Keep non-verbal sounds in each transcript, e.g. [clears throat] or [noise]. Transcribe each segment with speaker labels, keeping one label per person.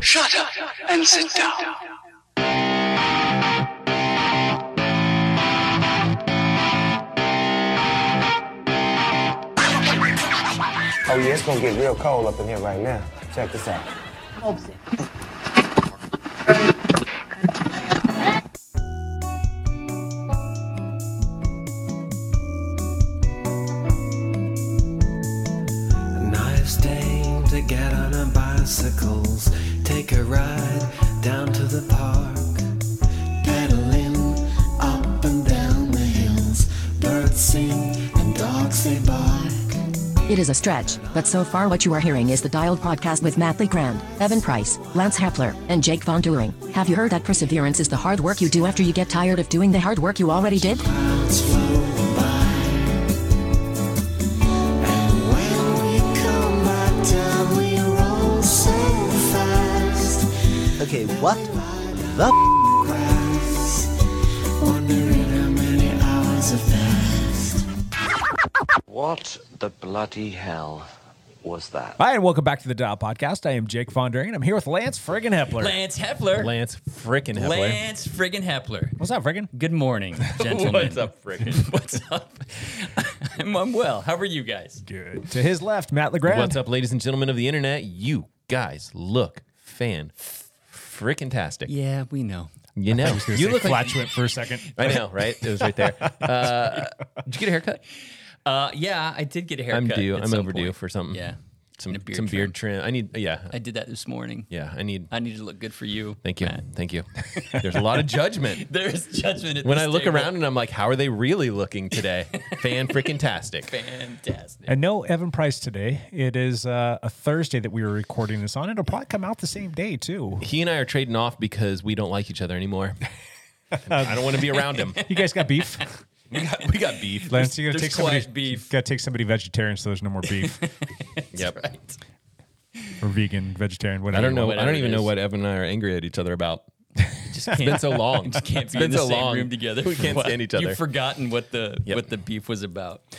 Speaker 1: Shut up and sit down.
Speaker 2: Oh yeah, it's gonna get real cold up in here right now. Check this out.
Speaker 3: Knives tamed to get on our bicycles, take a ride down to the park, pedaling up and down the hills. Birds sing and dogs they bark.
Speaker 4: It is a stretch, but so far what you are hearing is the Dialed podcast with Matt Lee Grand, Evan Price, Lance Hapler, and Jake Von During. Have you heard that perseverance is the hard work you do after you get tired of doing the hard work you already did?
Speaker 3: Clouds flow by, and when we come back down, we roll so fast.
Speaker 5: Okay, what the?
Speaker 3: Grass, wondering how many hours have passed.
Speaker 6: What the bloody hell was that?
Speaker 7: Hi, and welcome back to the Dial Podcast. I am Jake Fondering, and I'm here with Lance Friggin Hepler.
Speaker 8: Lance Hepler.
Speaker 9: Lance frickin' Hepler.
Speaker 8: Lance friggin' Hepler.
Speaker 7: What's up, Friggin?
Speaker 8: Good morning,
Speaker 9: [laughs]
Speaker 8: gentlemen.
Speaker 9: What's up, frickin'?
Speaker 8: [laughs] What's up? [laughs] I'm, I'm well. How are you guys?
Speaker 7: Good. To his left, Matt LeGrand.
Speaker 9: What's up, ladies and gentlemen of the internet? You guys look fan frickin' tastic.
Speaker 8: Yeah, we know.
Speaker 9: You know, you look like
Speaker 7: Flatchwit for a second.
Speaker 9: I [laughs] know, [laughs] right? It was right there. Uh, did you get a haircut?
Speaker 8: Uh, yeah, I did get a haircut.
Speaker 9: I'm due.
Speaker 8: at
Speaker 9: I'm
Speaker 8: some
Speaker 9: overdue
Speaker 8: point.
Speaker 9: for something.
Speaker 8: Yeah.
Speaker 9: Some
Speaker 8: And a beard
Speaker 9: some beard trim. I need. Yeah,
Speaker 8: I did that this morning.
Speaker 9: yeah. I need.
Speaker 8: I need to look good for you.
Speaker 9: Thank you.
Speaker 8: Matt.
Speaker 9: Thank [laughs] you. There's a lot of [laughs] judgment.
Speaker 8: There's judgment at
Speaker 9: When
Speaker 8: this
Speaker 9: I look
Speaker 8: table.
Speaker 9: around and I'm like, how are they really looking today? [laughs] Fan frickin' tastic.
Speaker 8: Fantastic.
Speaker 7: And no Evan Price today. It is uh, a Thursday that we were recording this on. It'll probably come out the same day, too.
Speaker 9: He and I are trading off because we don't like each other anymore. [laughs] I don't want to be around him.
Speaker 7: You guys
Speaker 9: [laughs]
Speaker 7: got beef?
Speaker 9: We got, we got beef.
Speaker 7: Lance, you gotta
Speaker 8: There's
Speaker 7: take somebody
Speaker 8: quiet beef.
Speaker 7: Gotta take somebody vegetarian so there's no more beef
Speaker 9: Yep.
Speaker 8: Right.
Speaker 7: or vegan, vegetarian, whatever.
Speaker 9: I don't
Speaker 7: you
Speaker 9: know.
Speaker 7: want.
Speaker 9: I
Speaker 8: whatever
Speaker 9: don't
Speaker 8: it
Speaker 9: even know
Speaker 8: is.
Speaker 9: what Evan and I are angry at each other about. [laughs]
Speaker 8: Just
Speaker 9: It's been so
Speaker 8: [laughs]
Speaker 9: long.
Speaker 8: Just can't
Speaker 9: It's
Speaker 8: be
Speaker 9: been
Speaker 8: in the
Speaker 9: so
Speaker 8: same
Speaker 9: long.
Speaker 8: room together.
Speaker 9: We
Speaker 8: for
Speaker 9: can't
Speaker 8: what-
Speaker 9: stand each other.
Speaker 8: You've forgotten what the
Speaker 9: Yep.
Speaker 8: what the beef was about.
Speaker 9: e-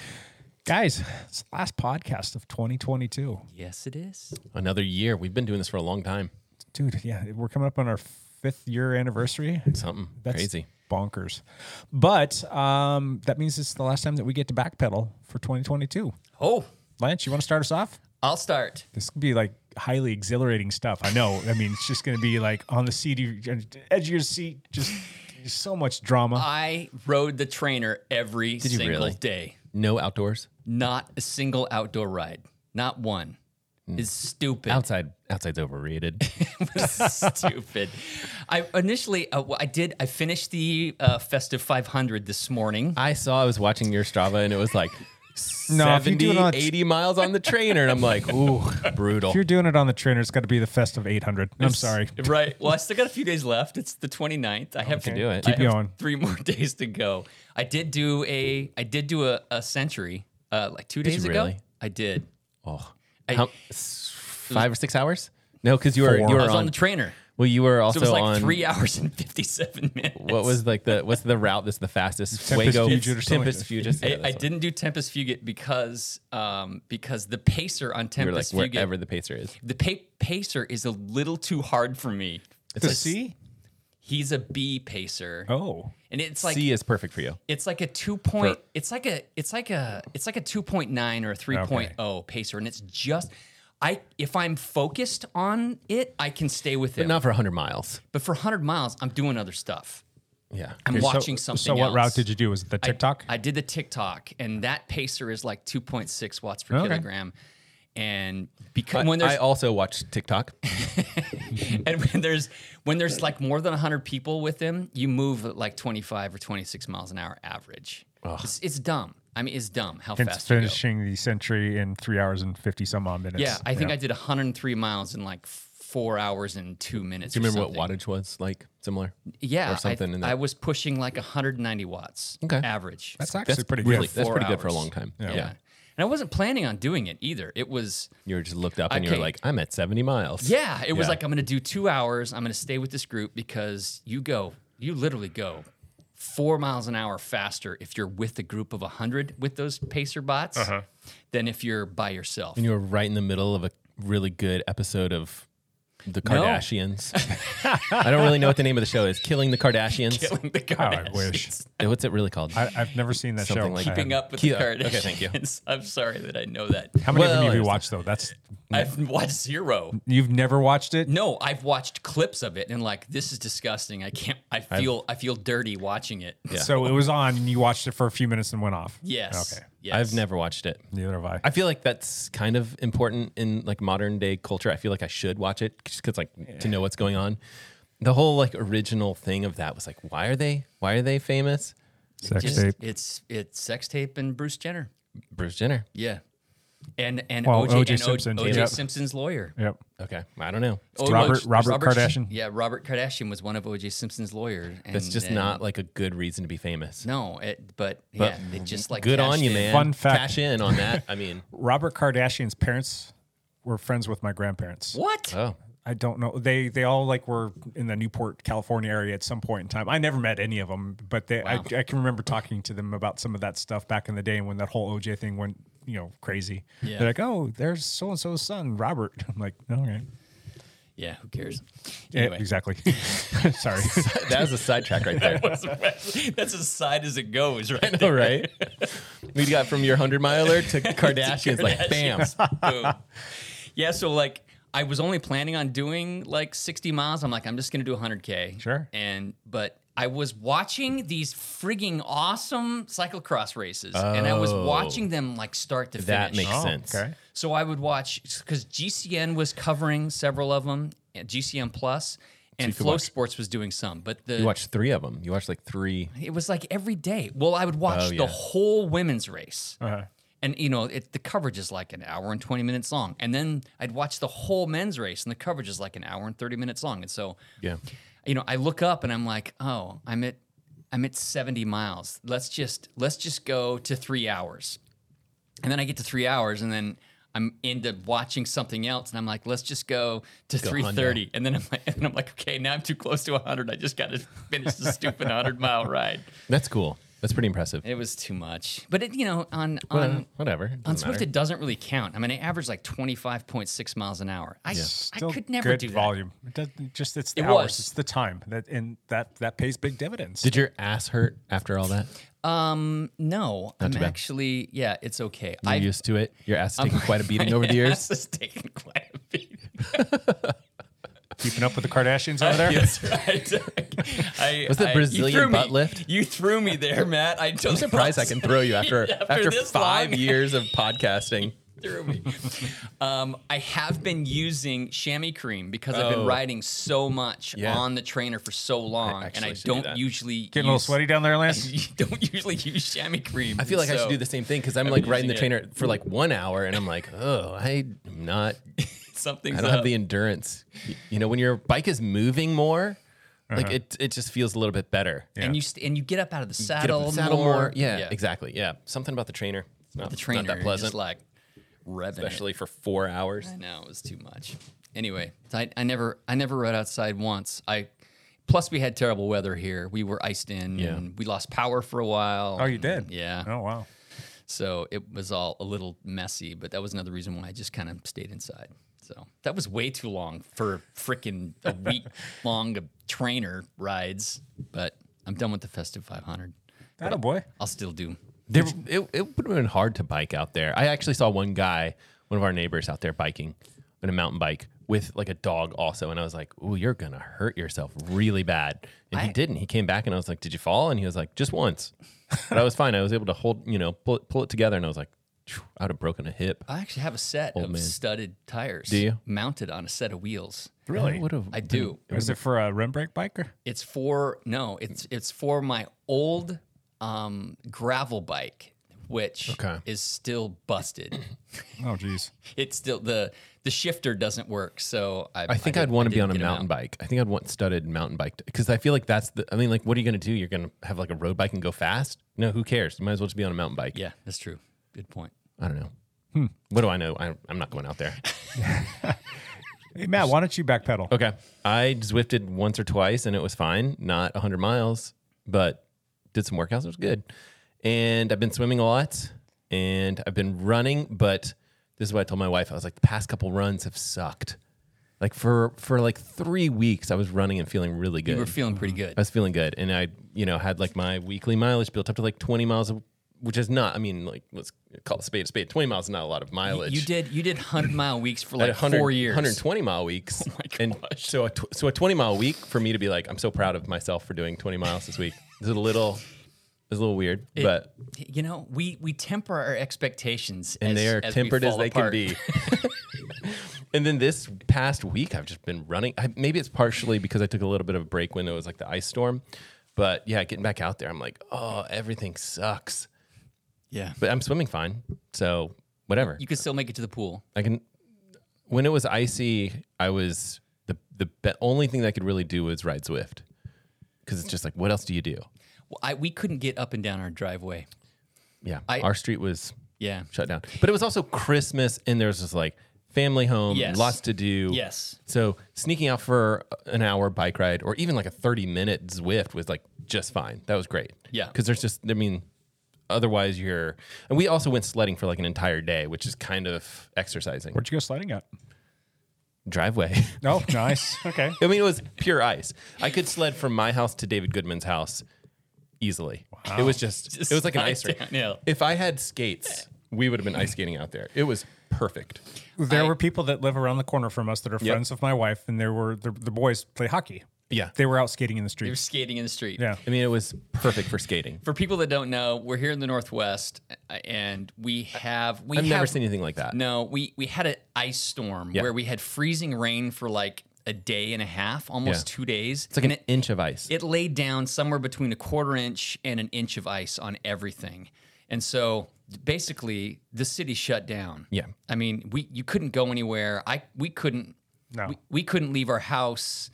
Speaker 7: Guys, it's the last podcast of 2022.
Speaker 8: Yes, it is.
Speaker 9: Another year. We've been doing this for a long time.
Speaker 7: Dude, yeah, we're coming up on our fifth year anniversary.
Speaker 9: Something
Speaker 7: That's
Speaker 9: crazy.
Speaker 7: bonkers. But um, that means it's the last time that we get to backpedal for 2022.
Speaker 8: Oh,
Speaker 7: Lance, you want to start us off?
Speaker 8: I'll start.
Speaker 7: This could be like highly exhilarating stuff. I know. I mean, it's just going to be like on the seat, of- edge of your seat, just so much drama.
Speaker 8: I rode the trainer every
Speaker 9: you
Speaker 8: single
Speaker 9: really?
Speaker 8: day.
Speaker 9: No outdoors.
Speaker 8: Not a single outdoor ride. Not one.
Speaker 9: Hmm.
Speaker 8: Is stupid. [laughs]
Speaker 9: Outside. Outside's overrated. [laughs]
Speaker 8: stupid. I initially, uh, well, I did. I finished the uh, festive 500 this morning.
Speaker 9: I saw. I was watching your Strava, and it was like.
Speaker 7: [laughs] No, if you
Speaker 9: 70,
Speaker 7: do it on-
Speaker 9: 80 miles on the trainer, and I'm like, [laughs] ooh, brutal.
Speaker 7: If you're doing it on the trainer, it's got to be the festive 800. I'm sorry.
Speaker 8: Right. Well, I still got a few days left. It's the 29th. I have
Speaker 9: Okay.
Speaker 8: to
Speaker 9: Oh, Do it.
Speaker 8: I
Speaker 7: Keep
Speaker 8: have
Speaker 7: going.
Speaker 8: Three more [laughs] days to go. I did do a. I did do a, a century. Uh, like two days
Speaker 9: you
Speaker 8: ago.
Speaker 9: really?
Speaker 8: I did.
Speaker 9: Oh,
Speaker 8: I-
Speaker 9: How- s- five or six hours? No, because you were you
Speaker 8: I
Speaker 9: were
Speaker 8: was on,
Speaker 9: on.
Speaker 8: the trainer.
Speaker 9: well, you were also
Speaker 8: So it was like
Speaker 9: on
Speaker 8: three [laughs] hours and 57 minutes.
Speaker 9: What was like the what's the route that's the fastest?
Speaker 7: Tempest
Speaker 9: Fuego,
Speaker 7: Fugit or something like
Speaker 9: Tempest
Speaker 7: that.
Speaker 9: Fugit. Yeah,
Speaker 8: I, I
Speaker 9: that's what-
Speaker 8: didn't do Tempest Fugit because um, because the pacer on
Speaker 9: You were like
Speaker 8: Tempest
Speaker 9: wherever
Speaker 8: Fugit
Speaker 9: the pacer is.
Speaker 8: the pa- pacer is a little too hard for me.
Speaker 7: The C?
Speaker 8: He's a B pacer,
Speaker 7: Oh.
Speaker 8: and it's like
Speaker 9: C is perfect for you.
Speaker 8: it's like a two point. it's like a it's like a it's like a two point nine or a 3.0 pacer, and it's just I if I'm focused on it, I can stay with
Speaker 9: But
Speaker 8: it.
Speaker 9: not for 100 miles.
Speaker 8: but for hundred miles, I'm doing other stuff.
Speaker 9: Yeah.
Speaker 8: I'm
Speaker 7: Okay, so-
Speaker 8: watching something.
Speaker 7: So, what
Speaker 8: else.
Speaker 7: route did you do? Was it the
Speaker 8: I-
Speaker 7: TikTok?
Speaker 8: I, did the TikTok, and that pacer is like 2.6 watts per
Speaker 7: Okay.
Speaker 8: kilogram. And because
Speaker 9: I,
Speaker 8: when there's
Speaker 9: I also watch TikTok.
Speaker 8: [laughs] and when there's when there's like more than 100 people with him, you move at like 25 or 26 miles an hour average. It's, it's dumb. I mean, it's dumb how
Speaker 7: It's
Speaker 8: fast you go.
Speaker 7: finishing the century in three hours and 50 some odd minutes.
Speaker 8: Yeah, I think I did 103 miles in like four hours and two minutes.
Speaker 9: Do you
Speaker 8: or
Speaker 9: remember
Speaker 8: something.
Speaker 9: what wattage was like? Similar?
Speaker 8: Yeah,
Speaker 9: Or something
Speaker 8: I,
Speaker 9: in that.
Speaker 8: I was pushing like 190 watts
Speaker 9: Okay.
Speaker 8: average.
Speaker 7: That's actually pretty good.
Speaker 9: really, that's
Speaker 8: four
Speaker 9: pretty good for a
Speaker 8: hours.
Speaker 9: long time. Yeah.
Speaker 8: yeah. And I wasn't planning on doing it either. It was
Speaker 9: You were just looked up and you were
Speaker 8: Okay.
Speaker 9: like, I'm at 70 miles.
Speaker 8: Yeah, it was
Speaker 9: Yeah.
Speaker 8: like I'm going to do two hours. I'm going to stay with this group because you go, you literally go four miles an hour faster if you're with a group of hundred with those pacer bots than if you're by yourself. [laughs]
Speaker 9: And you were right in the middle of a really good episode of the
Speaker 8: [laughs]
Speaker 9: Kardashians. I don't really know what the name of the show is. Killing the Kardashians.
Speaker 8: Killing the
Speaker 7: How
Speaker 8: Kardashians.
Speaker 7: I
Speaker 8: [laughs]
Speaker 7: wish.
Speaker 9: What's it really called?
Speaker 7: I, I've never seen that
Speaker 9: Something
Speaker 7: show.
Speaker 9: like
Speaker 7: I
Speaker 8: Keeping
Speaker 7: haven't.
Speaker 8: up with the
Speaker 9: Keep-
Speaker 8: Kardashians.
Speaker 9: okay, thank you.
Speaker 8: I'm sorry that I know that.
Speaker 7: How many of
Speaker 9: Well,
Speaker 7: them have you
Speaker 9: there's-
Speaker 7: watched though? That's
Speaker 8: I've watched zero.
Speaker 7: you've never watched it.
Speaker 8: No, I've watched clips of it and like this is disgusting. I can't. I feel. i feel dirty watching it.
Speaker 9: Yeah.
Speaker 7: So it was on, and you watched it for a few minutes and went off.
Speaker 8: Yes.
Speaker 7: Okay.
Speaker 8: Yes.
Speaker 9: I've never watched it.
Speaker 7: Neither have I.
Speaker 9: I feel like that's kind of important in like modern day culture. I feel like I should watch it just because like to know what's going on. The whole like original thing of that was like, why are they why are they famous?
Speaker 7: Sex
Speaker 8: Just-
Speaker 7: tape.
Speaker 8: It's it's sex tape and Bruce Jenner.
Speaker 9: Bruce Jenner.
Speaker 8: Yeah. And and
Speaker 7: Well,
Speaker 8: OJ,
Speaker 7: O.J.
Speaker 8: and
Speaker 7: Simpson,
Speaker 8: O- OJ
Speaker 7: yep.
Speaker 8: Simpson's lawyer.
Speaker 7: Yep.
Speaker 9: Okay, I don't know.
Speaker 8: Oh, no,
Speaker 7: Robert-
Speaker 8: it's-
Speaker 7: Robert
Speaker 8: Sh-
Speaker 7: Kardashian.
Speaker 8: Yeah, Robert Kardashian was one of OJ Simpson's lawyers. And,
Speaker 9: That's just
Speaker 8: and-
Speaker 9: not like a good reason to be famous.
Speaker 8: No, it, but, yeah, they just like
Speaker 9: good on
Speaker 8: cashed
Speaker 9: you,
Speaker 8: in.
Speaker 9: man.
Speaker 7: Fun fact.
Speaker 9: Cash in on that. I
Speaker 8: [laughs]
Speaker 9: mean,
Speaker 7: Robert Kardashian's parents were friends with my grandparents.
Speaker 8: What?
Speaker 9: oh,
Speaker 7: I don't know. They they all like were in the Newport, California area at some point in time. I never met any of them, but they
Speaker 8: Wow.
Speaker 7: I, I can remember talking to them about some of that stuff back in the day when that whole OJ thing went you know crazy.
Speaker 8: Yeah.
Speaker 7: They're like, oh, there's so and so's son, Robert. [laughs] I'm like, all right,
Speaker 8: Yeah, who cares?
Speaker 7: Yeah,
Speaker 8: Anyway.
Speaker 7: exactly. [laughs] Sorry.
Speaker 9: that was a sidetrack right
Speaker 7: [laughs]
Speaker 9: there.
Speaker 8: [laughs] That's as side as it goes, [laughs] right?
Speaker 9: All right, we got from your hundred miler
Speaker 8: [laughs]
Speaker 9: to Kardashians, like bam.
Speaker 8: Boom. Yeah, so like I was only planning on doing like 60 miles. I'm like, I'm just gonna do 100k.
Speaker 7: Sure.
Speaker 8: And but I was watching these frigging awesome cyclocross races, and I was
Speaker 9: Oh.
Speaker 8: watching them like start to finish. Oh.
Speaker 9: That makes sense.
Speaker 7: [laughs] Okay.
Speaker 8: So I would watch because GCN was covering several of them, and GCN Plus, and Flow Sports was doing some. But the
Speaker 9: You watched three of them. You watched like three.
Speaker 8: it was like every day. Well, I would watch
Speaker 9: Oh, yeah. Uh-huh.
Speaker 8: the whole women's race. And you know, it, the coverage is like an hour and 20 minutes long. And then I'd watch the whole men's race and the coverage is like an hour and 30 minutes long. And so,
Speaker 9: Yeah.
Speaker 8: you know, I look up and I'm like, "Oh, I'm at I'm at 70 miles. Let's just let's just go to 3 hours." And then I get to 3 hours and then I'm into watching something else, and I'm like, let's just go to
Speaker 9: Go
Speaker 8: three thirty, and then I'm like, [laughs] and I'm like, okay, now I'm too close to hundred. I just got to finish the stupid hundred mile ride.
Speaker 9: That's cool. That's pretty impressive.
Speaker 8: It was too much. But it, you know, on
Speaker 9: Well,
Speaker 8: on
Speaker 9: whatever. It
Speaker 8: um, on
Speaker 9: doesn't
Speaker 8: Swift,
Speaker 9: matter.
Speaker 8: it doesn't really count. I mean, it averaged like twenty five point six miles an hour. I I
Speaker 7: Still
Speaker 8: could never
Speaker 7: good
Speaker 8: do that.
Speaker 7: volume. It doesn't just it's the
Speaker 8: It
Speaker 7: hours,
Speaker 8: was.
Speaker 7: it's the time that and that that pays big dividends.
Speaker 9: Did your ass hurt after all that?
Speaker 8: No, I'm
Speaker 9: too bad.
Speaker 8: actually yeah, it's okay.
Speaker 9: You're
Speaker 8: I
Speaker 9: used to it. Your ass taking
Speaker 8: [laughs]
Speaker 9: quite a beating over the years.
Speaker 8: This is taking [laughs] quite a beat.
Speaker 7: Keeping up with
Speaker 9: [laughs]
Speaker 7: the Kardashians
Speaker 9: Oh,
Speaker 7: over there?
Speaker 8: That's [laughs] right. I,
Speaker 9: Was it
Speaker 8: I- you
Speaker 9: Brazilian
Speaker 8: threw me-
Speaker 9: butt lift?
Speaker 8: You threw me there, Matt. I
Speaker 9: I'm surprised I can throw you after
Speaker 8: [laughs] After
Speaker 9: after,
Speaker 8: this
Speaker 9: five
Speaker 8: long.
Speaker 9: years of
Speaker 8: [laughs]
Speaker 9: podcasting.
Speaker 8: through me. um, I have been using chamois cream because I've been
Speaker 9: Oh.
Speaker 8: riding so much
Speaker 9: Yeah.
Speaker 8: on the trainer for so long, and
Speaker 9: actually
Speaker 8: I
Speaker 9: should do
Speaker 8: don't
Speaker 9: that.
Speaker 8: usually
Speaker 7: Getting a little
Speaker 8: use-
Speaker 7: sweaty down there, Lance?
Speaker 8: You [laughs] don't usually use chamois cream.
Speaker 9: I feel like I should do the same thing because I'm
Speaker 8: I've
Speaker 9: like
Speaker 8: been
Speaker 9: riding the
Speaker 8: using it.
Speaker 9: trainer for like one hour and I'm like, oh, I'm not.
Speaker 8: Something
Speaker 9: I don't have the endurance. Y- You know, when your bike is moving more, like it, it just feels a little bit better.
Speaker 8: and you st- and you get up out of the
Speaker 9: Get
Speaker 8: saddle,
Speaker 9: up the saddle more. Yeah,
Speaker 8: yeah.
Speaker 9: exactly. Yeah, something about the trainer. It's not,
Speaker 8: The trainer
Speaker 9: not that pleasant,
Speaker 8: is like revving.
Speaker 9: especially for four hours.
Speaker 8: it. no, it was too much. Anyway, I, I never I never rode outside once. I plus we had terrible weather here. We were iced in.
Speaker 9: Yeah.
Speaker 8: and we lost power for a while.
Speaker 7: Oh, you
Speaker 8: and-
Speaker 7: did?
Speaker 8: Yeah.
Speaker 7: Oh, wow.
Speaker 8: So it was all a little messy, but that was another reason why I just kind of stayed inside. So that was way too long for freaking
Speaker 9: [laughs]
Speaker 8: a week long of trainer rides, but I'm done with the Festive 500.
Speaker 7: That boy.
Speaker 8: I'll still do.
Speaker 9: There, it, it would have been hard to bike out there. I actually saw one guy, one of our neighbors out there biking on a mountain bike with like a dog also. And I was like, Oh, you're going to hurt yourself really bad. And he didn't. He came back and I was like, Did you fall? And he was like, Just once. But I was fine. I was able to hold, you know, pull it, pull it together. And I was like, "Phew, I would have broken a hip.
Speaker 8: I actually have a set of
Speaker 9: man.
Speaker 8: studded tires
Speaker 9: you?
Speaker 8: mounted on a set of wheels.
Speaker 9: Really? I, would've
Speaker 8: I
Speaker 9: been-
Speaker 8: do.
Speaker 7: Is it for a rim brake biker?
Speaker 8: It's for no, it's it's for my old um, gravel bike, which
Speaker 9: Okay.
Speaker 8: is still busted.
Speaker 7: Oh, geez.
Speaker 8: it's still the the shifter doesn't work. So I,
Speaker 9: I think
Speaker 8: did-
Speaker 9: I'd want to be
Speaker 8: did
Speaker 9: on a
Speaker 8: get 'em
Speaker 9: mountain
Speaker 8: out.
Speaker 9: bike. I think I'd want studded mountain bike because I feel like that's the. I mean, like, what are you going to do? You're going to have like a road bike and go fast? No, who cares? You might as well just be on a mountain bike.
Speaker 8: Yeah, that's true. Good point.
Speaker 9: I don't know. What do I know? I, I'm not going out there.
Speaker 7: Hey, Matt, why don't you backpedal?
Speaker 9: Okay. I Zwifted once or twice and it was fine. Not 100 miles, but did some workouts. It was good. And I've been swimming a lot and I've been running, but this is what I told my wife. I was like, the past couple runs have sucked. Like for for like three weeks, I was running and feeling really good.
Speaker 8: You were feeling pretty good.
Speaker 9: I was feeling good, and I, you know, had like my weekly mileage built up to like 20 miles, a- which is not. I mean, like let's call it a spade a spade. 20 miles is not a lot of mileage.
Speaker 8: You did you did hundred mile weeks for
Speaker 9: I had
Speaker 8: like four years.
Speaker 9: 120 mile
Speaker 8: [laughs]
Speaker 9: weeks. Oh my and so a tw- so a 20 mile week for me to be like, I'm so proud of myself for doing 20 miles this week. [laughs] It's a little, it's a little weird, but
Speaker 8: you know, we we temper our expectations,
Speaker 9: and
Speaker 8: as,
Speaker 9: they are
Speaker 8: as we
Speaker 9: tempered as
Speaker 8: fall
Speaker 9: they
Speaker 8: apart. [laughs]
Speaker 9: can be. [laughs] and then this past week, I've just been running. I, maybe it's partially because I took a little bit of a break when it was like the ice storm, but yeah, getting back out there, I'm like, oh, everything sucks.
Speaker 8: Yeah,
Speaker 9: But I'm swimming fine, so whatever.
Speaker 8: you could still make it to the pool.
Speaker 9: I can. When it was icy, I was the the be- only thing that I could really do was ride Zwift, because it's just like, what else do you do?
Speaker 8: Well, I, we couldn't get up and down our driveway.
Speaker 9: Yeah,
Speaker 8: I-
Speaker 9: our street was
Speaker 8: Yeah.
Speaker 9: shut down, but it was also Christmas, and there was just like family home,
Speaker 8: Yes.
Speaker 9: lots to do.
Speaker 8: Yes.
Speaker 9: So sneaking out for an hour bike ride or even like a 30 minute Zwift was like just fine. That was great.
Speaker 8: Yeah.
Speaker 9: Cause there's just, I mean, otherwise you're, and we also went sledding for like an entire day, which is kind of exercising.
Speaker 7: Where'd you go sliding at?
Speaker 9: Driveway. [laughs]
Speaker 7: Oh, nice. Okay.
Speaker 9: I mean, it was pure ice. I could sled from my house to David Goodman's house easily. It was just, it was like an
Speaker 8: slide
Speaker 9: ice rink.
Speaker 8: downhill.
Speaker 9: If I had skates, we would have been ice skating out there. It was perfect.
Speaker 7: There
Speaker 8: I-
Speaker 7: were people that live around the corner from us that are friends of my wife, and there were the, the boys play hockey.
Speaker 9: Yeah.
Speaker 7: They were out skating in the
Speaker 8: You're
Speaker 7: streets.
Speaker 8: skating in the street.
Speaker 7: Yeah.
Speaker 9: I mean, it was perfect for skating.
Speaker 8: For people that don't know, we're here in the Northwest, uh, and we have we
Speaker 9: I've
Speaker 8: have,
Speaker 9: never seen anything like that.
Speaker 8: No, we we had an ice storm
Speaker 9: Yeah.
Speaker 8: where we had freezing rain for like a day and a half, almost
Speaker 9: Yeah.
Speaker 8: two days.
Speaker 9: It's like an
Speaker 8: and it,
Speaker 9: inch of ice.
Speaker 8: it laid down somewhere between a quarter inch and an inch of ice on everything. And so basically the city shut down.
Speaker 9: Yeah.
Speaker 8: I mean, we you couldn't go anywhere. I we couldn't
Speaker 7: No.
Speaker 8: we, we couldn't leave our house.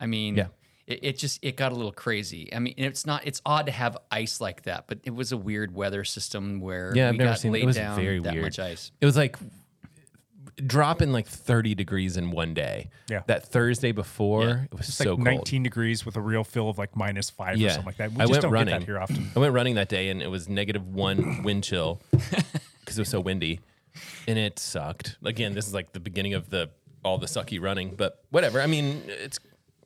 Speaker 8: I mean,
Speaker 9: Yeah.
Speaker 8: it, it just it got a little crazy. I mean, and it's not it's odd to have ice like that, but it was a weird weather system where
Speaker 9: Yeah,
Speaker 8: we
Speaker 9: I've never
Speaker 8: got
Speaker 9: seen it.
Speaker 8: laid
Speaker 9: It was
Speaker 8: down
Speaker 9: very
Speaker 8: that
Speaker 9: weird.
Speaker 8: much ice.
Speaker 9: It was like dropping like 30 degrees in one day.
Speaker 7: Yeah.
Speaker 9: That Thursday before, it was
Speaker 7: It's
Speaker 9: so
Speaker 7: like
Speaker 9: cold.
Speaker 7: 19 degrees with a real feel of like minus five or
Speaker 9: yeah.
Speaker 7: something like that. We
Speaker 9: I
Speaker 7: just
Speaker 9: went
Speaker 7: don't
Speaker 9: running.
Speaker 7: get that here often.
Speaker 9: I went running that day and it was negative one wind
Speaker 8: [laughs]
Speaker 9: chill because it was so windy and it sucked. Again, this is like the beginning of the all the sucky running, but whatever. I mean, it's,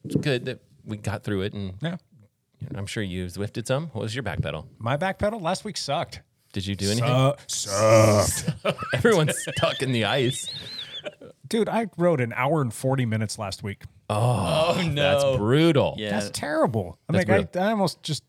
Speaker 9: it's good that we got through it and
Speaker 7: Yeah.
Speaker 9: I'm sure you Zwifted some. What was your back pedal?
Speaker 7: My back pedal last week sucked.
Speaker 9: Did you do anything?
Speaker 7: Uh, sucked.
Speaker 9: [laughs] Everyone's stuck in the ice.
Speaker 7: Dude, I rode an hour and 40 minutes last week.
Speaker 8: Oh no.
Speaker 9: That's brutal.
Speaker 8: yeah.
Speaker 7: That's terrible. I'm
Speaker 9: That's
Speaker 7: like, I, I almost just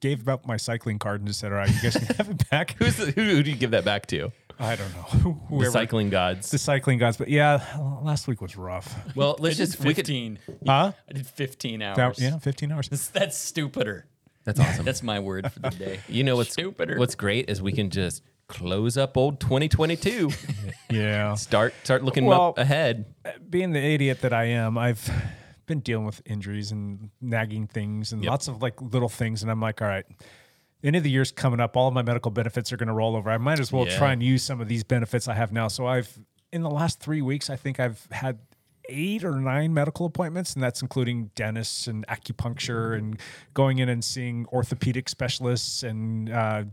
Speaker 7: gave up my cycling card and just said, all right, you guys can have it back.
Speaker 9: Who's the, who, who do you give that back to?
Speaker 7: I don't know. Who-
Speaker 9: The
Speaker 7: Whoever.
Speaker 9: cycling gods.
Speaker 7: the cycling guys. But yeah, last week was rough.
Speaker 9: Well, let's
Speaker 8: I did
Speaker 9: just we could-
Speaker 8: 15.
Speaker 7: Huh?
Speaker 8: I did 15 hours.
Speaker 7: That- yeah, 15 hours.
Speaker 8: [laughs] That's stupider.
Speaker 9: That's awesome.
Speaker 8: That's my word for the day.
Speaker 9: you know what's
Speaker 8: stupider.
Speaker 9: what's great is we can just close up old
Speaker 8: [laughs]
Speaker 9: 2022.
Speaker 7: Yeah.
Speaker 9: start start looking
Speaker 7: Well-
Speaker 9: up ahead.
Speaker 7: Being the idiot that I am, I've been dealing with injuries and nagging things and lots of like little things. And I'm like, all right, the end of the year's coming up. All of my medical benefits are going to roll over. I might as well
Speaker 9: Yeah.
Speaker 7: try and use some of these benefits I have now. So I've, in the last three weeks, I think I've had eight or nine medical appointments, and that's including dentists and acupuncture
Speaker 8: Mm-hmm.
Speaker 7: and going in and seeing orthopedic specialists and, uh,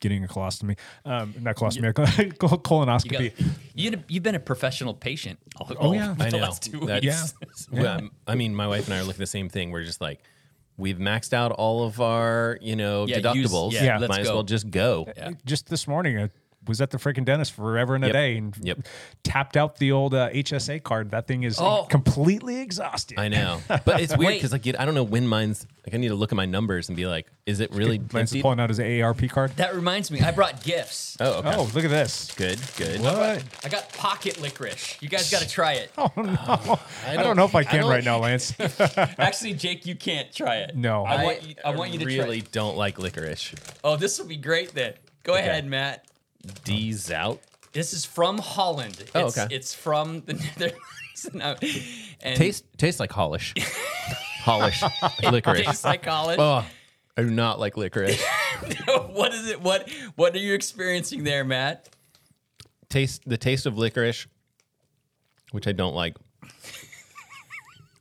Speaker 7: Getting a colostomy, um, not colostomy, [laughs] col- colonoscopy.
Speaker 8: You got, you had a- you've been a professional patient. All, oh
Speaker 7: yeah.
Speaker 8: the
Speaker 9: [laughs] I know.
Speaker 8: last two
Speaker 9: That's-
Speaker 8: weeks.
Speaker 9: [laughs] well, I'm- I mean, my wife and I are looking at the same thing. We're just like, we've maxed out all of our you know
Speaker 8: Yeah, use-
Speaker 9: deductibles.
Speaker 8: yeah, Yeah. let's
Speaker 9: might as
Speaker 8: go.
Speaker 9: well just go.
Speaker 7: just this morning I was at the freaking dentist forever and a
Speaker 9: Yep.
Speaker 7: day and
Speaker 9: Yep.
Speaker 7: tapped out the old uh, HSA card. That thing is
Speaker 8: Oh.
Speaker 7: completely exhausted.
Speaker 9: I know, but
Speaker 8: [laughs]
Speaker 9: it's weird
Speaker 8: Wait.
Speaker 9: because like you, I don't know when mine's like I need to look at my numbers and be like, is it really
Speaker 7: Lance is
Speaker 9: emptied?
Speaker 7: pulling out his AARP card.
Speaker 8: That reminds me, I brought gifts.
Speaker 9: Oh, okay.
Speaker 7: Oh, look at this.
Speaker 9: Good, good.
Speaker 7: What?
Speaker 8: I got pocket licorice. You guys got to try it.
Speaker 7: Oh, no. I, don't,
Speaker 9: don't-
Speaker 7: know if I
Speaker 9: I
Speaker 7: can
Speaker 9: don't-
Speaker 7: right now, Lance.
Speaker 8: Actually, Jake, you can't try it.
Speaker 7: No.
Speaker 8: I, want you, I want you to
Speaker 9: really
Speaker 8: try.
Speaker 9: don't like licorice.
Speaker 8: Oh, this will be great then. Go ahead, Matt.
Speaker 9: D's out.
Speaker 8: This is from Holland. It's,
Speaker 9: Oh, okay.
Speaker 8: It's from the [laughs] Netherlands. No. And [laughs]
Speaker 9: Taste tastes like [laughs] Hollish. Hollish licorice.
Speaker 8: Tastes like Holland.
Speaker 9: oh, I do not like licorice.
Speaker 8: [laughs] what is it? What What are you experiencing there, Matt?
Speaker 9: taste the taste of licorice, which I don't like.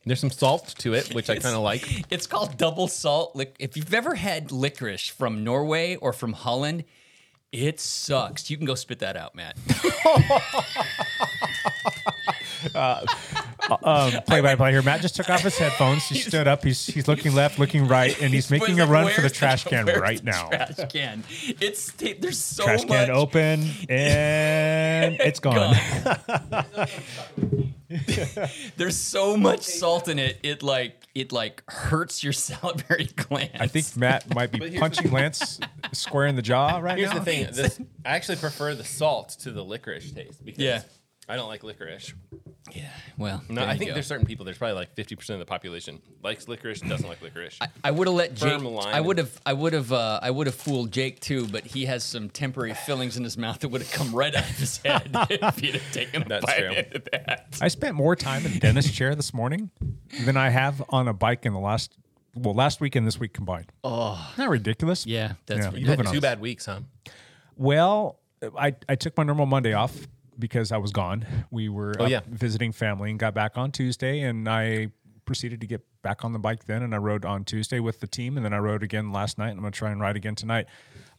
Speaker 9: There's some salt to it, which I kind of like.
Speaker 8: [laughs] It's called double salt. Lic- if you've ever had licorice from Norway or from Holland, it sucks. You can go spit that out, Matt.
Speaker 7: play by play here. Matt just took off his headphones. He stood up. He's he's looking left, looking right, and he's [laughs] making a
Speaker 8: like,
Speaker 7: run for the
Speaker 8: [laughs] where's the-
Speaker 7: trash can
Speaker 8: where's
Speaker 7: right
Speaker 8: the
Speaker 7: now.
Speaker 8: Trash Oh can. It's there's
Speaker 7: [laughs]
Speaker 8: so
Speaker 7: Trash
Speaker 8: much.
Speaker 7: can
Speaker 8: [laughs]
Speaker 7: open and it's gone.
Speaker 8: [laughs] There's so much salt in it. It like it like hurts your [laughs] salivary glands.
Speaker 7: I think Matt might be
Speaker 9: here's
Speaker 7: punching Lance square in the jaw right
Speaker 9: Here's
Speaker 7: now.
Speaker 9: the thing. This, I actually prefer the salt to the licorice taste because
Speaker 8: Yeah.
Speaker 9: I don't like licorice.
Speaker 8: Well,
Speaker 9: No,
Speaker 8: there
Speaker 9: I
Speaker 8: you
Speaker 9: think
Speaker 8: go.
Speaker 9: there's certain people. There's probably like 50% of the population likes licorice, doesn't like licorice.
Speaker 8: I would have let Jake.
Speaker 9: Firm line.
Speaker 8: I would have. I would have. Uh, I would have fooled Jake too, but he has some temporary fillings in his mouth that would have come right out of his head [laughs] if he'd have taken a
Speaker 9: That's
Speaker 8: bite
Speaker 9: true.
Speaker 8: out of that.
Speaker 7: [laughs] I spent more time in Dennis' chair this morning than I have on a bike in the last well last week and this week combined. Oh, isn't that ridiculous?
Speaker 8: Yeah, that's
Speaker 9: you
Speaker 7: moving
Speaker 9: had
Speaker 7: on.
Speaker 9: two bad weeks, huh?
Speaker 7: Well, I, I took my normal Monday off because I was gone. We were
Speaker 9: Oh,
Speaker 7: up
Speaker 9: yeah.
Speaker 7: visiting family and got back on Tuesday, and I proceeded to get back on the bike then. And I rode on Tuesday with the team, and then I rode again last night. And I'm going to try and ride again tonight.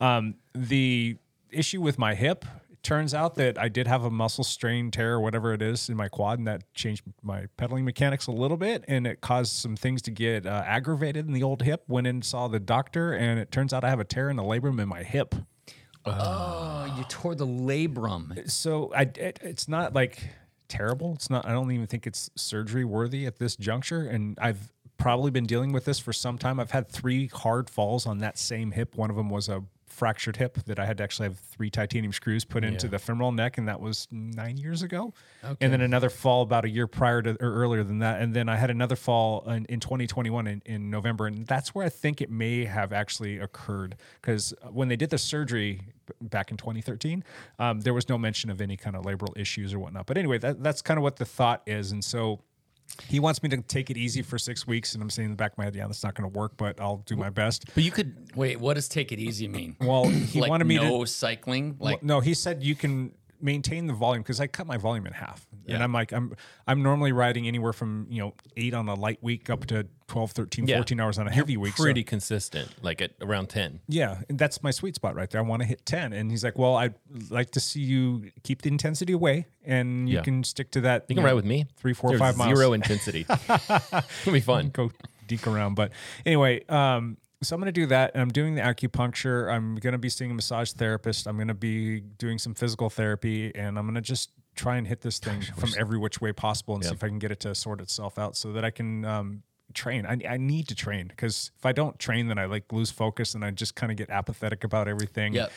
Speaker 7: Um, the issue with my hip it turns out that I did have a muscle strain tear or whatever it is in my quad, and that changed my pedaling mechanics a little bit, and it caused some things to get uh, aggravated in the old hip. Went in, and saw the doctor, and it turns out I have a tear in the labrum in my hip.
Speaker 8: Oh, you tore the labrum.
Speaker 7: so I it, it's not like terrible. It's not. I don't even think it's surgery worthy at this juncture. And I've probably been dealing with this for some time. I've had three hard falls on that same hip. One of them was a fractured hip that I had to actually have three titanium screws put into the femoral neck, and that was nine years ago. And then another fall about a year prior to or earlier than that. And then I had another fall in, in 2021 in, in November, and that's where I think it may have actually occurred because when they did the surgery b- back in 2013, um, there was no mention of any kind of labral issues or whatnot. But anyway, that, that's kind of what the thought is, and so. He wants me to take it easy for six weeks, and I'm saying in the back of my head, yeah, that's not going to work, but I'll do my best.
Speaker 9: But you could.
Speaker 8: Wait, what does take it easy mean?
Speaker 7: Well, he
Speaker 8: like
Speaker 7: wanted me to
Speaker 8: no cycling. Like
Speaker 7: no, he said you can maintain the volume because I cut my volume in half. And I'm like, I'm I'm normally riding anywhere from, you know, eight on a light week up to 12, 13,
Speaker 9: Yeah.
Speaker 7: 14 hours on a heavy week. so-
Speaker 9: Pretty consistent, like at around 10.
Speaker 7: yeah, and that's my sweet spot right there. I want to hit 10. And he's like, well, I'd like to see you keep the intensity away and you
Speaker 9: Yeah.
Speaker 7: can stick to that.
Speaker 9: You can
Speaker 7: know,
Speaker 9: ride with me.
Speaker 7: Three, four,
Speaker 9: There's
Speaker 7: five miles.
Speaker 9: Zero intensity. It'll be fun.
Speaker 7: [laughs] go deke around. But anyway, um, so I'm going to do that. And I'm doing the acupuncture. I'm going to be seeing a massage therapist. I'm going to be doing some physical therapy, and I'm going to just try and hit this thing from every which way possible and see if I can get it to sort itself out so that I can. Um, train I, I need to train because if i don't train then i like lose focus and i just kind of get apathetic about everything
Speaker 8: Yep.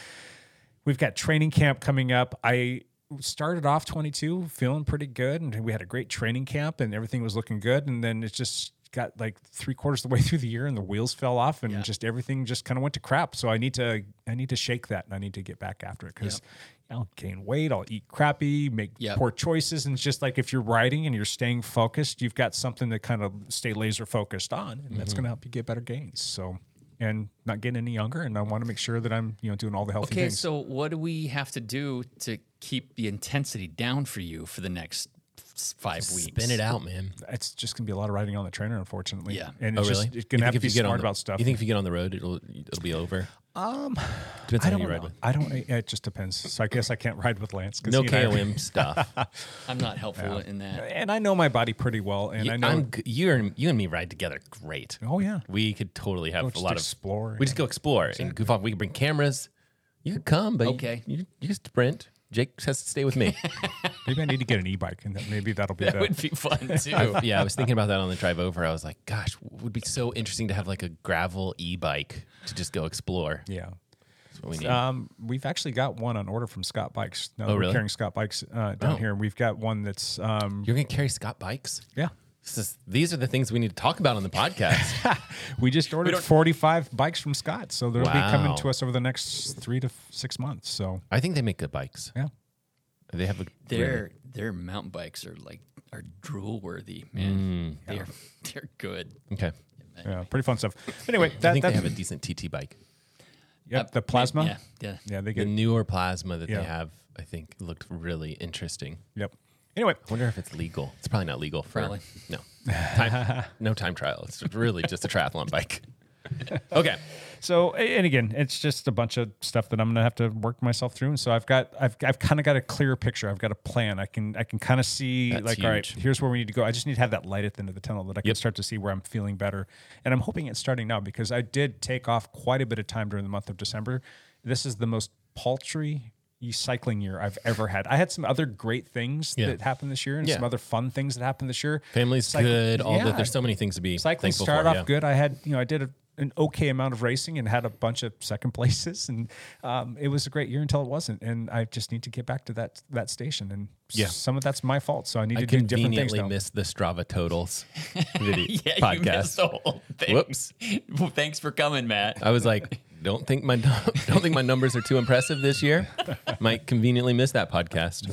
Speaker 7: We've got training camp coming up. I started off 22 feeling pretty good, and we had a great training camp, and everything was looking good. And then it just got like three quarters of the way [laughs] through the year, and the wheels fell off, and just everything just kind of went to crap. So I need to I need to shake that, and I need to get back after it because. I'll gain weight. I'll eat crappy, make
Speaker 8: Yep.
Speaker 7: poor choices, and it's just like if you're riding and you're staying focused, you've got something to kind of stay laser focused on, and that's
Speaker 8: Mm-hmm.
Speaker 7: going to help you get better gains. So, and not getting any younger, and I want to make sure that I'm, you know, doing all the healthy
Speaker 8: okay,
Speaker 7: things.
Speaker 8: so what do we have to do to keep the intensity down for you for the next s- five weeks?
Speaker 9: Spin it out, man.
Speaker 7: it's just gonna be a lot of riding on the trainer, unfortunately.
Speaker 8: Yeah.
Speaker 7: and it's just it's gonna
Speaker 9: Oh, You think
Speaker 7: have to
Speaker 9: if
Speaker 7: be
Speaker 9: you get on
Speaker 7: smart
Speaker 9: the-
Speaker 7: about stuff.
Speaker 9: You think if you get on the road, it'll it'll be over? Um, depends
Speaker 7: I
Speaker 9: on who
Speaker 7: don't
Speaker 9: you ride
Speaker 7: know.
Speaker 9: with.
Speaker 7: I don't. eh, It just depends. So I guess I can't ride with Lance. 'cause
Speaker 9: No
Speaker 7: he and I- [laughs]
Speaker 9: KOM stuff.
Speaker 8: I'm not helpful in that.
Speaker 7: And I know my body pretty well, and
Speaker 9: You,
Speaker 7: I
Speaker 9: I
Speaker 7: know.
Speaker 9: am you and you and me ride together great.
Speaker 7: oh yeah,
Speaker 9: We could totally have
Speaker 7: Go
Speaker 9: a
Speaker 7: just
Speaker 9: lot
Speaker 7: explore
Speaker 9: of. We just
Speaker 7: and-
Speaker 9: go explore and goof off. We can bring cameras. You could come, but
Speaker 8: Okay.
Speaker 9: okay. you, you, you sprint. Jake has to stay with
Speaker 7: [laughs]
Speaker 9: me.
Speaker 7: maybe I need to get an e-bike, and that, maybe that'll be
Speaker 8: That
Speaker 7: the.
Speaker 8: would be fun too.
Speaker 9: [laughs] I- yeah, I was thinking about that on the drive over. I was like, gosh, it would be so interesting to have like a gravel e bike to just go explore.
Speaker 7: [laughs] yeah.
Speaker 9: That's what we need.
Speaker 7: Um, we've actually got one on order from Scott Bikes. Now that we're
Speaker 9: Oh, really?
Speaker 7: carrying Scott Bikes uh,
Speaker 9: Oh.
Speaker 7: down here, and we've got one that's um,
Speaker 9: You're going to carry Scott bikes?
Speaker 7: yeah.
Speaker 9: This is, these are the things we need to talk about on the
Speaker 7: [laughs]
Speaker 9: podcast.
Speaker 7: We just ordered 45 bikes from Scott, so they'll be coming
Speaker 9: Wow.
Speaker 7: to us over the next three to six months. So
Speaker 9: I think they make good bikes.
Speaker 7: yeah.
Speaker 9: They have a
Speaker 8: Their their mountain bikes are like are drool worthy,
Speaker 9: Mm.
Speaker 8: man. They're [laughs] they're good.
Speaker 9: okay.
Speaker 7: Yeah, pretty fun stuff. Anyway,
Speaker 9: I
Speaker 7: that,
Speaker 9: think they
Speaker 7: that's
Speaker 9: have a decent TT bike.
Speaker 7: yep, the plasma.
Speaker 8: Yeah, yeah.
Speaker 7: Yeah, they
Speaker 9: The
Speaker 7: get
Speaker 9: newer plasma that
Speaker 7: Yeah.
Speaker 9: they have, I think, looked really interesting.
Speaker 7: yep. Anyway,
Speaker 9: I wonder if it's legal. It's probably not legal for
Speaker 8: Probably.
Speaker 9: no time, no time trial. It's really just a triathlon bike. Okay.
Speaker 7: So, a- and again, it's just a bunch of stuff that I'm gonna have to work myself through. And so I've got, I've, I've kind of got a clear picture. I've got a plan. I can, I can kind of see
Speaker 9: That's
Speaker 7: like, all right,
Speaker 9: huge.
Speaker 7: here's where we need to go. I just need to have that light at the end of the tunnel that I can start to see where I'm feeling better. And I'm hoping it's starting now because I did take off quite a bit of time during the month of December. This is the most paltry cycling year I've ever had. I had some other great things
Speaker 9: Yeah.
Speaker 7: that happened this year and
Speaker 9: Yeah.
Speaker 7: some other fun things that happened this year.
Speaker 9: Family's
Speaker 7: Cycling-
Speaker 9: good. All
Speaker 7: Yeah.
Speaker 9: that. There's so many things to be
Speaker 7: Cycling
Speaker 9: thankful
Speaker 7: started
Speaker 9: for.
Speaker 7: off
Speaker 9: yeah.
Speaker 7: good. I had, you know, I did a, an okay amount of racing and had a bunch of second [laughs] places, and um, it was a great year until it wasn't. And I just need to get back to that that station, and s-
Speaker 9: Yeah.
Speaker 7: some of that's my fault. So I need
Speaker 9: I
Speaker 7: to do different things
Speaker 9: conveniently
Speaker 7: now.
Speaker 9: missed the Strava
Speaker 7: [laughs]
Speaker 9: totals video
Speaker 8: yeah, you
Speaker 9: podcast.
Speaker 8: missed the whole thing.
Speaker 9: Whoops.
Speaker 8: [laughs]
Speaker 9: Uh,
Speaker 8: Well, thanks for coming, Matt.
Speaker 9: I was like, don't think my [laughs] don't think my numbers are too impressive this year. Might conveniently miss that podcast.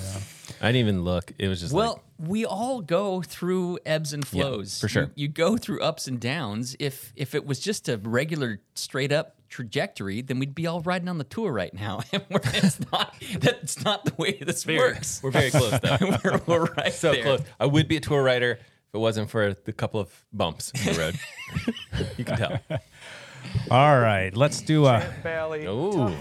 Speaker 9: I didn't even look. It was just
Speaker 8: Well, we all go through ebbs and flows.
Speaker 9: for sure.
Speaker 8: You, you go through ups and downs. If if it was just a regular straight up trajectory, then we'd be all riding on the tour right now. [laughs] And we're, it's not that's not the way this works.
Speaker 9: like, [laughs] we're very close though.
Speaker 8: [laughs] we're, we're right
Speaker 9: so
Speaker 8: there.
Speaker 9: close. I would be a tour writer if it wasn't for the couple of bumps in the
Speaker 8: [laughs]
Speaker 9: road. you can tell.
Speaker 7: All right, let's do a
Speaker 9: Ooh,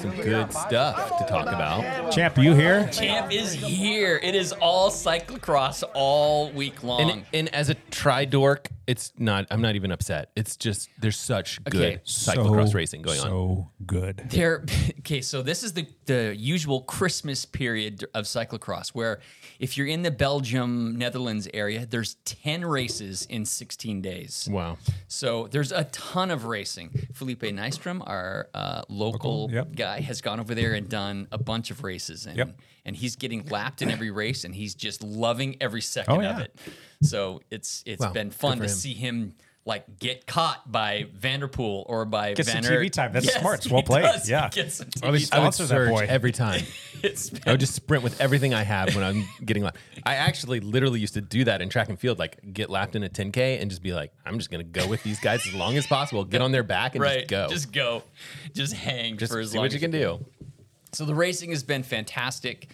Speaker 9: some good stuff to talk about.
Speaker 7: champ. You here?
Speaker 8: Camp is here. It is all cyclocross all week long.
Speaker 9: And, and as a tri dork, it's not. I'm not even upset. It's just there's such good
Speaker 8: Okay.
Speaker 9: cyclocross racing going on.
Speaker 7: So good.
Speaker 8: There, [laughs] okay, so this is the, the usual Christmas period of cyclocross, where if you're in the Belgium, Netherlands area, there's 10 races in 16 days.
Speaker 9: Wow.
Speaker 8: So there's a ton of racing. Felipe Nystrom, our uh, local
Speaker 7: yep.
Speaker 8: guy, has gone over there and done a bunch of races. And,
Speaker 7: Yep.
Speaker 8: and he's getting lapped in every race, and he's just loving every second
Speaker 7: Oh,
Speaker 8: of
Speaker 7: yeah.
Speaker 8: it. So it's it's
Speaker 9: Wow,
Speaker 8: been
Speaker 9: good
Speaker 8: fun
Speaker 9: for
Speaker 8: to
Speaker 9: him.
Speaker 8: see him like get caught by Vanderpool or by
Speaker 7: Get some
Speaker 8: Van
Speaker 7: TV
Speaker 8: Aert.
Speaker 7: time. That's
Speaker 8: Yes,
Speaker 7: smart. It's
Speaker 8: he
Speaker 7: well played.
Speaker 8: does. He
Speaker 7: Yeah.
Speaker 8: gets some
Speaker 7: Or at least
Speaker 8: TV
Speaker 9: I would
Speaker 7: Sponsor that
Speaker 9: surge
Speaker 7: boy.
Speaker 9: every
Speaker 8: [laughs]
Speaker 9: time.
Speaker 8: It's
Speaker 9: I would just sprint with everything I have when I'm [laughs] getting lapped. I actually literally used to do that in track and field, like get lapped in a 10K and just be like, I'm just going to go with these guys as long as possible, get on their back and
Speaker 8: right.
Speaker 9: just go.
Speaker 8: Just go. Just hang
Speaker 9: Just
Speaker 8: for as
Speaker 9: see
Speaker 8: long
Speaker 9: what
Speaker 8: as
Speaker 9: you can do.
Speaker 8: So the racing has been fantastic.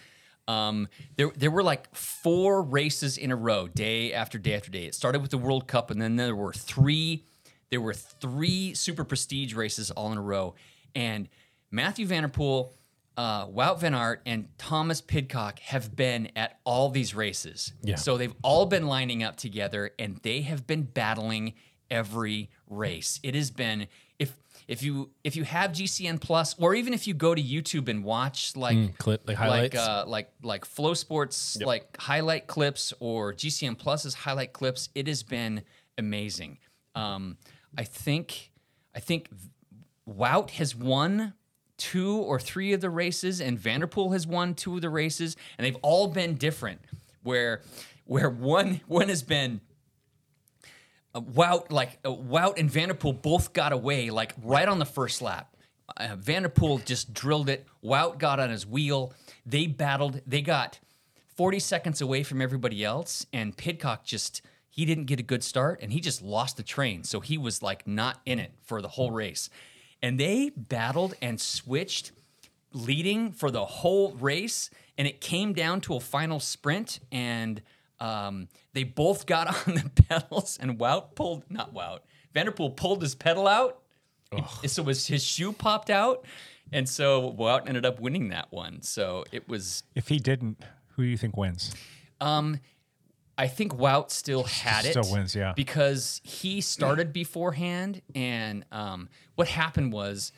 Speaker 8: Um, there, there were like four races in a row, day after day after day. It started with the World Cup, and then there were three, there were three super prestige races all in a row. And Matthew Vanderpool, uh, Wout Van Aert, and Thomas Pidcock have been at all these races.
Speaker 9: Yeah.
Speaker 8: So they've all been lining up together, and they have been battling every race. It has been if if you if you have GCN Plus, or even if you go to YouTube and watch like
Speaker 9: clip- Mm, like highlights?
Speaker 8: like uh, like like Flow Sports like highlight clips or GCN Plus's highlight clips, it has been amazing. Um, I think I think Wout has won two or three of the races, and Vanderpool has won two of the races, and they've all been different. Where where one one has been uh, Wout like uh, Wout and Vanderpool both got away like right on the first lap. Uh, Vanderpool just drilled it. Wout got on his wheel. They battled. They got 40 seconds away from everybody else, and Pidcock just he didn't get a good start, and he just lost the train. So he was like not in it for the whole race. And they battled and switched leading for the whole race, and it came down to a final sprint, and um, they both got [laughs] on the pedals, and Wout pulled not Wout Vanderpool pulled his pedal out, and so was his shoe popped out, and so Wout ended up winning that one. So it was,
Speaker 7: If he didn't, who do you think wins?
Speaker 8: I think Wout still had it,
Speaker 7: Still wins, yeah.
Speaker 8: because he started beforehand, and um, what happened was.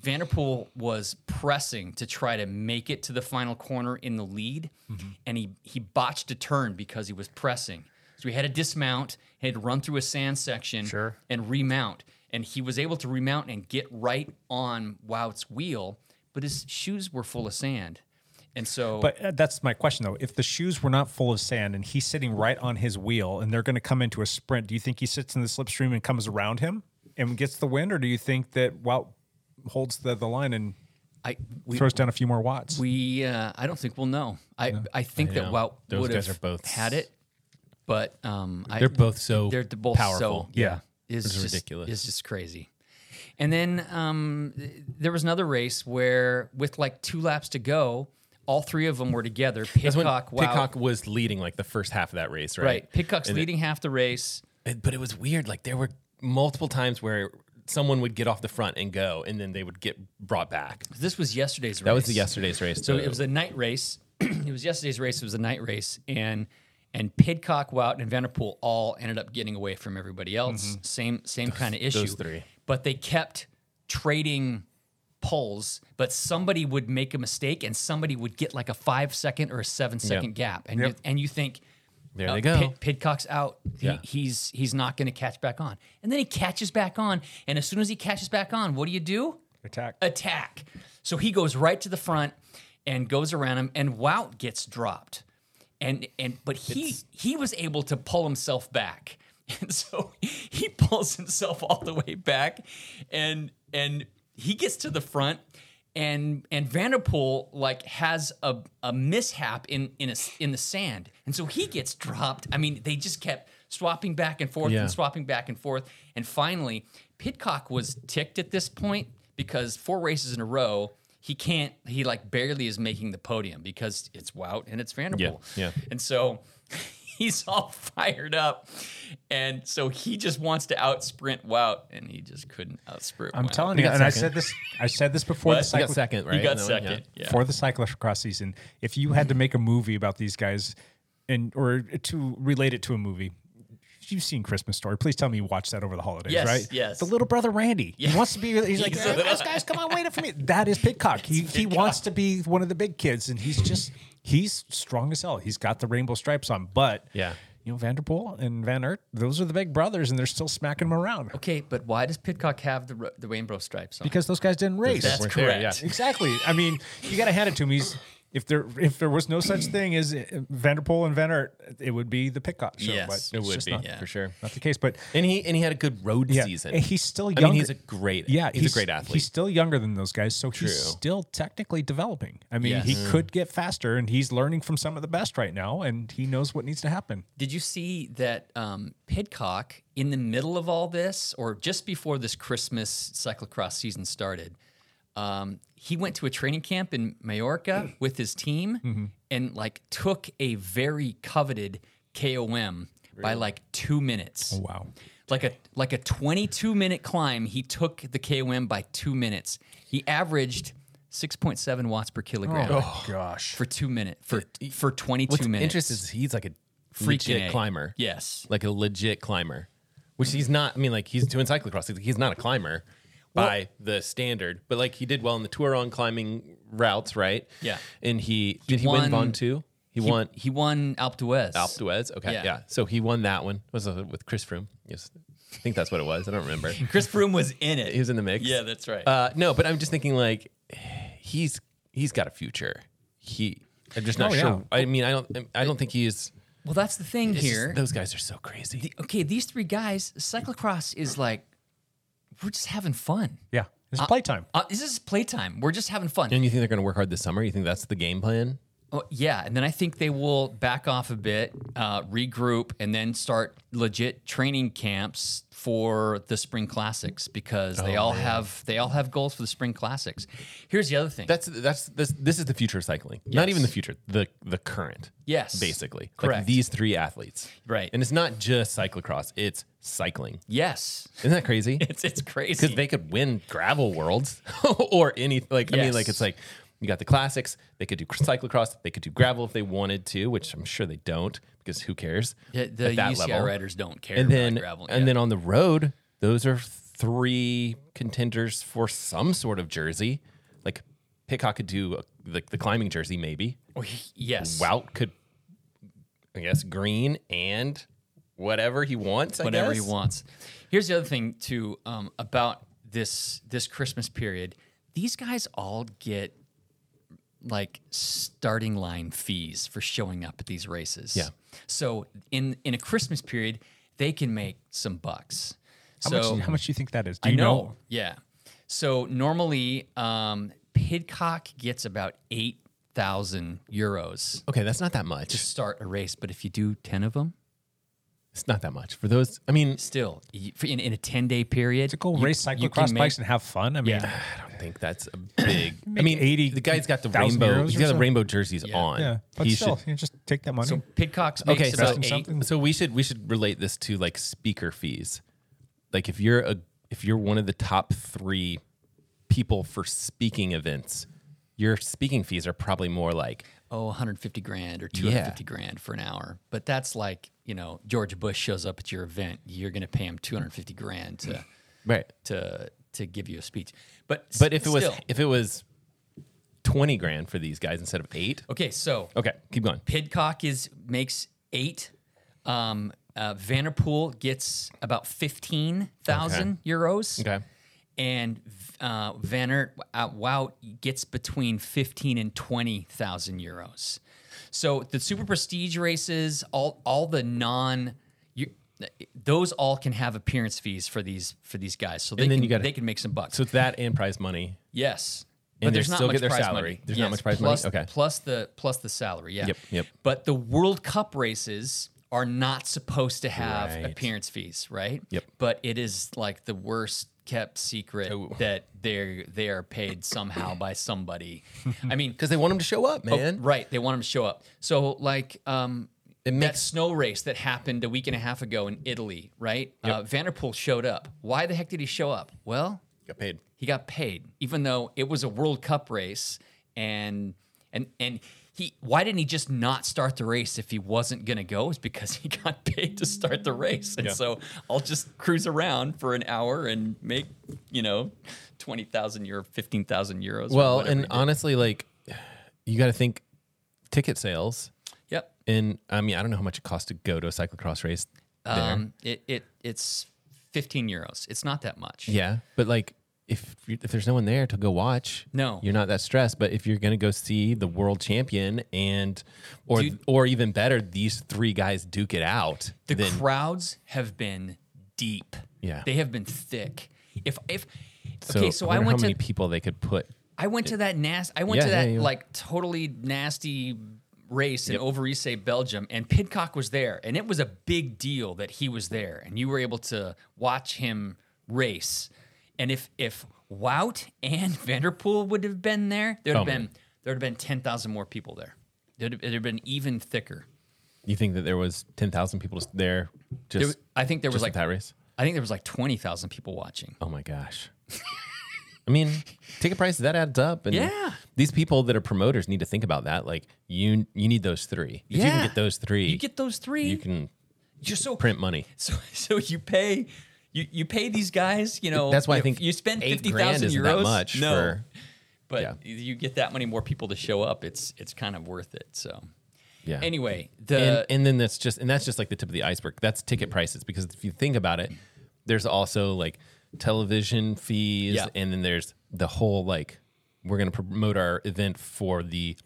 Speaker 8: Vanderpool was pressing to try to make it to the final corner in the lead,
Speaker 7: Mm-hmm.
Speaker 8: and he he botched a turn because he was pressing. So he had to dismount, he had to run through a sand section, and remount. And he was able to remount and get right on Wout's wheel, but his shoes were full of sand, and so
Speaker 7: But uh, that's my question though. If the shoes were not full of sand and he's sitting right on his wheel and they're going to come into a sprint, do you think he sits in the slipstream and comes around him and gets the win, or do you think that Wout holds the, the line and
Speaker 8: I we,
Speaker 7: throws down a few more watts?
Speaker 8: We, uh, I don't think we'll know. I, I think that Wout
Speaker 9: Those
Speaker 8: would
Speaker 9: guys
Speaker 8: have
Speaker 9: are both-
Speaker 8: had it, but um, I,
Speaker 9: They're both so
Speaker 8: they're both
Speaker 9: powerful.
Speaker 8: So, yeah, is
Speaker 9: It's
Speaker 8: just
Speaker 9: ridiculous.
Speaker 8: It's just crazy. And then um, th- there was another race where, with like two laps to go, all three of them were together.
Speaker 9: That's when
Speaker 8: Pitcock, Wout,
Speaker 9: Pitcock was leading like the first half of that race, right?
Speaker 8: right? Pitcock's
Speaker 9: And it-
Speaker 8: leading half the race.
Speaker 9: it- but it was weird. Like there were multiple times where someone would get off the front and go, and then they would get brought back.
Speaker 8: This was yesterday's race.
Speaker 9: That was the yesterday's race.
Speaker 8: So
Speaker 9: too.
Speaker 8: it was a night race. [clears throat] it was yesterday's race. It was a night race, and and Pidcock, Wout, and Vanderpool all ended up getting away from everybody else. Same same kind of issue.
Speaker 9: Mm-hmm. those three.
Speaker 8: but they kept trading poles. But somebody would make a mistake, and somebody would get like a five second or a seven second gap, and you, and you think. "Oh,
Speaker 9: There
Speaker 8: Uh,
Speaker 9: they go.
Speaker 8: Pid- Pidcock's out. He,
Speaker 9: Yeah.
Speaker 8: He's he's not going to catch back on. And then he catches back on. And as soon as he catches back on, what do you do?
Speaker 7: Attack.
Speaker 8: attack. So he goes right to the front and goes around him, and Wout gets dropped. And and but he he was able to pull himself back, [laughs] and so he pulls himself all the way back, and and he gets to the front. And and Vanderpool like has a, a mishap in in a s in the sand, and so he gets dropped. I mean, they just kept swapping back and forth
Speaker 9: Yeah.
Speaker 8: and swapping swapping back and forth. And finally, Pidcock was ticked at this point because four races in a row, he can't, he like barely is making the podium because it's Wout and it's Vanderpool.
Speaker 9: yeah.
Speaker 8: And so [laughs] he's all fired up. And so he just wants to out sprint Wout and he just couldn't out sprint
Speaker 7: I'm
Speaker 8: Wout.
Speaker 7: telling
Speaker 9: He
Speaker 7: you,
Speaker 9: got
Speaker 7: and I
Speaker 9: second.
Speaker 7: said this. I said this before the
Speaker 8: What?
Speaker 9: He got
Speaker 7: cycle.
Speaker 9: second, right?
Speaker 8: He got
Speaker 9: No, yeah.
Speaker 8: second. Yeah.
Speaker 7: for the cyclocross season. If you had to make a movie about these guys, and or to relate it to a movie, you've seen Christmas Story. Please tell me you watched that over the holidays,
Speaker 8: Yes,
Speaker 7: right?
Speaker 8: yes.
Speaker 7: The little brother Randy. He wants to be. He's
Speaker 8: [laughs]
Speaker 7: like,
Speaker 8: He's a
Speaker 7: "Hey, guys, guys, come on, wait up for me. That is Pitcock. He he wants to be one of the big kids, and he's just he's strong as hell. He's got the rainbow stripes on, but
Speaker 9: Yeah.
Speaker 7: You know, Vanderpool and Van Aert, those are the big brothers, and they're still smacking them around
Speaker 8: Okay, but why does Pidcock have the, ro- the rainbow stripes on?
Speaker 7: because those guys didn't race.
Speaker 8: That's
Speaker 9: Weren't there,
Speaker 8: correct.
Speaker 7: Exactly. I mean, you got to hand it to him. He's if there if there was no such thing as Vanderpool and Van Aert, it would be the Pitcock show.
Speaker 8: Yes,
Speaker 7: but
Speaker 8: it
Speaker 7: it's
Speaker 9: would
Speaker 7: just
Speaker 9: be
Speaker 7: not,
Speaker 9: for sure.
Speaker 7: not the case. But
Speaker 9: And he and he had a good road
Speaker 7: yeah,
Speaker 9: season.
Speaker 7: and he's still
Speaker 9: I
Speaker 7: younger.
Speaker 9: mean, he's a great.
Speaker 7: yeah,
Speaker 9: he's, a great athlete.
Speaker 7: He's still younger than those guys, so
Speaker 9: True.
Speaker 7: he's still technically developing. I mean,
Speaker 8: Yes.
Speaker 7: he could get faster, and he's learning from some of the best right now, and he knows what needs to happen.
Speaker 8: Did you see that um, Pidcock, in the middle of all this, or just before this Christmas cyclocross season started, um, he went to a training camp in Mallorca with his team and like took a very coveted KOM by like two minutes.
Speaker 7: Wow.
Speaker 8: Like a like a 22 minute climb, he took the KOM by two minutes. He averaged 6.7 watts per kilogram
Speaker 7: gosh.
Speaker 8: for two minutes for for 22
Speaker 9: What's
Speaker 8: minutes.
Speaker 9: interesting is he's like a
Speaker 8: Freaking
Speaker 9: legit
Speaker 8: A.
Speaker 9: climber.
Speaker 8: Yes.
Speaker 9: like a legit climber, which he's not. I mean, like he's doing cyclocross. He's not a climber by the standard, but like he did well in the Tour on climbing routes, right?
Speaker 8: Yeah.
Speaker 9: and he, did he
Speaker 8: won-
Speaker 9: win Von too? He,
Speaker 8: He
Speaker 9: won
Speaker 8: He won Alpe d'Huez.
Speaker 9: Alpe d'Huez. Okay,
Speaker 8: Yeah.
Speaker 9: yeah. So he won that one. Was it with Chris Froome? Yes, I think that's what it was. I don't remember.
Speaker 8: Chris Froome was in
Speaker 9: [laughs]
Speaker 8: it.
Speaker 9: He was in the mix.
Speaker 8: Yeah, that's right.
Speaker 9: Uh, no, but I'm just thinking like he's he's got a future. He. I'm just not
Speaker 7: Oh, yeah.
Speaker 9: sure. I mean, I don't. I don't think he is.
Speaker 8: well, that's the thing
Speaker 9: it's just-
Speaker 8: here.
Speaker 9: those guys are so crazy.
Speaker 8: okay, these three guys, cyclocross is like we're just having fun.
Speaker 7: Yeah, it's playtime.
Speaker 8: Uh, this is playtime. We're just having fun.
Speaker 9: And you think they're going to work hard this summer? You think that's the game plan?
Speaker 8: Oh, yeah, and then I think they will back off a bit, uh, regroup, and then start legit training camps for the spring classics because
Speaker 9: Oh,
Speaker 8: they all have they all have goals for the spring classics. Here's the other thing.
Speaker 9: That's that's this. This is the future of cycling. Not even the future. The the current.
Speaker 8: Yes.
Speaker 9: Basically,
Speaker 8: Correct.
Speaker 9: Like these three athletes.
Speaker 8: Right.
Speaker 9: And it's not just cyclocross. It's cycling.
Speaker 8: yes, [laughs]
Speaker 9: Isn't that crazy?
Speaker 8: it's it's crazy.
Speaker 9: Because they could win gravel worlds [laughs] or any like. I mean, like
Speaker 8: Yes.
Speaker 9: it's like you got the classics. They could do cyclocross. They could do gravel if they wanted to, which I'm sure they don't because who cares?
Speaker 8: Yeah, the
Speaker 9: at that
Speaker 8: UCI
Speaker 9: level.
Speaker 8: riders don't care.
Speaker 9: and
Speaker 8: about
Speaker 9: then
Speaker 8: gravel.
Speaker 9: and then on the road, those are three contenders for some sort of jersey. Like Hickok could do uh, the, the climbing jersey, maybe.
Speaker 8: Oh, he- yes,
Speaker 9: Wout could, I guess, green and whatever he wants. I
Speaker 8: whatever he
Speaker 9: guess.
Speaker 8: wants. Here's the other thing too um, about this this Christmas period. These guys all get like starting line fees for showing up at these races.
Speaker 9: Yeah.
Speaker 8: So in in a Christmas period, they can make some bucks.
Speaker 7: How
Speaker 8: so
Speaker 7: much? How much do you think that is? Do
Speaker 8: I
Speaker 7: you
Speaker 8: know. Yeah. So normally, um, Pidcock gets about eight thousand euros
Speaker 9: Okay, that's not that much.
Speaker 8: to start a race, but if you do ten of them,
Speaker 9: It's not that much for those. I mean,
Speaker 8: still y- for- in, in a 10 day period
Speaker 7: To go
Speaker 8: you-
Speaker 7: race
Speaker 8: you can
Speaker 7: cyclocross
Speaker 8: make-
Speaker 7: bikes and have fun. I mean,
Speaker 8: Yeah.
Speaker 9: I don't think that's a big. I
Speaker 7: Make
Speaker 9: mean,
Speaker 7: 80
Speaker 9: The guy's got the
Speaker 7: thousand
Speaker 9: rainbow.
Speaker 7: euros
Speaker 9: He's
Speaker 7: or
Speaker 9: got the
Speaker 7: so.
Speaker 9: rainbow jerseys on.
Speaker 7: yeah. But
Speaker 9: He
Speaker 7: still,
Speaker 9: should-
Speaker 7: you just take that money.
Speaker 8: so Pidcock's makes
Speaker 9: Okay,
Speaker 8: about
Speaker 9: so,
Speaker 8: eight.
Speaker 7: something.
Speaker 9: so we should we should relate this to like speaker fees. Like if you're a if you're one of the top three people for speaking events, your speaking fees are probably more like
Speaker 8: oh 150 grand or 250 grand for an hour but that's like you know george bush shows up at your event you're going to pay him 250
Speaker 9: [clears throat]
Speaker 8: grand to
Speaker 9: right.
Speaker 8: to to give you a speech but s-
Speaker 9: But if it was
Speaker 8: still-
Speaker 9: if it was twenty grand for these guys instead of eight,
Speaker 8: okay so
Speaker 9: okay, keep going.
Speaker 8: pidcock is makes eight um uh, vanderpool gets about 15000 euros
Speaker 9: Okay,
Speaker 8: and uh, Vanner uh, Wout gets between fifteen and twenty thousand euros. So the super prestige races, all all the non, you, those all can have appearance fees for these for these guys. So they
Speaker 9: then
Speaker 8: can,
Speaker 9: you gotta-
Speaker 8: they can make some bucks.
Speaker 9: so it's that and prize money.
Speaker 8: yes,
Speaker 9: And they still get their
Speaker 8: prize
Speaker 9: salary. There's not much prize money?
Speaker 8: plus-
Speaker 9: Okay.
Speaker 8: plus the plus the salary. Yeah.
Speaker 9: Yep, yep.
Speaker 8: But the World Cup races are not supposed to have
Speaker 9: Right.
Speaker 8: appearance fees, right?
Speaker 9: Yep.
Speaker 8: But it is like the worst kept secret
Speaker 9: Oh.
Speaker 8: that they they are paid somehow by
Speaker 9: [laughs]
Speaker 8: somebody. I mean,
Speaker 9: Because they want them to show up,
Speaker 8: oh,
Speaker 9: man.
Speaker 8: right? They want them to show up. So like, um,
Speaker 9: It
Speaker 8: that
Speaker 9: makes
Speaker 8: snow race that happened a week and a half ago in Italy, right? Uh, Vanderpool showed up. Why the heck did he show up? Well,
Speaker 9: got paid.
Speaker 8: he got paid, even though it was a World Cup race, and and and he why didn't he just not start the race if he wasn't gonna go? It's because he [laughs] got paid to start the race, and so I'll just cruise around for an hour and make you know twenty thousand euro, fifteen thousand euros. or
Speaker 9: Well,
Speaker 8: whatever
Speaker 9: and
Speaker 8: he did.
Speaker 9: honestly, like you got to think ticket sales.
Speaker 8: yep,
Speaker 9: And I mean, I don't know how much it costs to go to a cyclocross race. There.
Speaker 8: um, it it it's fifteen euros. It's not that much.
Speaker 9: yeah, but like if you, if there's no one there to go watch,
Speaker 8: No.
Speaker 9: you're not that stressed. But if you're gonna go see the world champion and or
Speaker 8: Dude.
Speaker 9: or even better, these three guys duke it out,
Speaker 8: The
Speaker 9: then
Speaker 8: crowds have been deep.
Speaker 9: Yeah.
Speaker 8: they have been thick. If if
Speaker 9: so,
Speaker 8: okay, so I
Speaker 9: wonder
Speaker 8: went
Speaker 9: how
Speaker 8: to
Speaker 9: many people they could put.
Speaker 8: I went to that nasty. I went
Speaker 9: Yeah,
Speaker 8: to that
Speaker 9: yeah, you-
Speaker 8: like totally nasty race in Overijse, Belgium, and Pidcock was there, and it was a big deal that he was there, and you were able to watch him race. And if if Wout and [laughs] Vanderpool would have been there, there'd
Speaker 9: Oh,
Speaker 8: have been
Speaker 9: man.
Speaker 8: there'd have been ten thousand more people there. There'd have, it'd have been even thicker.
Speaker 9: You think that there was ten thousand people just there? Just
Speaker 8: There w- I think there was
Speaker 9: just
Speaker 8: like
Speaker 9: at that race.
Speaker 8: I think there was like twenty thousand people watching.
Speaker 9: Oh my gosh. I mean, ticket prices that adds up, and
Speaker 8: Yeah.
Speaker 9: these people that are promoters need to think about that. Like you, you need those three. If you
Speaker 8: Yeah.
Speaker 9: can get those three,
Speaker 8: You get those three.
Speaker 9: you can
Speaker 8: just so
Speaker 9: print money.
Speaker 8: So [laughs] so you pay you, you pay these guys, you know.
Speaker 9: That's why
Speaker 8: you,
Speaker 9: I think
Speaker 8: you spend
Speaker 9: eight
Speaker 8: fifty
Speaker 9: grand
Speaker 8: thousand
Speaker 9: isn't
Speaker 8: euros.
Speaker 9: that much
Speaker 8: no,
Speaker 9: for-
Speaker 8: but
Speaker 9: yeah.
Speaker 8: you get that many more people to show up. It's it's kind of worth it. So
Speaker 9: Yeah.
Speaker 8: anyway, the
Speaker 9: and, and then that's just and that's just like the tip of the iceberg. That's ticket prices because if you think about it, there's also like television fees,
Speaker 8: Yeah.
Speaker 9: and then there's the whole like we're going to promote our event for the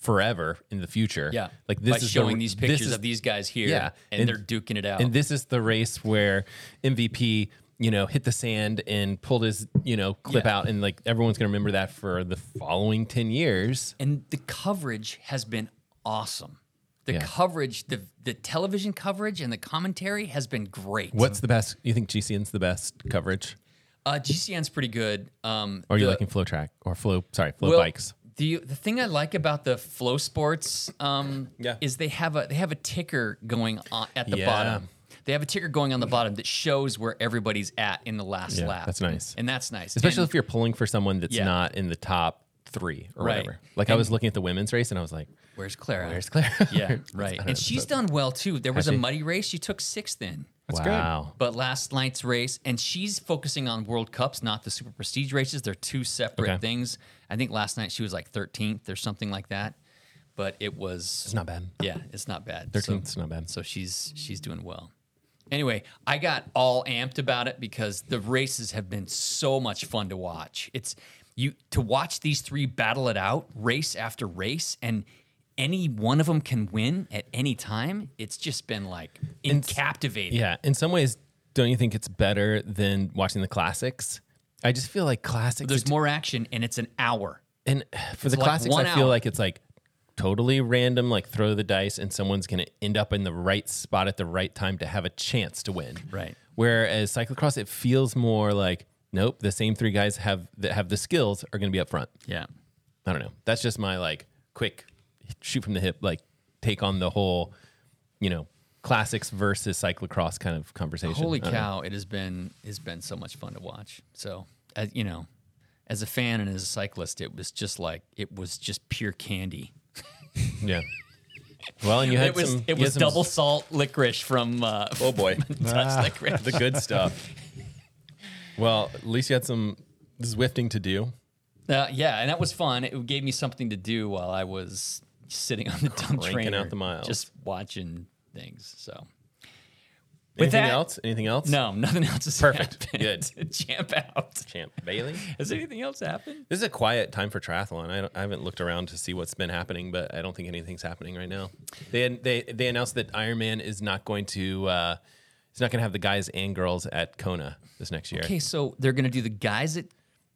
Speaker 9: forever in the future.
Speaker 8: yeah,
Speaker 9: like this
Speaker 8: by
Speaker 9: is
Speaker 8: showing
Speaker 9: the,
Speaker 8: these
Speaker 9: this
Speaker 8: pictures
Speaker 9: is
Speaker 8: of these guys here,
Speaker 9: Yeah,
Speaker 8: and,
Speaker 9: and-
Speaker 8: they're duking it out.
Speaker 9: And this is the race where MVP, you know, hit the sand and pulled his, you know, clip
Speaker 8: Yeah.
Speaker 9: out, and like everyone's gonna remember that for the following ten years.
Speaker 8: and the coverage has been awesome. The
Speaker 9: Yeah.
Speaker 8: coverage, the the television coverage, and the commentary has been great.
Speaker 9: What's the best? You think GCN's the best coverage?
Speaker 8: uh, GCN's pretty good. Um,
Speaker 9: Or are you
Speaker 8: the-
Speaker 9: liking Flow Track or Flow? Sorry, Flow
Speaker 8: Well,
Speaker 9: Bikes.
Speaker 8: The the thing I like about the Flow Sports um,
Speaker 9: Yeah.
Speaker 8: is they have a they have a ticker going on at the
Speaker 9: Yeah.
Speaker 8: bottom. They have a ticker going on the bottom that shows where everybody's at in the last
Speaker 9: Yeah,
Speaker 8: lap.
Speaker 9: that's nice.
Speaker 8: and that's nice,
Speaker 9: Especially
Speaker 8: And-
Speaker 9: if you're pulling for someone that's
Speaker 8: Yeah.
Speaker 9: not in the top three or
Speaker 8: Right.
Speaker 9: whatever. Like I
Speaker 8: And-
Speaker 9: was looking at the women's race and I was like,
Speaker 8: where's Clara?
Speaker 9: "Where's Claire?" [laughs]
Speaker 8: Yeah, right. And she's done well too. There was a muddy race; she took sixth in.
Speaker 9: wow.
Speaker 8: But last night's race, and she's focusing on World Cups, not the Super Prestige races. They're two separate
Speaker 9: Okay.
Speaker 8: things. I think last night she was like 13th or something like that. But it was
Speaker 9: It's not bad.
Speaker 8: Yeah, it's not bad. So,
Speaker 9: Thirteenth's not bad.
Speaker 8: so she's she's doing well. Anyway, I got all amped about it because the races have been so much fun to watch. It's you to watch these three battle it out race after race and any one of them can win at any time. It's just been like in captivating.
Speaker 9: Yeah, in some ways, don't you think it's better than watching the classics? I just feel like classics.
Speaker 8: There's more action and it's an hour. [sighs]
Speaker 9: and for the
Speaker 8: like
Speaker 9: classics,
Speaker 8: one
Speaker 9: I feel
Speaker 8: hour.
Speaker 9: like it's like totally random. Like throw the dice, and someone's going to end up in the right spot at the right time to have a chance to win.
Speaker 8: Right.
Speaker 9: Whereas cyclocross, it feels more like nope, the same three guys have that have the skills are going to be up front.
Speaker 8: Yeah.
Speaker 9: I don't know. That's just my like quick shoot from the hip, like take on the whole, you know, classics versus cyclocross kind of conversation.
Speaker 8: Holy
Speaker 9: I don't know.
Speaker 8: cow! It has been it's been so much fun to watch. So as, you know, as a fan and as a cyclist, it was just like it was just pure candy.
Speaker 9: Yeah. Well, and you had
Speaker 8: it was
Speaker 9: some.
Speaker 8: it
Speaker 9: you had
Speaker 8: was
Speaker 9: some
Speaker 8: double salt licorice
Speaker 9: [laughs]
Speaker 8: from uh,
Speaker 9: Oh boy, [laughs]
Speaker 8: Dutch licorice.
Speaker 9: the good stuff. Well, at least you had some zwifting to do.
Speaker 8: Uh, yeah, and that was fun. It gave me something to do while I was sitting on the dump
Speaker 9: Cranking
Speaker 8: train,
Speaker 9: out the miles.
Speaker 8: just watching things. So With
Speaker 9: Anything
Speaker 8: that-
Speaker 9: else? Anything else?
Speaker 8: no, nothing else is
Speaker 9: Perfect.
Speaker 8: [laughs] Good champ out.
Speaker 9: Champ Bailey.
Speaker 8: Has anything else happened?
Speaker 9: This is a quiet time for triathlon. I, don't, I haven't looked around to see what's been happening, but I don't think anything's happening right now. They they they announced that Ironman is not going to uh, it's not going to have the guys and girls at Kona this next year.
Speaker 8: Okay, so they're gonna do the guys at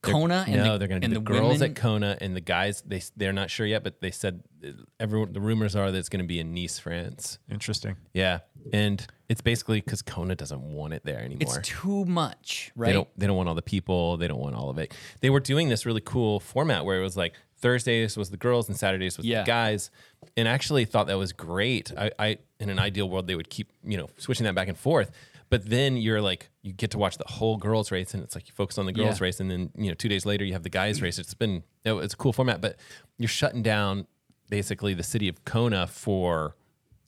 Speaker 8: Kona and
Speaker 9: no,
Speaker 8: the,
Speaker 9: they're going to
Speaker 8: and
Speaker 9: do the,
Speaker 8: the
Speaker 9: girls
Speaker 8: women.
Speaker 9: at Kona and the guys. They they're not sure yet, but they said uh, everyone. The rumors are that it's going to be in Nice, France.
Speaker 7: Interesting.
Speaker 9: Yeah, and it's basically because Kona doesn't want it there anymore.
Speaker 8: It's too much, right?
Speaker 9: They don't they don't want all the people. They don't want all of it. They were doing this really cool format where it was like Thursdays was the girls and Saturdays was
Speaker 8: Yeah.
Speaker 9: the guys, and I actually thought that was great. I, I in an ideal world they would keep you know switching that back and forth. But then you're like you get to watch the whole girls race and it's like you focus on the girls
Speaker 8: Yeah.
Speaker 9: race and then you know two days later you have the guys race. It's been it- it's a cool format, but you're shutting down basically the city of Kona for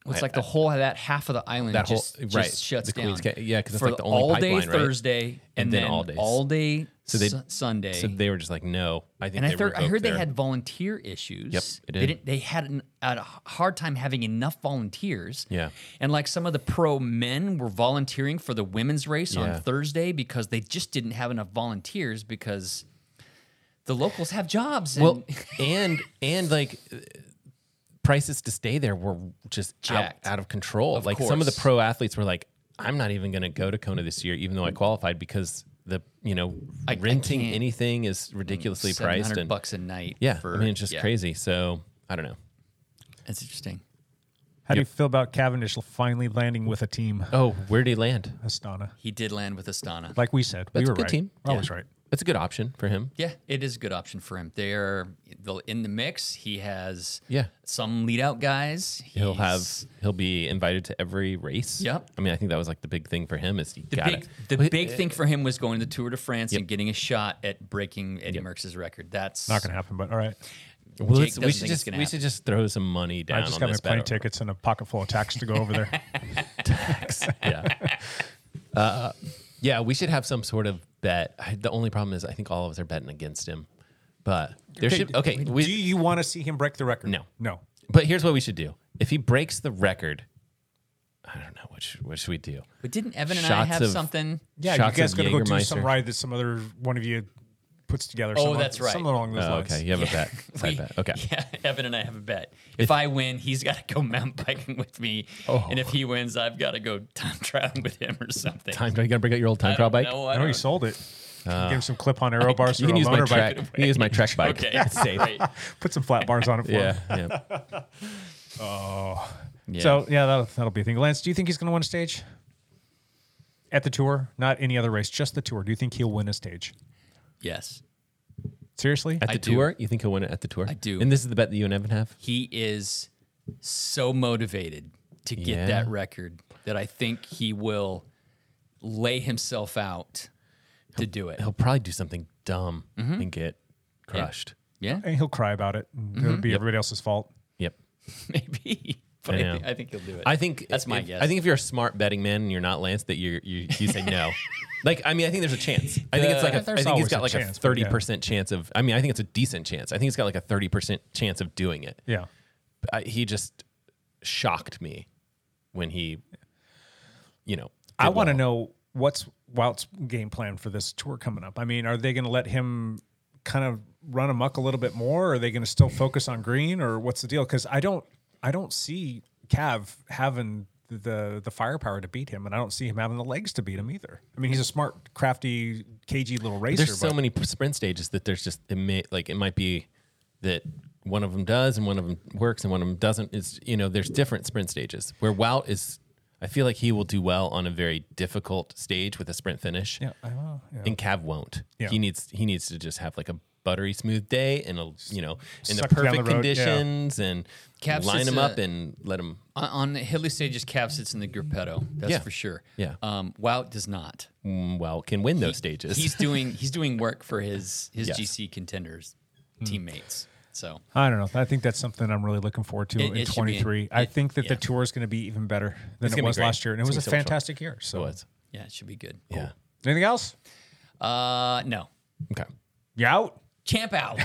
Speaker 8: It's like the whole that half of the island
Speaker 9: That whole-
Speaker 8: just, just
Speaker 9: right,
Speaker 8: shuts
Speaker 9: the Queens
Speaker 8: down.
Speaker 9: Ca- yeah, 'cause it's
Speaker 8: For
Speaker 9: like the only
Speaker 8: all day
Speaker 9: pipeline, right?
Speaker 8: Thursday and, then, all day
Speaker 9: days.
Speaker 8: all day
Speaker 9: So they-
Speaker 8: Su- Sunday.
Speaker 9: so they were just like no. I think
Speaker 8: and I,
Speaker 9: they
Speaker 8: thir- I
Speaker 9: revoked
Speaker 8: heard they
Speaker 9: their-
Speaker 8: had volunteer issues.
Speaker 9: Yep, they
Speaker 8: they,
Speaker 9: did.
Speaker 8: didn't. They had an, had a hard time having enough volunteers.
Speaker 9: Yeah.
Speaker 8: and like some of the pro men were volunteering for the women's race
Speaker 9: Yeah.
Speaker 8: on Thursday because they just didn't have enough volunteers because the locals have jobs.
Speaker 9: [laughs]
Speaker 8: And
Speaker 9: Well, and and like uh, prices to stay there were just out,
Speaker 8: Jacked.
Speaker 9: out of control.
Speaker 8: Of
Speaker 9: like some of the
Speaker 8: course.
Speaker 9: pro athletes were like, "I'm not even going to go to Kona this year, even though I qualified because the you know
Speaker 8: I
Speaker 9: renting
Speaker 8: can't.
Speaker 9: anything is ridiculously priced
Speaker 8: 700
Speaker 9: and
Speaker 8: bucks a night.
Speaker 9: yeah,
Speaker 8: for,
Speaker 9: I mean it's just
Speaker 8: yeah,
Speaker 9: crazy. So I don't know.
Speaker 8: That's interesting.
Speaker 7: How do you feel about Cavendish finally landing with a team?
Speaker 9: Oh, where did he land?
Speaker 7: Astana.
Speaker 8: He did land with Astana.
Speaker 7: Like we said,
Speaker 9: That's
Speaker 7: we
Speaker 9: a
Speaker 7: were
Speaker 9: good
Speaker 7: right.
Speaker 9: team.
Speaker 7: I was
Speaker 9: Yeah.
Speaker 7: right.
Speaker 9: That's a good option for him.
Speaker 8: Yeah, it is a good option for him. They're the- in the mix. He has
Speaker 9: Yeah.
Speaker 8: some lead out guys.
Speaker 9: He'll have
Speaker 8: He's-
Speaker 9: he'll be invited to every race.
Speaker 8: Yep.
Speaker 9: I mean, I think that was like the big thing for him is he
Speaker 8: the
Speaker 9: got
Speaker 8: big
Speaker 9: it. uh,
Speaker 8: the big thing for him was going to Tour de France and getting a shot at breaking Eddie Merckx's record. That's
Speaker 7: Not going to happen, but all right.
Speaker 9: Well,
Speaker 8: Jake
Speaker 9: let's- we
Speaker 8: doesn't
Speaker 9: should
Speaker 8: think it's
Speaker 9: just
Speaker 8: gonna
Speaker 9: we
Speaker 8: happen.
Speaker 9: should just throw some money down.
Speaker 7: I just
Speaker 9: on
Speaker 7: got my
Speaker 9: this
Speaker 7: plane
Speaker 9: bet.
Speaker 7: tickets and a pocket full of tax to go over there. [laughs]
Speaker 9: yeah. Uh, yeah, we should have some sort of bet. I, the only problem is I think all of us are betting against him. But there should okay. [laughs] We,
Speaker 7: do you want to see him break the record?
Speaker 9: No.
Speaker 7: No.
Speaker 9: but here's what we should do. If he breaks the record, I don't know what should, what should we do.
Speaker 8: But didn't Evan and
Speaker 9: Shots
Speaker 8: I have
Speaker 9: of-
Speaker 8: something?
Speaker 7: Yeah,
Speaker 9: Shots
Speaker 7: you guys
Speaker 9: of
Speaker 7: got to go do
Speaker 9: Jägermeister.
Speaker 7: some ride that some other one of you puts together.
Speaker 8: Oh,
Speaker 7: something-
Speaker 8: that's right.
Speaker 7: Something along those
Speaker 9: Oh,
Speaker 7: lines.
Speaker 9: okay, you have [laughs] a
Speaker 8: [laughs]
Speaker 9: bet. Side
Speaker 8: We-
Speaker 9: bet. Okay.
Speaker 8: Yeah, Evan and I have a bet. If I win, he's got to go mountain [laughs] biking with me, and if he wins, I've got to go time [laughs] traveling with him or something.
Speaker 9: Oh. Time you gotta break out your old time trial bike.
Speaker 8: No,
Speaker 7: I know he sold it. Give him some
Speaker 9: [laughs]
Speaker 7: clip on arrow bars
Speaker 9: You
Speaker 7: for
Speaker 9: Uh, can
Speaker 7: a
Speaker 9: use my
Speaker 7: loaner
Speaker 9: track. You
Speaker 7: bike.
Speaker 9: can use my trek bike.
Speaker 8: [laughs] Okay,
Speaker 9: [laughs] It's safe.
Speaker 8: great.
Speaker 7: [laughs] Put some flat bars on it for
Speaker 9: Yeah,
Speaker 7: him.
Speaker 9: yeah.
Speaker 7: So yeah, that'll, that'll be a thing. Lance, do you think he's going to win a stage at the tour? Not any other race, just the tour. Do you think he'll win a stage?
Speaker 8: Yes,
Speaker 7: Seriously?
Speaker 9: At the
Speaker 8: I do.
Speaker 9: tour, you think he'll win it at the tour? I
Speaker 8: do.
Speaker 9: And this is the bet that you and Evan have.
Speaker 8: he is so motivated to get
Speaker 9: Yeah.
Speaker 8: that record that I think he will lay himself out to do it.
Speaker 9: He'll probably do something dumb and get crushed.
Speaker 8: Mm-hmm. Yeah, [laughs]
Speaker 7: and Eh, he'll cry about it. and It'll be everybody else's fault.
Speaker 9: Yep.
Speaker 8: maybe. [laughs] But I,
Speaker 9: know.
Speaker 8: think, I think he'll do it.
Speaker 9: I think
Speaker 8: That's my
Speaker 9: if-
Speaker 8: guess.
Speaker 9: I think if you're a smart betting man and you're not Lance, that you you you say
Speaker 8: [laughs]
Speaker 9: no. like I mean, I think there's a chance. I think it's like a,
Speaker 7: Uh, There's
Speaker 9: I think he's
Speaker 7: always
Speaker 9: got
Speaker 7: a
Speaker 9: like
Speaker 7: chance,
Speaker 9: a
Speaker 7: but
Speaker 9: thirty
Speaker 7: yeah.
Speaker 9: percent chance of. I mean, I think it's a decent chance. I think he's got like a thirty percent chance of doing it.
Speaker 7: Yeah.
Speaker 9: I, he just shocked me when he, you know,
Speaker 7: I
Speaker 9: did
Speaker 7: want to
Speaker 9: well.
Speaker 7: know what's Wout's game plan for this tour coming up. I mean, are they going to let him kind of run amok a little bit more? Or are they going to still focus on green, or what's the deal? Because I don't, I don't see Cav having the the firepower to beat him, and I don't see him having the legs to beat him either. I mean, he's a smart, crafty, cagey little racer.
Speaker 9: There's so
Speaker 7: but
Speaker 9: many p- sprint stages that there's just it may, like it might be that one of them does and one of them works and one of them doesn't. It's you know there's different sprint stages where Wout is. I feel like he will do well on a very difficult stage with a sprint finish.
Speaker 7: yeah, I don't know. yeah.
Speaker 9: And Cav won't.
Speaker 7: Yeah.
Speaker 9: He needs he needs to just have like a buttery smooth day and a, you know in the
Speaker 7: Suck down the
Speaker 9: perfect
Speaker 7: road, yeah.
Speaker 9: conditions and
Speaker 8: Caps
Speaker 9: line
Speaker 8: is
Speaker 9: them
Speaker 8: a-
Speaker 9: up and let them.
Speaker 8: On, on hilly stages, Cav sits in the gruppetto. That's
Speaker 9: Yeah.
Speaker 8: for sure.
Speaker 9: Yeah.
Speaker 8: Um, Wout does not.
Speaker 9: Well, can win those stages. [laughs]
Speaker 8: He's doing he's doing work for his his
Speaker 9: Yes. Hmm.
Speaker 8: GC contenders teammates. So
Speaker 7: I don't know. I think that's something I'm really looking forward to
Speaker 8: It-
Speaker 7: in
Speaker 8: it should be-
Speaker 7: 23. I
Speaker 8: it-
Speaker 7: think that the
Speaker 8: yeah.
Speaker 7: tour is going to be even better than it
Speaker 9: gonna be
Speaker 7: was
Speaker 9: great.
Speaker 7: last year, and it
Speaker 9: It's
Speaker 7: was a
Speaker 9: gonna be so much fun.
Speaker 7: fantastic year. So
Speaker 9: So it's-
Speaker 8: yeah, it should be good.
Speaker 9: yeah.
Speaker 7: anything else?
Speaker 8: Uh, no,
Speaker 9: Okay.
Speaker 7: You out?
Speaker 9: [laughs]
Speaker 8: champ out.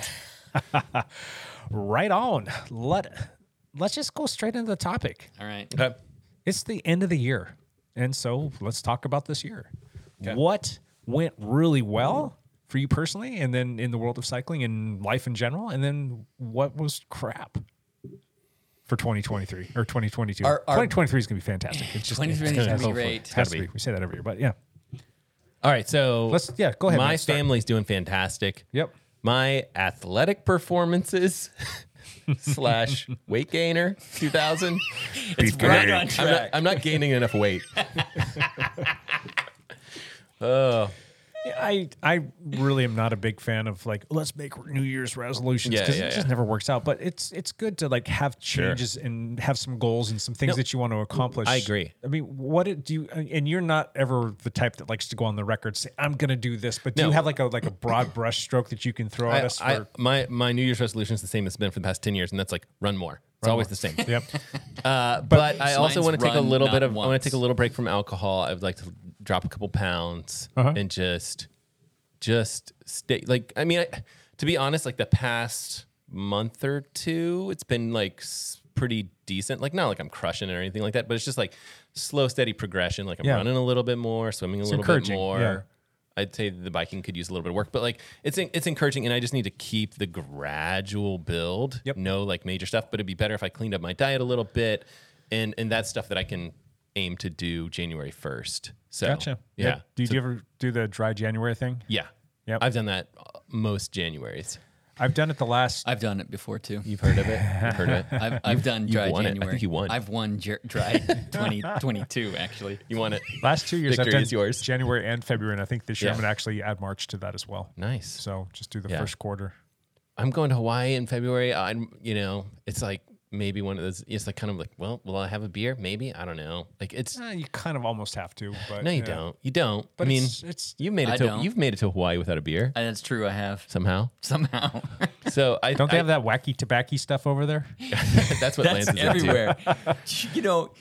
Speaker 7: Right on. [laughs] Let Let's just go straight into the topic.
Speaker 8: All right.
Speaker 9: Okay.
Speaker 7: It's the end of the year, and so let's talk about this year. What went really well for you personally, and then in the world of cycling and life in general, and then what was crap for 2023 or 2022?
Speaker 8: Our- our-
Speaker 7: 2023 is going to be fantastic. It's just
Speaker 8: 23 is
Speaker 7: it's
Speaker 8: gonna be
Speaker 7: hopefully.
Speaker 8: great.
Speaker 7: has to
Speaker 9: Gotta
Speaker 7: be.
Speaker 9: be.
Speaker 7: We say that every year, but yeah.
Speaker 9: All right. So
Speaker 7: Let's- yeah, go ahead,
Speaker 9: My
Speaker 7: Matt, start.
Speaker 9: family's doing fantastic.
Speaker 7: Yep.
Speaker 9: My athletic performances [laughs] slash weight gainer 2000.
Speaker 8: It's right on
Speaker 9: I'm not,
Speaker 8: track.
Speaker 9: I'm not gaining enough weight.
Speaker 7: I I really am not a big fan of like let's make New Year's resolutions
Speaker 9: Yeah,
Speaker 7: because
Speaker 9: yeah,
Speaker 7: it just
Speaker 9: yeah.
Speaker 7: never works out. But it's it's good to like have changes and have some goals and some things that you want to accomplish.
Speaker 9: I agree.
Speaker 7: I mean, what it- do you? And you're not ever the type that likes to go on the record and say I'm going to do this. But do you
Speaker 9: No.
Speaker 7: have like a like a broad brush stroke that you can throw at
Speaker 9: I,
Speaker 7: us? For,
Speaker 9: I, my, my New Year's resolution is the same it's been for the past 10 years, and that's like run more. It's always the same. [laughs]
Speaker 7: yep.
Speaker 9: Uh, but I
Speaker 8: Mine's
Speaker 9: also want to take a
Speaker 8: run,
Speaker 9: little bit
Speaker 8: not
Speaker 9: of I want
Speaker 8: once.
Speaker 9: to take a little break from alcohol. I would like to drop a couple pounds
Speaker 7: Uh-huh.
Speaker 9: and just just stay like I mean I, to be honest like the past month or two it's been like s- pretty decent. Like not like I'm crushing it or anything like that, but it's just like slow steady progression. Like I'm
Speaker 7: Yeah.
Speaker 9: running a little bit more, swimming a little bit
Speaker 7: encouraging,
Speaker 9: more.
Speaker 7: yeah.
Speaker 9: I'd say the biking could use a little bit of work, but like it's en- it's encouraging, and I just need to keep the gradual build.
Speaker 7: Yep.
Speaker 9: No like major stuff, but it'd be better if I cleaned up my diet a little bit, and and that's stuff that I can aim to do January first. So
Speaker 7: Gotcha.
Speaker 9: Yeah.
Speaker 7: Yep. Do you,
Speaker 9: So-
Speaker 7: do you ever do the dry January thing?
Speaker 9: yeah.
Speaker 7: Yep.
Speaker 9: I've done that uh, most Januarys.
Speaker 7: I've done it the last
Speaker 8: I've done it before too.
Speaker 9: You've heard
Speaker 7: [laughs]
Speaker 9: of it. You've heard of it.
Speaker 8: [laughs] I've, I've done dry
Speaker 9: won it. I
Speaker 8: January.
Speaker 9: think you won.
Speaker 8: I've won jer- [laughs] dry 2022 actually.
Speaker 9: You want it?
Speaker 7: last two years.
Speaker 9: Victory
Speaker 7: I've done
Speaker 9: is yours.
Speaker 7: January and February, and I think this year I'm
Speaker 9: Yeah.
Speaker 7: going to actually add March to that as well.
Speaker 9: Nice.
Speaker 7: So just do the
Speaker 9: Yeah.
Speaker 7: first quarter.
Speaker 9: I'm going to Hawaii in February. I'm, you know, it's like maybe one of those. It's like kind of like, well, will I have a beer? Maybe I don't know. Like it's
Speaker 7: Eh, you kind of almost have to, but
Speaker 9: no, you
Speaker 7: yeah.
Speaker 9: don't. You don't. I
Speaker 7: But
Speaker 9: mean,
Speaker 7: it's- it's-
Speaker 9: you've made it
Speaker 8: I
Speaker 9: to
Speaker 8: don't.
Speaker 9: you've made it to Hawaii without a beer
Speaker 8: Uh, That's true. I have
Speaker 9: somehow.
Speaker 8: [laughs] somehow.
Speaker 9: So I
Speaker 7: Don't they
Speaker 9: I-
Speaker 7: have that wacky tobacco stuff over [laughs] there?
Speaker 9: That's what
Speaker 8: [laughs] That's
Speaker 9: Lance is up to.
Speaker 8: [laughs] everywhere. you know,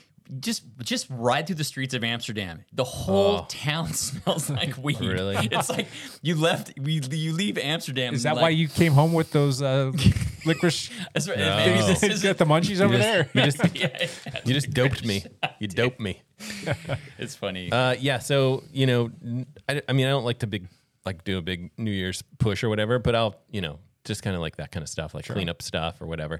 Speaker 8: just just ride through the streets of Amsterdam. The whole town [laughs] smells like weed.
Speaker 9: Really?
Speaker 8: [laughs] It's like you left. We you leave Amsterdam.
Speaker 7: Is that
Speaker 8: like-
Speaker 7: why you came home with
Speaker 9: [laughs]
Speaker 7: those uh, licorice?
Speaker 8: [laughs] That's right. Maybe
Speaker 7: [laughs]
Speaker 8: [laughs] this
Speaker 7: He's got the
Speaker 8: isn't-
Speaker 7: munchies over
Speaker 9: You
Speaker 7: there.
Speaker 9: Oh. just, you just
Speaker 8: Yeah,
Speaker 9: you just doped
Speaker 8: [laughs]
Speaker 9: me. You doped me.
Speaker 8: it's funny.
Speaker 9: Uh, yeah. So you know, n- I, I mean, I don't like to big like do a big New Year's push or whatever, but I'll you know just kind of like that kind of stuff, like clean up stuff or whatever.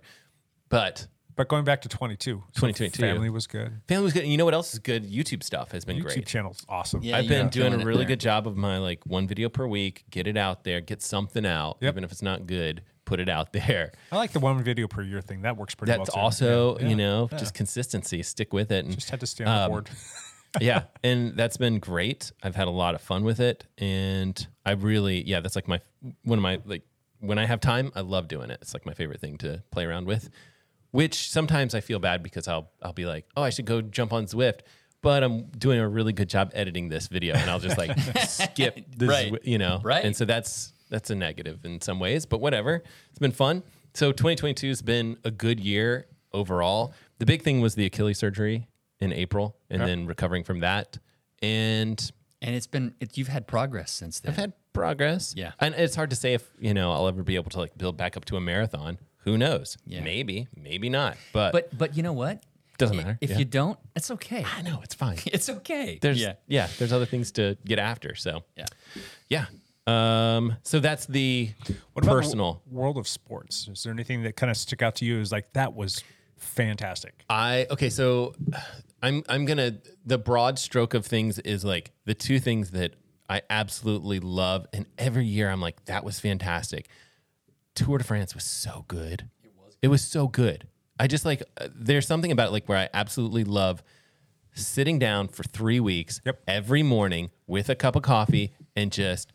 Speaker 9: But
Speaker 7: But going back to 22, so
Speaker 9: 2022.
Speaker 7: family was good.
Speaker 9: family was good. And you know what else is good? YouTube stuff has been
Speaker 7: YouTube
Speaker 9: great.
Speaker 7: channel's awesome.
Speaker 8: Yeah,
Speaker 9: I've
Speaker 8: you're
Speaker 9: been
Speaker 8: not
Speaker 9: doing a
Speaker 8: doing it
Speaker 9: really
Speaker 8: there.
Speaker 9: good job of my like one video per week. Get it out there. Get something out,
Speaker 7: Yep.
Speaker 9: even if it's not good. Put it out [laughs] there.
Speaker 7: I like the one video per year thing. That works pretty well.
Speaker 9: That's
Speaker 7: too.
Speaker 9: also
Speaker 7: Yeah. Yeah.
Speaker 9: you know just consistency. Stick with it. And
Speaker 7: just had to stay on the
Speaker 9: um,
Speaker 7: board.
Speaker 9: [laughs] yeah, and that's been great. I've had a lot of fun with it, and I really, yeah, that's like my one of my like when I have time, I love doing it. It's like my favorite thing to play around with. Which sometimes I feel bad because I'll I'll be like, oh, I should go jump on Zwift, but I'm doing a really good job editing this video, and I'll just like [laughs] skip this,
Speaker 8: Right.
Speaker 9: Zwi- you know,
Speaker 8: Right.
Speaker 9: And so that's that's a negative in some ways, but whatever. It's been fun. So 2022 has been a good year overall. The big thing was the Achilles surgery in April and then recovering from that. And
Speaker 8: and it's been it, you've had progress since then.
Speaker 9: I've had progress.
Speaker 8: Yeah.
Speaker 9: And it's hard to say if, you know, I'll ever be able to like build back up to a marathon. Who knows?
Speaker 8: Yeah.
Speaker 9: Maybe, maybe not. But,
Speaker 8: but but you know what?
Speaker 9: doesn't
Speaker 8: I-
Speaker 9: matter.
Speaker 8: If
Speaker 9: Yeah.
Speaker 8: you don't, it's okay.
Speaker 9: I know it's
Speaker 8: [laughs]
Speaker 9: fine.
Speaker 8: It's okay.
Speaker 9: There's
Speaker 8: yeah.
Speaker 9: yeah. there's other things to get after. So
Speaker 8: Yeah.
Speaker 9: yeah. Um so that's the
Speaker 7: about the
Speaker 9: personal.
Speaker 7: world of sports. Is there anything that kind of stuck out to you? Is like that was fantastic.
Speaker 9: I okay, so I'm I'm gonna the broad stroke of things is like the two things that I absolutely love, and every year I'm like that was fantastic. Tour de France was so good. It was. It was so good. I just like uh, there's something about it like where I absolutely love sitting down for three weeks
Speaker 7: Yep.
Speaker 9: every morning with a cup of coffee and just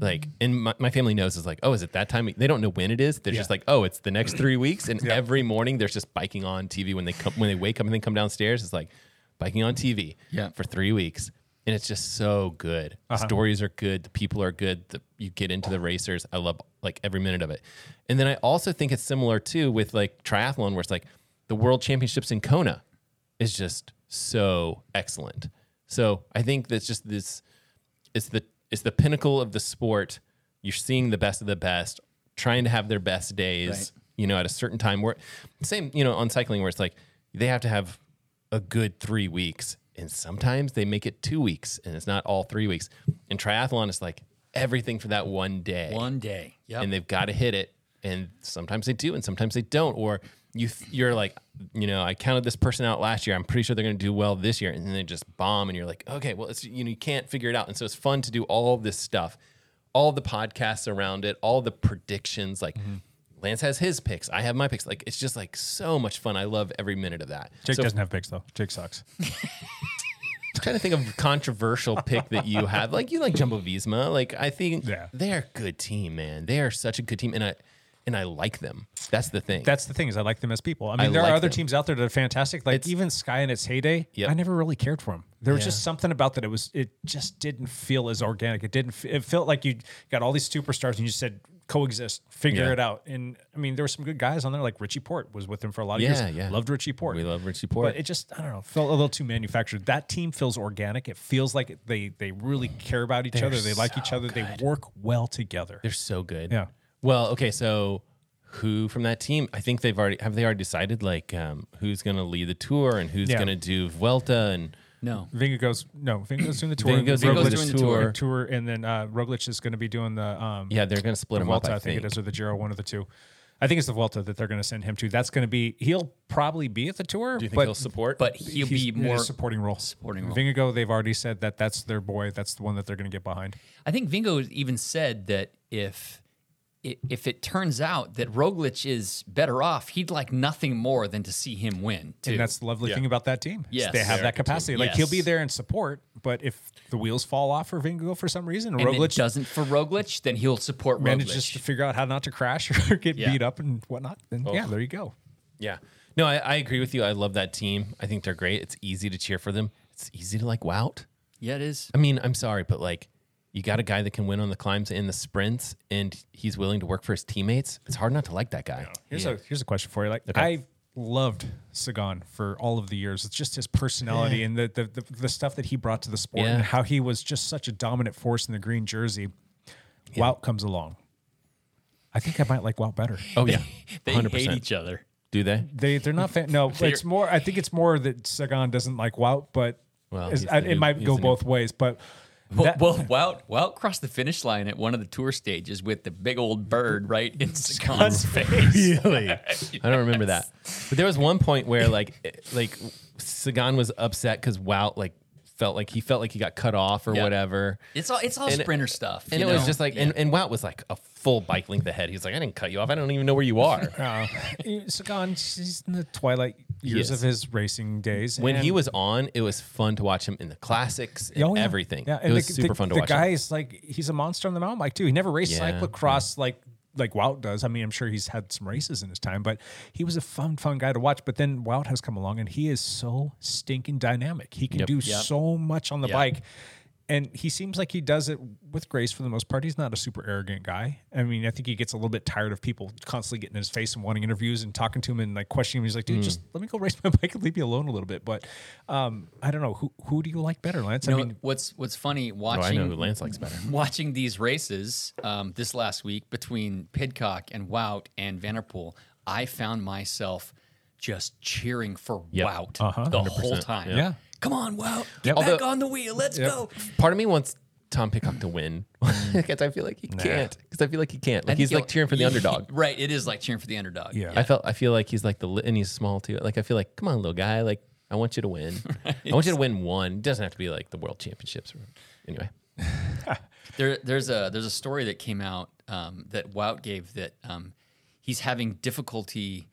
Speaker 9: like, and my, my family knows is like, oh, is it that time? They don't know when it is. They're just
Speaker 7: Yeah.
Speaker 9: like, oh, it's the next three weeks. And every morning, there's just biking on TV when they come when they wake up and then come downstairs. It's like biking on TV
Speaker 8: Yeah.
Speaker 9: for three weeks, and it's just so good. The Stories are good. The people are good. The, you get into the racers. I love like every minute of it. And then I also think it's similar too with like triathlon, where it's like the World Championships in Kona is just so excellent. So I think that's just this it's the it's the pinnacle of the sport. You're seeing the best of the best, trying to have their best days. You know, at a certain time, where same you know on cycling, where it's like they have to have a good three weeks, and sometimes they make it two weeks, and it's not all three weeks. And triathlon is like everything for that one day
Speaker 8: One day. Yep.
Speaker 9: and they've got to hit it. And sometimes they do, and sometimes they don't. Or you th- you're like, you know, I counted this person out last year. I'm pretty sure they're going to do well this year, and then they just bomb. And you're like, okay, well, it's you know, you can't figure it out. And so it's fun to do all this stuff, all the podcasts around it, all the predictions. Like Lance has his picks, I have my picks. Like it's just like so much fun. I love every minute of that.
Speaker 7: Jake
Speaker 9: so
Speaker 7: doesn't have picks though. Jake sucks.
Speaker 9: I'm trying to think of a controversial pick that you have. Like you like Jumbo Visma. Like I think
Speaker 7: Yeah.
Speaker 9: they're a good team, man. They are such a good team, and I and I like them. That's the thing.
Speaker 7: That's the thing is I like them as people. I mean,
Speaker 9: I
Speaker 7: there
Speaker 9: like
Speaker 7: are other
Speaker 9: them.
Speaker 7: teams out there that are fantastic. Like even Sky in its heyday,
Speaker 9: Yep.
Speaker 7: I never really cared for them. There was just something about that. It was it just didn't feel as organic. It didn't. f- It felt like you got all these superstars and you just said coexist, figure
Speaker 9: Yeah.
Speaker 7: it out. And I mean, there were some good guys on there. Like Richie Port was with them for a lot of
Speaker 9: Yeah,
Speaker 7: years.
Speaker 9: yeah.
Speaker 7: Loved Richie Port.
Speaker 9: We love Richie Port.
Speaker 7: But it just I don't know felt a little too manufactured. That team feels organic. It feels like they they really care about each other. They like each other. They work well together.
Speaker 9: they're so good.
Speaker 7: Yeah.
Speaker 9: Well, okay, so who from that team? I think they've already have they already decided like um, who's going to lead the tour and who's
Speaker 7: Yeah.
Speaker 9: going to do Vuelta and
Speaker 8: no.
Speaker 7: Vinga goes no. Vinga goes doing the tour.
Speaker 9: Vingegaard's
Speaker 7: Roglic-
Speaker 9: doing
Speaker 8: the
Speaker 9: tour.
Speaker 7: tour, and then uh, Roglic is going to be doing the um,
Speaker 9: yeah, they're going to split
Speaker 7: the
Speaker 9: them up.
Speaker 7: Vuelta.
Speaker 9: I think,
Speaker 7: it is, or the Giro, one of the two. I think it's the Vuelta that they're going to send him to. That's going to be he'll probably be at the tour.
Speaker 9: Do you think
Speaker 7: but
Speaker 9: he'll support?
Speaker 8: But he'll
Speaker 7: he's
Speaker 8: be
Speaker 7: in a
Speaker 8: more.
Speaker 7: supporting role.
Speaker 8: supporting role.
Speaker 7: Vingegaard, they've already said that that's their boy. That's the one that they're going to get behind.
Speaker 8: I think Vingo even said that if i- if it turns out that Roglic is better off, he'd like nothing more than to see him win. Too.
Speaker 7: And that's the lovely thing about that team. is
Speaker 8: Yes.
Speaker 7: they have that
Speaker 8: American team.
Speaker 7: capacity. Like he'll be
Speaker 8: Yes.
Speaker 7: there in support, but if the wheels fall off for Vingegaard for some reason,
Speaker 8: and
Speaker 7: Roglic
Speaker 8: it doesn't for Roglic, then he'll support
Speaker 7: manages to
Speaker 8: Roglic.
Speaker 7: figure out how not to crash [laughs] or get
Speaker 8: Yeah.
Speaker 7: beat up and whatnot, then yeah, there you go.
Speaker 9: Yeah. No, I, I agree with you. I love that team. I think they're great. It's easy to cheer for them. It's easy to like wout.
Speaker 8: Yeah, it is.
Speaker 9: I mean, I'm sorry, but like, you got a guy that can win on the climbs and the sprints, and he's willing to work for his teammates. It's hard not to like that guy.
Speaker 7: Here's a here's a question for you. Like I loved Sagan for all of the years. It's just his personality and the the, the the stuff that he brought to the sport
Speaker 9: Yeah.
Speaker 7: and how he was just such a dominant force in the green jersey. Wout comes along. I think I might like Wout better.
Speaker 9: Oh yeah,
Speaker 8: They
Speaker 9: hundred
Speaker 8: hate
Speaker 9: percent.
Speaker 8: each other.
Speaker 9: Do they?
Speaker 7: They they're not
Speaker 9: [laughs]
Speaker 7: fan. No, it's more. I think it's more that Sagan doesn't like Wout, but
Speaker 9: Well,
Speaker 7: it's-
Speaker 9: he's
Speaker 7: I,
Speaker 9: the
Speaker 7: it
Speaker 9: new-
Speaker 7: might
Speaker 9: he's
Speaker 7: go
Speaker 9: the new-
Speaker 7: both ways. But
Speaker 8: Well,
Speaker 7: that-
Speaker 8: well, Wout, Wout crossed the finish line at one of the tour stages with the big old bird right in Sagan's face.
Speaker 9: Really? I don't remember that. But there was one point where like, it- like Sagan was upset because Wout like felt like he felt like he got cut off or
Speaker 8: Yeah.
Speaker 9: whatever.
Speaker 8: It's all it's all
Speaker 9: And it-
Speaker 8: sprinter stuff.
Speaker 9: And
Speaker 8: you
Speaker 9: it was
Speaker 8: know?
Speaker 9: just like,
Speaker 8: Yeah.
Speaker 9: and, and Wout was like a full bike length ahead. He's like, I didn't cut you off. I don't even know where you are.
Speaker 7: Sagan, he's in the twilight years
Speaker 9: Yes.
Speaker 7: of his racing days.
Speaker 9: when he
Speaker 7: and-
Speaker 9: was on, it was fun to watch him in the classics and
Speaker 7: Oh, yeah.
Speaker 9: everything.
Speaker 7: Yeah,
Speaker 9: it was super fun to
Speaker 7: the
Speaker 9: watch.
Speaker 7: guy
Speaker 9: him.
Speaker 7: is like he's a monster on the mountain bike too. He never raced
Speaker 9: Yeah,
Speaker 7: cyclocross like like Wout does. I mean, I'm sure he's had some races in his time, but he was a fun, fun guy to watch. But then Wout has come along, and he is so stinking dynamic. He can do so much on the bike. And he seems like he does it with grace for the most part. He's not a super arrogant guy. I mean, I think he gets a little bit tired of people constantly getting in his face and wanting interviews and talking to him and like questioning him. He's
Speaker 9: Hmm.
Speaker 7: like, dude, just let me go race my [laughs] bike and leave me alone a little bit. But um, I don't know who who do you like better, Lance?
Speaker 8: You
Speaker 7: I
Speaker 8: know,
Speaker 7: mean,
Speaker 8: what's what's funny
Speaker 9: Oh, I
Speaker 8: watching
Speaker 9: know who Lance likes better.
Speaker 8: [laughs] watching these races um, this last week between Pidcock and Wout and Vanderpool, I found myself just cheering for Wout
Speaker 9: Uh-huh.
Speaker 8: the whole time.
Speaker 7: Yeah.
Speaker 8: Come on, Wout.
Speaker 7: Yep.
Speaker 8: Back
Speaker 9: Although-
Speaker 8: on the wheel. Let's go.
Speaker 9: Part of me wants Tom Pidcock to win [laughs] because I feel like he can't. Because I feel like he can't. Like he's
Speaker 8: think
Speaker 9: like
Speaker 8: he'll-
Speaker 9: cheering for the underdog.
Speaker 8: [laughs] right. It is like cheering for the underdog.
Speaker 7: Yeah.
Speaker 9: I felt I feel like he's like the li- and he's small too. Like I feel like come on little guy, like I want you to win. I want you to win one. It doesn't have to be like the world championships. Or, anyway,
Speaker 8: There, there's a there's a story that came out um, that Wout gave that um, he's having difficulty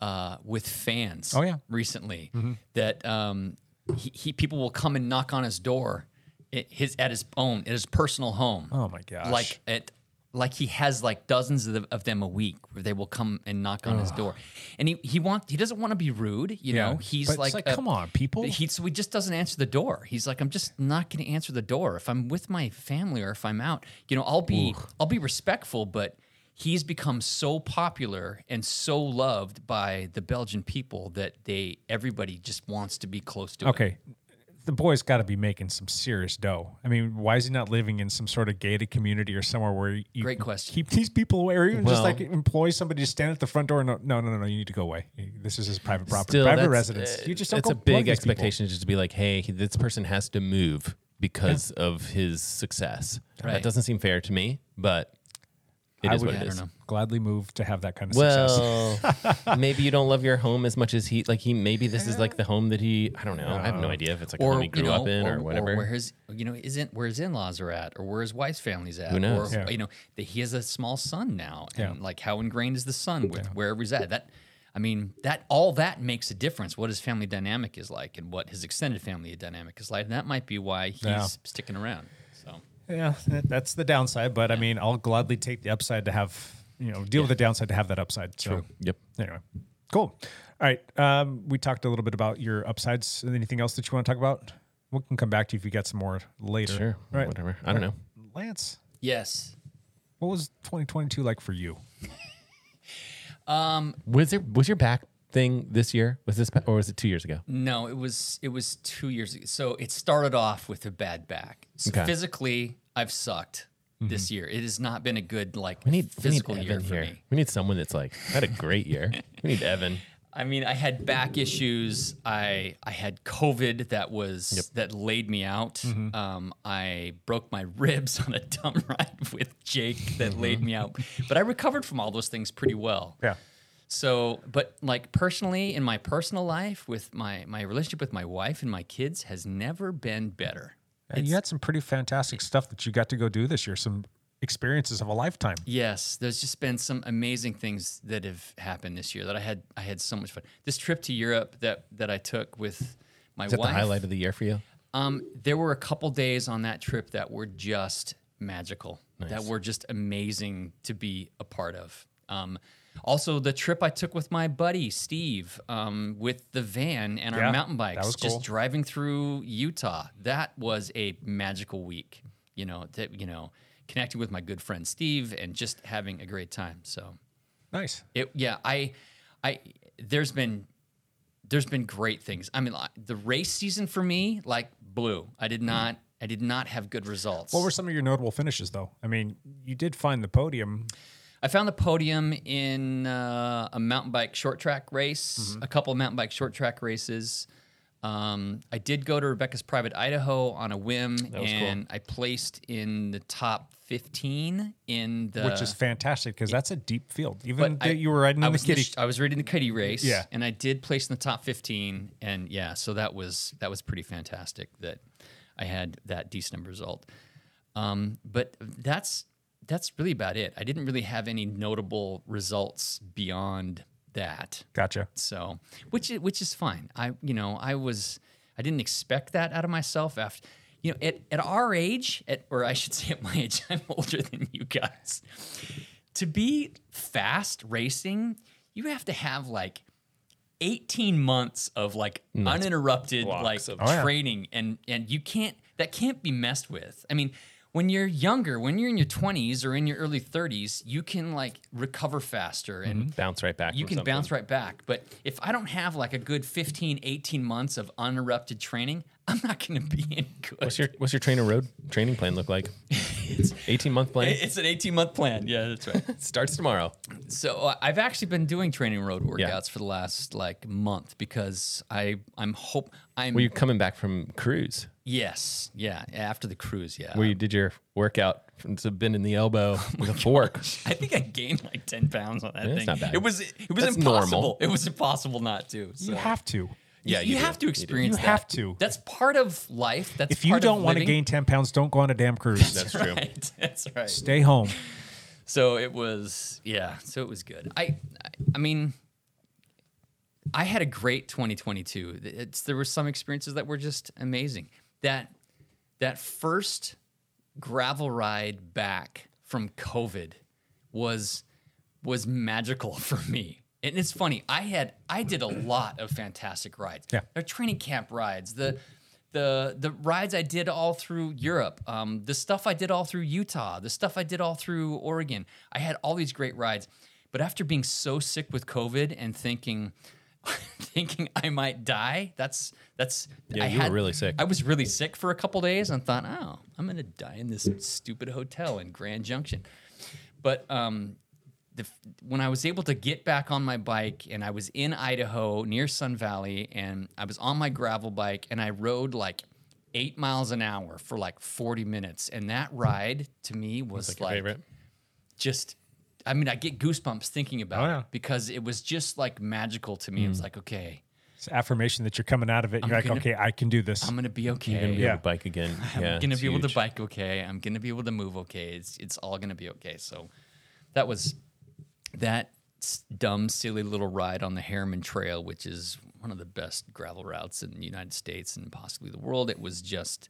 Speaker 8: uh, with fans.
Speaker 7: Oh, yeah. Mm-hmm.
Speaker 8: recently that um, he, he people will come and knock on his door i- his at his own at his personal home.
Speaker 7: Oh my gosh.
Speaker 8: Like at like he has like dozens of, of them a week where they will come and knock on his door, and he he want he doesn't want to be rude. You
Speaker 7: Yeah.
Speaker 8: know, he's
Speaker 7: But it's
Speaker 8: like,
Speaker 7: like,
Speaker 8: a-
Speaker 7: come on, people.
Speaker 8: He so he just doesn't answer the door. He's like, I'm just not going to answer the door if I'm with my family or if I'm out. You know, I'll be I'll be respectful, but. He's become so popular and so loved by the Belgian people that they everybody just wants to be close to him.
Speaker 7: Okay. The boy's got to be making some serious dough. I mean, why is he not living in some sort of gated community or somewhere where you
Speaker 8: Great
Speaker 7: can
Speaker 8: question.
Speaker 7: keep these people away, or even just
Speaker 9: Well-
Speaker 7: like employ somebody to stand at the front door? And no, no, no, no, you need to go away. This is his private property,
Speaker 9: Still,
Speaker 7: private
Speaker 9: that's,
Speaker 7: residence.
Speaker 9: uh,
Speaker 7: you just don't.
Speaker 9: It's
Speaker 7: go
Speaker 9: a
Speaker 7: plug
Speaker 9: big
Speaker 7: these people.
Speaker 9: expectation just to be like, hey, he- this person has to move because of his success.
Speaker 8: Right.
Speaker 9: That doesn't seem fair to me, but it is
Speaker 7: I
Speaker 9: what
Speaker 7: would
Speaker 9: it
Speaker 8: I
Speaker 9: is.
Speaker 8: don't know.
Speaker 7: gladly move to have that kind of success.
Speaker 9: Well, maybe you don't love your home as much as he like. He maybe this is like the home that he. I don't know. I have no idea if it's like a home he grew up in or, whatever.
Speaker 8: where his you know isn't where his in laws are at, or where his wife's family's at,
Speaker 9: knows?
Speaker 8: or
Speaker 7: Yeah.
Speaker 8: you know that he has a small son now, and
Speaker 7: Yeah.
Speaker 8: like how ingrained is the son with wherever he's at. That I mean, that all that makes a difference. What his family dynamic is like, and what his extended family dynamic is like, and that might be why he's
Speaker 7: Yeah.
Speaker 8: sticking around. So
Speaker 7: yeah, that- that's the downside. But I mean, I'll gladly take the upside to have you know deal with the downside to have that upside. So,
Speaker 9: Yep.
Speaker 7: Anyway, cool. All right, um, we talked a little bit about your upsides. Anything else that you want to talk about? We can come back to you if you got some more later.
Speaker 9: Sure.
Speaker 7: All right.
Speaker 9: Whatever. I don't know.
Speaker 7: Lance,
Speaker 8: yes,
Speaker 7: what was 2022 like for you?
Speaker 9: Was there was your back thing this year? Was this pa- or was it two years ago?
Speaker 8: No, it was it was two years ago. So it started off with a bad back. So
Speaker 9: Okay.
Speaker 8: physically, I've sucked
Speaker 7: Mm-hmm.
Speaker 8: this year. It has not been a good like
Speaker 9: We need we need
Speaker 8: physical
Speaker 9: Evan
Speaker 8: year for
Speaker 9: here.
Speaker 8: me.
Speaker 9: We need someone that's like had a great year.
Speaker 8: [laughs]
Speaker 9: we need Evan.
Speaker 8: I mean, I had back issues. I I had COVID that was that laid me out.
Speaker 9: Mm-hmm.
Speaker 8: Um, I broke my [laughs] ribs on a dumb [laughs] ride with Jake
Speaker 9: Mm-hmm.
Speaker 8: that laid me out. But I recovered from all those things pretty well.
Speaker 7: Yeah.
Speaker 8: So, but like personally, in my personal life, with my my relationship with my wife and my kids, has never been better.
Speaker 7: And you had some pretty fantastic stuff that you got to go do this year. Some experiences of a lifetime.
Speaker 8: Yes, there's just been some amazing things that have happened this year that I had I had so much fun. This trip to Europe that that I took with my
Speaker 9: Is that
Speaker 8: wife.
Speaker 9: the highlight of the year for you?
Speaker 8: Um, there were a couple days on that trip that were just magical, that were just amazing to be a part of. Um, also, the trip I took with my buddy Steve um, with the van and
Speaker 7: Yeah,
Speaker 8: our mountain bikes,
Speaker 7: that was
Speaker 8: just
Speaker 7: cool.
Speaker 8: driving through Utah. That was a magical week. You know that you know connecting with my good friend Steve and just having a great time. So
Speaker 7: Nice.
Speaker 8: it, yeah, I, I, there's been, there's been great things. I mean, like, the race season for me, like, blew. I did not, I did not have good results.
Speaker 7: Mm. What were some of your notable finishes, though? I mean, you did find the podium.
Speaker 8: I found the podium in uh, a mountain bike short track race,
Speaker 7: Mm-hmm.
Speaker 8: a couple of mountain bike short track races. Um, I did go to Rebecca's Private Idaho on a whim, and I placed in the top 15 in the
Speaker 7: which is fantastic because that's a deep field. Even
Speaker 8: I-
Speaker 7: that you were riding
Speaker 8: I
Speaker 7: in the
Speaker 8: was
Speaker 7: kitty.
Speaker 8: sh- I was reading the kitty race.
Speaker 7: Yeah.
Speaker 8: And I did place in the top fifteen. And yeah, so that was that was pretty fantastic that I had that decent result. Um, but that's that's really about it. I didn't really have any notable results beyond that.
Speaker 7: gotcha.
Speaker 8: So, which i- which is fine. I you know I was I didn't expect that out of myself after. You know, at, at our age, at, or I should [laughs] say at my age, I'm older than you guys. To be fast racing, you have to have like 18 months of like uninterrupted like training and and you can't that can't be messed with. I mean, when you're younger, when you're in your 20s or in your early 30s, you can like recover faster and
Speaker 9: Bounce right back.
Speaker 8: you
Speaker 9: from
Speaker 8: can
Speaker 9: something.
Speaker 8: bounce right back but if i don't have like a good 15 18 months of uninterrupted training i'm not going to be in good
Speaker 9: What's your What's your trainer road training plan look
Speaker 8: [laughs]
Speaker 9: like? Eighteen month plan
Speaker 8: it's an 18 month plan yeah that's right
Speaker 9: starts tomorrow.
Speaker 8: so uh, i've actually been doing training road workouts
Speaker 9: Yeah.
Speaker 8: for the last like month because i i'm hope i'm
Speaker 9: Were you coming back from cruise
Speaker 8: yes yeah after the cruise yeah
Speaker 9: where you did your workout from the bend in the [laughs] elbow with a fork?
Speaker 8: I think I gained like ten pounds on that
Speaker 9: that's
Speaker 8: thing.
Speaker 9: not bad.
Speaker 8: It was it was
Speaker 9: That's normal.
Speaker 8: impossible. It was impossible not to. So.
Speaker 7: You have to.
Speaker 9: Yeah,
Speaker 8: you,
Speaker 9: you do.
Speaker 8: have to
Speaker 9: You do.
Speaker 8: experience.
Speaker 7: You
Speaker 8: that.
Speaker 7: have to.
Speaker 8: That's part of life. That's
Speaker 7: If you
Speaker 8: part of
Speaker 7: don't want to
Speaker 8: living.
Speaker 7: gain 10 pounds, don't go on a damn cruise.
Speaker 9: [laughs] That's true.
Speaker 8: [laughs] Right. That's right.
Speaker 7: Stay home.
Speaker 8: So it was, yeah. So it was good. I, I, I mean, I had a great 2022. It's there were some experiences that were just amazing. That that first gravel ride back from COVID was was magical [laughs] for me. And it's funny, I had I
Speaker 9: [clears throat]
Speaker 8: did a lot of fantastic rides.
Speaker 7: Yeah.
Speaker 8: Their training camp rides, the the the rides I did all through Europe, um, the stuff I did all through Utah, the stuff I did all through Oregon. I had all these great rides. But after being so sick with COVID and thinking [laughs] thinking I might die, that's that's
Speaker 9: Yeah,
Speaker 8: I
Speaker 9: you were really sick.
Speaker 8: I was really sick for a couple days and thought, oh, I'm gonna die in this stupid hotel in Grand Junction. But um, the, f- when I was able to get back on my bike and I was in Idaho near Sun Valley and I was on my gravel bike and I rode like eight miles an hour for like 40 minutes. And that ride to me was
Speaker 9: Like your
Speaker 8: like,
Speaker 9: favorite?
Speaker 8: just, I mean, I get goosebumps thinking about
Speaker 7: Oh, yeah.
Speaker 8: it because it was just like magical to me. It was
Speaker 9: Hmm.
Speaker 8: like, okay,
Speaker 7: It's affirmation that you're coming out of it. And you're like,
Speaker 8: gonna-
Speaker 7: okay, I can do this.
Speaker 8: I'm going to be okay.
Speaker 9: Gonna be
Speaker 7: Yeah.
Speaker 9: able to bike again. Yeah,
Speaker 8: I'm gonna
Speaker 9: it's
Speaker 8: be able
Speaker 9: huge.
Speaker 8: to bike okay. I'm gonna be able to move okay. It's it's all gonna be okay. So that was that s- dumb, silly little ride on the Harriman Trail, which is one of the best gravel routes in the United States and possibly the world. It was just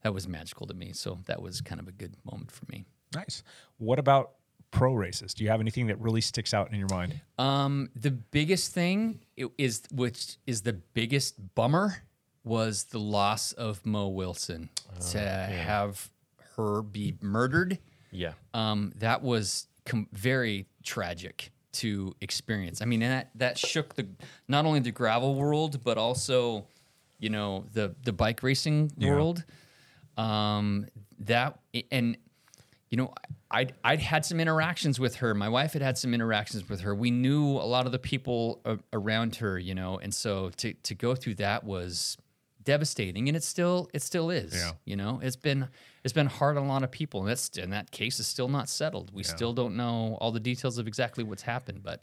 Speaker 8: that was magical to me. So that was kind of a good moment for me.
Speaker 7: nice. What about pro races? Do you have anything that really sticks out in your mind?
Speaker 8: Um, the biggest thing i- is which is the biggest bummer was the loss of Mo Wilson to have her be murdered.
Speaker 9: Yeah,
Speaker 8: um, that was com- very tragic to experience. I mean, that that shook the not only the gravel world but also, you know, the the bike racing world. Um, that and you know, I'd I'd had some interactions with her. My wife had had some interactions with her. We knew a lot of the people a- around her, you know, and so to to go through that was devastating, and it still it still is.
Speaker 7: Yeah.
Speaker 8: You know, it's been it's been hard on a lot of people, and that's and that case is still not settled. We still don't know all the details of exactly what's happened, but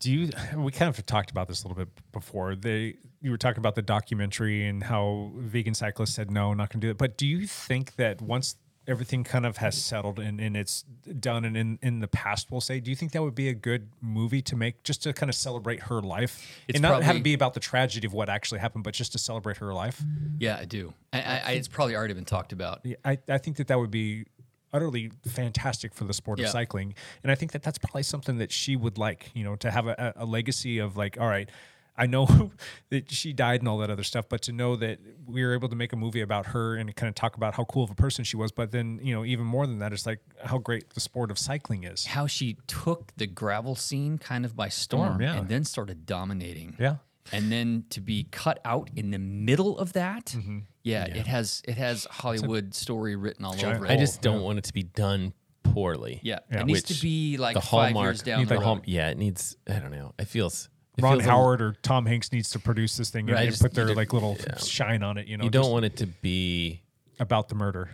Speaker 7: do you we kind of talked about this a little bit before they you were talking about the documentary and how vegan cyclists said no not going to do it but do you think that once everything kind of has settled and, and it's done and in, in the past we'll say do you think that would be a good movie to make just to kind of celebrate her life
Speaker 8: It's
Speaker 7: and not have
Speaker 8: probably-
Speaker 7: it be about the tragedy of what actually happened but just to celebrate her life
Speaker 8: yeah, I do. I, I, I it's probably already been talked about.
Speaker 7: Yeah, I, I think that that would be utterly fantastic for the sport
Speaker 8: Yeah.
Speaker 7: of cycling and i think that that's probably something that she would like you know to have a, a a legacy of like all right i know [laughs] that she died and all that other stuff but to know that we were able to make a movie about her and kind of talk about how cool of a person she was but then you know even more than that it's like how great the sport of cycling is
Speaker 8: How she took the gravel scene kind of by
Speaker 9: Mm,
Speaker 8: storm,
Speaker 7: yeah.
Speaker 8: and then started dominating.
Speaker 7: yeah
Speaker 8: and then to be cut out in the middle of that,
Speaker 9: Mm-hmm.
Speaker 8: yeah, it has it has Hollywood story written all over it.
Speaker 9: I just don't want it to be done poorly.
Speaker 8: yeah, it needs
Speaker 9: Oh, Which
Speaker 8: to be like
Speaker 9: the
Speaker 8: five
Speaker 9: hallmark.
Speaker 8: years down
Speaker 9: the
Speaker 8: the road.
Speaker 9: hallm- yeah, it needs. I don't know. It feels. It
Speaker 7: ron
Speaker 9: feels a-
Speaker 7: howard or tom hanks needs to produce this thing and,
Speaker 9: Right,
Speaker 7: and
Speaker 9: just-
Speaker 7: put
Speaker 9: you
Speaker 7: their
Speaker 9: don't-
Speaker 7: like little shine on it you know
Speaker 9: you don't
Speaker 7: just
Speaker 9: want it to be.
Speaker 7: about the murder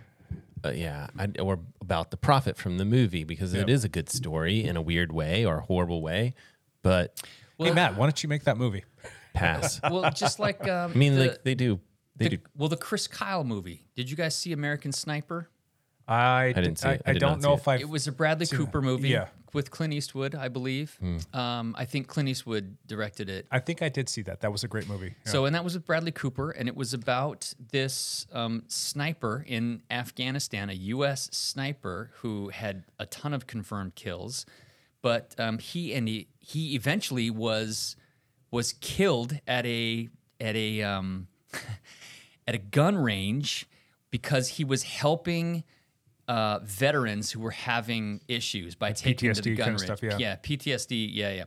Speaker 9: uh, yeah, I, or about the profit from the movie because it is a good story in a weird way or a horrible way, but
Speaker 7: hey matt why don't you make that movie
Speaker 9: pass. I
Speaker 8: [laughs] Well,
Speaker 9: [laughs]
Speaker 8: just like um,
Speaker 9: mean,
Speaker 8: the,
Speaker 9: like they do, they
Speaker 8: the-
Speaker 9: do.
Speaker 8: well, the Chris Kyle movie. Did you guys see American Sniper?
Speaker 7: i,
Speaker 9: didn't see
Speaker 7: I,
Speaker 9: it. I did
Speaker 7: don't
Speaker 9: not
Speaker 7: know
Speaker 9: see
Speaker 7: if i
Speaker 8: It was a Bradley Cooper movie
Speaker 7: Yeah.
Speaker 8: with Clint Eastwood, I believe.
Speaker 9: Hmm.
Speaker 8: Um, I think Clint Eastwood directed it.
Speaker 7: I think I did see that. That was a great movie. Yeah.
Speaker 8: So, and that was with Bradley Cooper, and it was about this um, sniper in Afghanistan, a U.S. sniper who had a ton of confirmed kills, but um, he and he, he eventually was was killed at a at a um, [laughs] at a gun range because he was helping uh, veterans who were having issues by taking to the
Speaker 7: PTSD
Speaker 8: gun
Speaker 7: kind of
Speaker 8: range.
Speaker 7: stuff, yeah.
Speaker 8: yeah, PTSD. Yeah, yeah.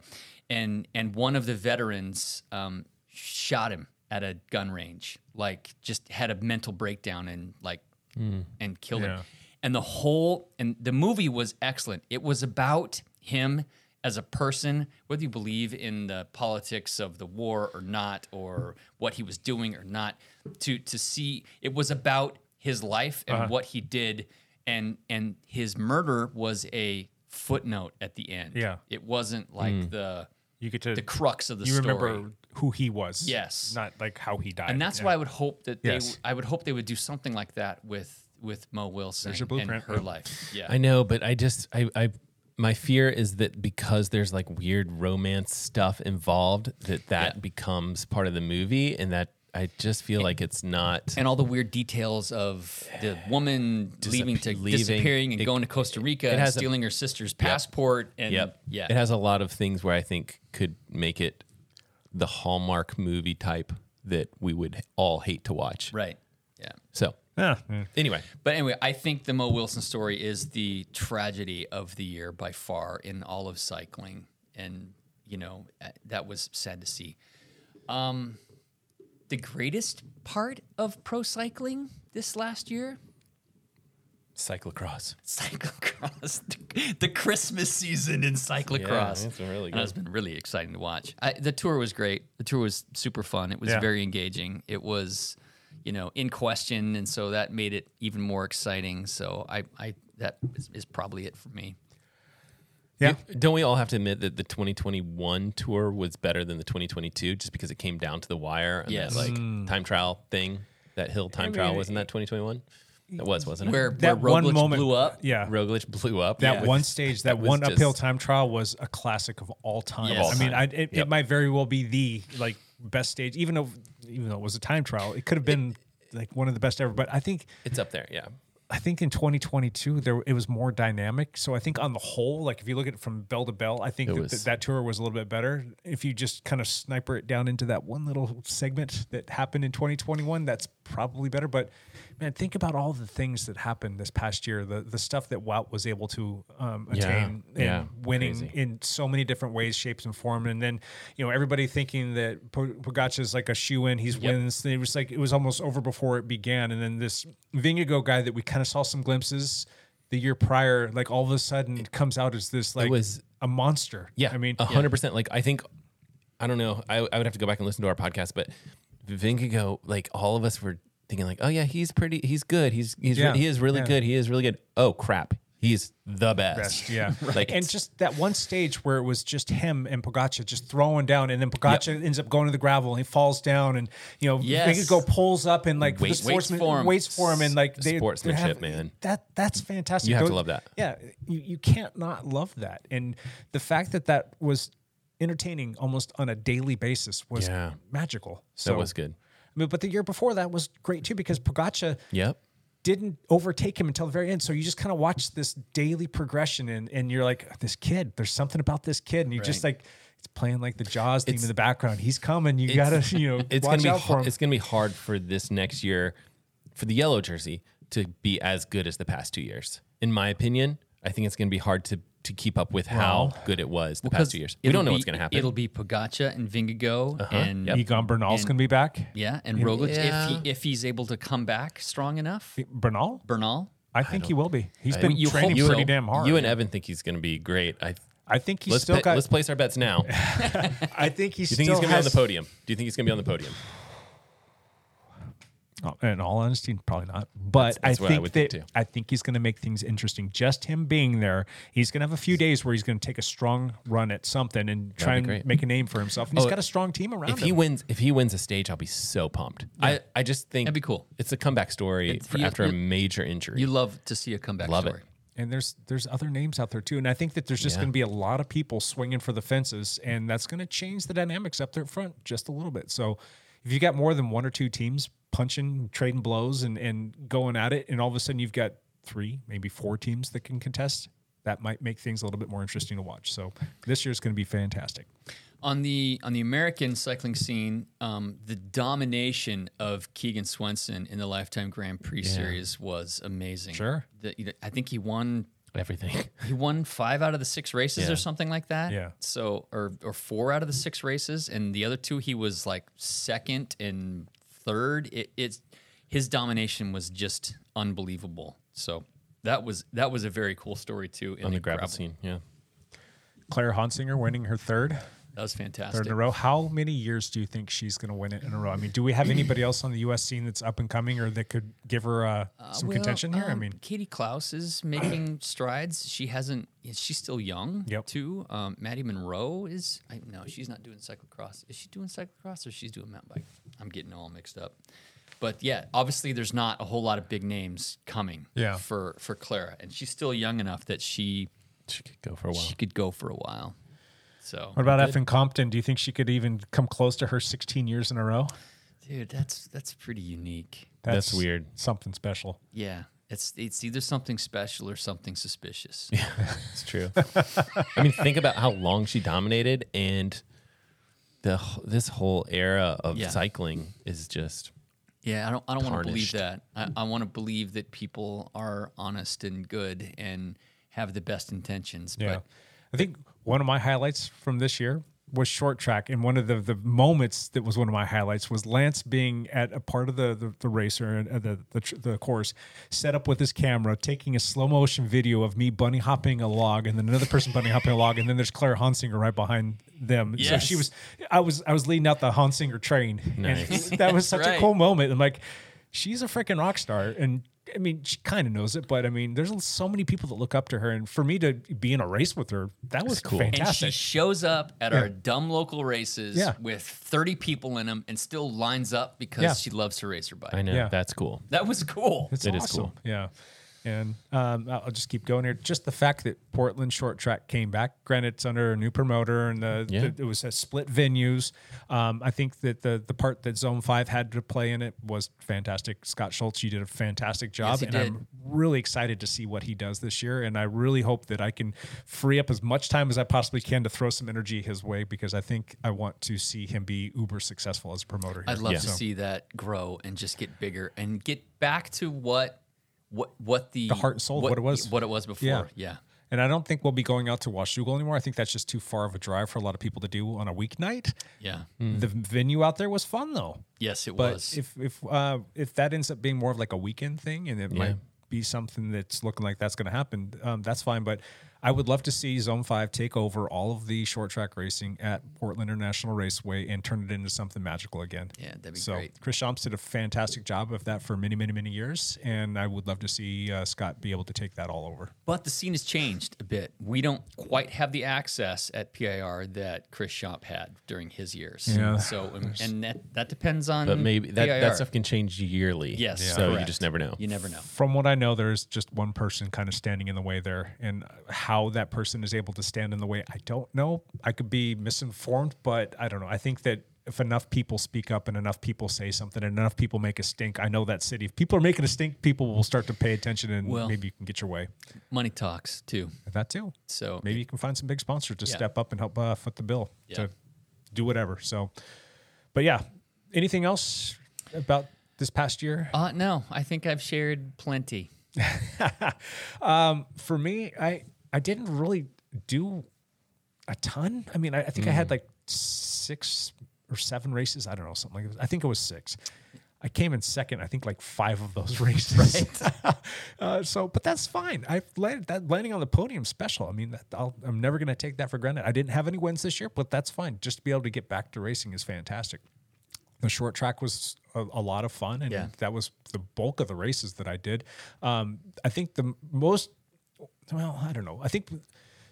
Speaker 8: And and one of the veterans um, shot him at a gun range. Like just had a mental breakdown and like and killed him. And the whole and the movie was excellent. It was about him as a person, whether you believe in the politics of the war or not, or what he was doing or not. To to see it was about his life and what he did, and and his murder was a footnote at the end.
Speaker 7: Yeah.
Speaker 8: it wasn't like the
Speaker 7: you get to
Speaker 8: the crux of the
Speaker 7: you
Speaker 8: story.
Speaker 7: remember who he was.
Speaker 8: Yes.
Speaker 7: not like how he died.
Speaker 8: and that's
Speaker 7: yeah.
Speaker 8: why I would hope that they
Speaker 7: Yes.
Speaker 8: w- I would hope they would do something like that with with Mo Wilson
Speaker 7: your blueprint.
Speaker 8: and her life. Yeah.
Speaker 9: I know, but I just, I, I, my fear is that because there's like weird romance stuff involved, that that becomes part of the movie, and that I just feel like it's not.
Speaker 8: and all the weird details of
Speaker 9: [sighs]
Speaker 8: the woman leaving to
Speaker 9: leaving.
Speaker 8: disappearing and
Speaker 9: It-
Speaker 8: going to Costa Rica and
Speaker 9: has a-
Speaker 8: stealing her sister's passport and
Speaker 9: yep.
Speaker 8: yeah,
Speaker 9: It has a lot of things where I think could make it the Hallmark movie type that we would all hate to watch.
Speaker 8: right, yeah.
Speaker 9: So
Speaker 7: Yeah, yeah.
Speaker 9: anyway,
Speaker 8: But anyway, I think the Mo Wilson story is the tragedy of the year by far in all of cycling, and you know uh, that was sad to see. Um, the greatest part of pro cycling this last year, [laughs]
Speaker 9: cyclocross.
Speaker 8: cyclocross, [laughs] the, the Christmas season in cyclocross.
Speaker 9: it's been really
Speaker 8: And it's been really exciting to watch. I, the tour was great. The tour was super fun. It was
Speaker 7: Yeah.
Speaker 8: very engaging. It was, you know, in question, and so that made it even more exciting. So I, I that is, is probably it for me.
Speaker 7: Yeah.
Speaker 9: Don't we all have to admit that the 2021 tour was better than the 2022 just because it came down to the wire and
Speaker 8: Yes.
Speaker 9: that like
Speaker 7: Hmm.
Speaker 9: time trial thing, that hill time trial wasn't that 2021? That was, wasn't
Speaker 8: Where
Speaker 9: it?
Speaker 8: where Roglic blew up.
Speaker 7: Yeah.
Speaker 9: Roglic blew up.
Speaker 7: that
Speaker 9: with-
Speaker 7: one stage, that,
Speaker 9: was
Speaker 7: one
Speaker 9: just-
Speaker 7: uphill time trial was a classic of all time.
Speaker 8: Of all
Speaker 7: I mean,
Speaker 9: time.
Speaker 7: I, it,
Speaker 9: Yep.
Speaker 7: it might very well be the like best stage, even though even though it was a time trial, it could have been like one of the best ever. But I think
Speaker 9: It's up there, yeah.
Speaker 7: I think in 2022 there it was more dynamic. So I think on the whole, like if you look at it from bell to bell, I think
Speaker 9: It
Speaker 7: that,
Speaker 9: was-
Speaker 7: that tour was a little bit better. If you just kind of sniper it down into that one little segment that happened in 2021, that's probably better. But man, think about all the things that happened this past year. The the stuff that Wout was able to um,
Speaker 9: Yeah,
Speaker 7: attain and
Speaker 9: yeah,
Speaker 7: winning
Speaker 9: crazy.
Speaker 7: in so many different ways, shapes, and form. And then you know everybody thinking that Pogacar is like a shoe in. He's wins. And it was like it was almost over before it began. And then this Vingegaard guy that we kind of saw some glimpses the year prior, like all of a sudden comes out as this like
Speaker 9: was-
Speaker 7: a monster.
Speaker 9: Yeah, Uh-huh.
Speaker 7: I mean,
Speaker 9: a hundred percent. Like I think, I don't know. I, I would have to go back and listen to our podcast, but Vingigo, like all of us were thinking, like, oh yeah, he's pretty, he's good, he's he's
Speaker 7: Yeah,
Speaker 9: re- he is really
Speaker 7: yeah.
Speaker 9: good, he is really good. Oh crap, he's the best.
Speaker 7: Best, yeah.
Speaker 9: like
Speaker 7: and just that one stage where it was just him and Pogacar just throwing down, and then Pogacar ends up going to the gravel and he falls down, and you know,
Speaker 8: Yes.
Speaker 7: Vingegaard pulls up and like
Speaker 9: Waits-
Speaker 7: the
Speaker 8: waits
Speaker 7: sportsman-
Speaker 8: for him.
Speaker 7: waits for him, and like they, they have-
Speaker 9: Sportsmanship, man.
Speaker 7: That that's fantastic.
Speaker 9: You have to
Speaker 7: Those-
Speaker 9: love that.
Speaker 7: Yeah, you, you can't not love that, and the fact that that was entertaining almost on a daily basis was
Speaker 9: Yeah.
Speaker 7: magical. So
Speaker 9: that was good.
Speaker 7: I mean, but the year before that was great too because Pogacar
Speaker 9: Yep.
Speaker 7: didn't overtake him until the very end. So you just kind of watch this daily progression and, and you're like, this kid, there's something about this kid. And you just like, it's playing like the Jaws theme in the background. He's coming. You gotta, [laughs] you know,
Speaker 9: [laughs] It's
Speaker 7: watch
Speaker 9: gonna be
Speaker 7: out for
Speaker 9: hard,
Speaker 7: him.
Speaker 9: it's gonna be hard for this next year for the yellow jersey to be as good as the past two years. In my opinion, I think it's gonna be hard to to keep up with how good it was the past two years. We
Speaker 8: It'll
Speaker 9: don't know
Speaker 8: be-
Speaker 9: what's gonna happen. Uh-huh.
Speaker 8: It'll be Pogacar and Vingegaard and
Speaker 7: Egon Bernal's gonna be back.
Speaker 8: yeah, and Roglic
Speaker 9: Yeah.
Speaker 8: if he if he's able to come back strong enough.
Speaker 7: Bernal?
Speaker 8: Bernal,
Speaker 7: I think he will be. He's been
Speaker 8: You
Speaker 7: training
Speaker 8: hope
Speaker 7: pretty
Speaker 8: so.
Speaker 7: damn hard.
Speaker 9: You and Evan think he's gonna be great. I
Speaker 7: I think he's
Speaker 9: let's
Speaker 7: still
Speaker 9: pa-
Speaker 7: got.
Speaker 9: let's place our bets now. Do
Speaker 7: I think he's
Speaker 9: you think
Speaker 7: still
Speaker 9: he's gonna
Speaker 7: has,
Speaker 9: be on the podium? Do you think he's gonna be on the podium?
Speaker 7: Oh, in all honesty, probably not. But
Speaker 9: that's
Speaker 7: I
Speaker 9: what I
Speaker 7: think
Speaker 9: would
Speaker 7: that
Speaker 9: think too.
Speaker 7: I think he's going to make things interesting. Just him being there, he's going to have a few days where he's going to take a strong run at something and try and
Speaker 9: great. Oh,
Speaker 7: make a name for himself. And he's got a strong team around
Speaker 9: If
Speaker 7: him.
Speaker 9: he wins, if he wins a stage, I'll be so pumped. I, I just think
Speaker 8: That'd be cool.
Speaker 9: It's a comeback story for
Speaker 8: you-
Speaker 9: after a
Speaker 8: you-
Speaker 9: major injury.
Speaker 8: you love to see a comeback
Speaker 9: Love it.
Speaker 8: story.
Speaker 7: and there's there's other names out there too. And I think that there's just going to be a lot of people swinging for the fences, and that's going to change the dynamics up there front just a little bit. So if you got more than one or two teams punching, trading blows, and and going at it, and all of a sudden you've got three, maybe four teams that can contest, that might make things a little bit more interesting to watch. So this year's going to be fantastic.
Speaker 8: on the on the American cycling scene, um, the domination of Keegan Swenson in the Lifetime Grand Prix series was amazing.
Speaker 7: Sure.
Speaker 8: The- I think he won
Speaker 9: everything.
Speaker 8: he won five out of the six races or something like that.
Speaker 7: Yeah.
Speaker 8: So or or four out of the six races, and the other two he was like second and third. It, it's his domination was just unbelievable. So that was that was a very cool story too. In
Speaker 9: on the
Speaker 8: the
Speaker 9: gravel
Speaker 8: gravel.
Speaker 9: scene. Yeah,
Speaker 7: Claire Honsinger winning her third.
Speaker 8: that was
Speaker 7: Third
Speaker 8: fantastic.
Speaker 7: in a row. How many years do you think she's going to win it in a row? I mean, do we have anybody else on the U.S. scene that's up and coming or that could give her uh, some
Speaker 8: Well,
Speaker 7: contention here? I
Speaker 8: um,
Speaker 7: mean,
Speaker 8: Katie Klaus is [clears throat] making strides. She hasn't. She's still young.
Speaker 7: Yep.
Speaker 8: Too. Um, Maddie Monroe is. I no, she's not doing cyclocross. Is she doing cyclocross or she's doing mountain bike? I'm getting all mixed up. But yeah, obviously there's not a whole lot of big names coming.
Speaker 7: Yeah.
Speaker 8: For for Clara, and she's still young enough that she
Speaker 9: she could go for a while.
Speaker 8: she could go for a while. So
Speaker 7: What about Effin Compton? Do you think she could even come close to her 16 years in a row?
Speaker 8: Dude, that's that's pretty unique.
Speaker 9: That's weird.
Speaker 7: Something special.
Speaker 8: Yeah. It's it's either something special or something suspicious.
Speaker 9: It's
Speaker 8: [laughs]
Speaker 9: true. I mean, think about how long she dominated, and the this whole era of
Speaker 8: Yeah.
Speaker 9: cycling is just
Speaker 8: Yeah, I don't. I don't want to believe
Speaker 9: Tarnished.
Speaker 8: that. I, I want to believe that people are honest and good and have the best intentions.
Speaker 7: Yeah.
Speaker 8: But
Speaker 7: I think one of my highlights from this year was short track. And one of the, the moments that was one of my highlights was Lance being at a part of the, the, the racer and uh, the, the, tr- the course set up with his camera, taking a slow motion video of me bunny hopping a log and then another person bunny hopping a log. And then there's Claire Hansinger right behind them. So she
Speaker 8: Yes.
Speaker 7: was, I was, I was leading out the Hansinger train.
Speaker 9: Nice.
Speaker 7: And that was such
Speaker 8: Right.
Speaker 7: a cool moment. I'm like, she's a freaking rock star. And I mean, she kind of knows it, but I mean, there's so many people that look up to her. And for me to be in a race with her, that was cool.
Speaker 9: cool.
Speaker 8: and
Speaker 7: Fantastic.
Speaker 8: she shows up at our dumb local races
Speaker 7: Yeah.
Speaker 8: with thirty people in them and still lines up because
Speaker 7: Yeah.
Speaker 8: she loves her racer bike.
Speaker 9: I know
Speaker 7: Yeah.
Speaker 9: that's cool.
Speaker 8: That was cool.
Speaker 7: It's
Speaker 9: It is
Speaker 7: awesome.
Speaker 9: cool.
Speaker 7: Yeah. And um, I'll I'll just keep going here. Just the fact that Portland Short Track came back. Granted, it's under a new promoter, and the,
Speaker 9: Yeah.
Speaker 7: the- it was a split venues. Um, I think that the the part that Zone Five had to play in it was fantastic. Scott Schultz, you did a fantastic job,
Speaker 8: Yes, he
Speaker 7: and
Speaker 8: did.
Speaker 7: I'm really excited to see what he does this year. And I really hope that I can free up as much time as I possibly can to throw some energy his way because I think I want to see him be uber successful as a promoter. Here.
Speaker 8: I'd love
Speaker 9: Yeah.
Speaker 8: to
Speaker 7: So-
Speaker 8: see that grow and just get bigger and get back to what what what the,
Speaker 7: The heart and soul of what it was.
Speaker 8: what it was before.
Speaker 7: Yeah.
Speaker 8: yeah.
Speaker 7: And I don't think we'll be going out to Washougal anymore. I think that's just too far of a drive for a lot of people to do on a weeknight.
Speaker 8: Yeah.
Speaker 7: The venue out there was fun though.
Speaker 8: Yes, Mm. it
Speaker 7: Hmm. But
Speaker 8: was.
Speaker 7: if if uh, if that ends up being more of like a weekend thing, and it might be something that's looking like that's going to happen, um, that's fine. But I would love to see Zone Five take over all of the short track racing at Portland International Raceway and turn it into something magical again.
Speaker 8: Yeah, that'd be
Speaker 7: so
Speaker 8: great.
Speaker 7: Chris Shomps did a fantastic job of that for many, many, many years, and I would love to see uh, Scott be able to take that all over.
Speaker 8: But the scene has changed a bit. We don't quite have the access at PIR that Chris Schomp had during his years.
Speaker 7: Yeah.
Speaker 8: So and, and that that depends on.
Speaker 9: But maybe that,
Speaker 8: PIR.
Speaker 9: that stuff can change yearly.
Speaker 8: Yes,
Speaker 9: so you
Speaker 8: correct.
Speaker 9: just never know.
Speaker 8: You never know.
Speaker 7: from what I know, there's just one person kind of standing in the way there, and how that person is able to stand in the way, I don't know. I could be misinformed, but I don't know. I think that if enough people speak up and enough people say something and enough people make a stink, I know that city. If people are making a stink, people will start to pay attention, and
Speaker 8: Well-
Speaker 7: maybe you can get your way.
Speaker 8: Money talks too.
Speaker 7: That too.
Speaker 8: So
Speaker 7: Maybe you can find some big sponsors to
Speaker 8: Yeah.
Speaker 7: step up and help uh, foot the bill
Speaker 8: Yeah.
Speaker 7: to do whatever. So, but yeah, anything else about this past year?
Speaker 8: Uh, no, I think I've shared plenty.
Speaker 7: Um, for me, I I didn't really do a ton. I mean, I, I think I had like six or seven races. I don't know something like that. I think it was six. I came in second. I think like five of those [laughs] races. [laughs] uh, so, but that's fine. I landed that landing on the podium special. I mean, that, I'll, I'm never going to take that for granted. I didn't have any wins this year, but that's fine. Just to be able to get back to racing is fantastic. The short track was a, a lot of fun, and
Speaker 8: Yeah.
Speaker 7: that was the bulk of the races that I did. Um, I think the m- most well, I don't know. I think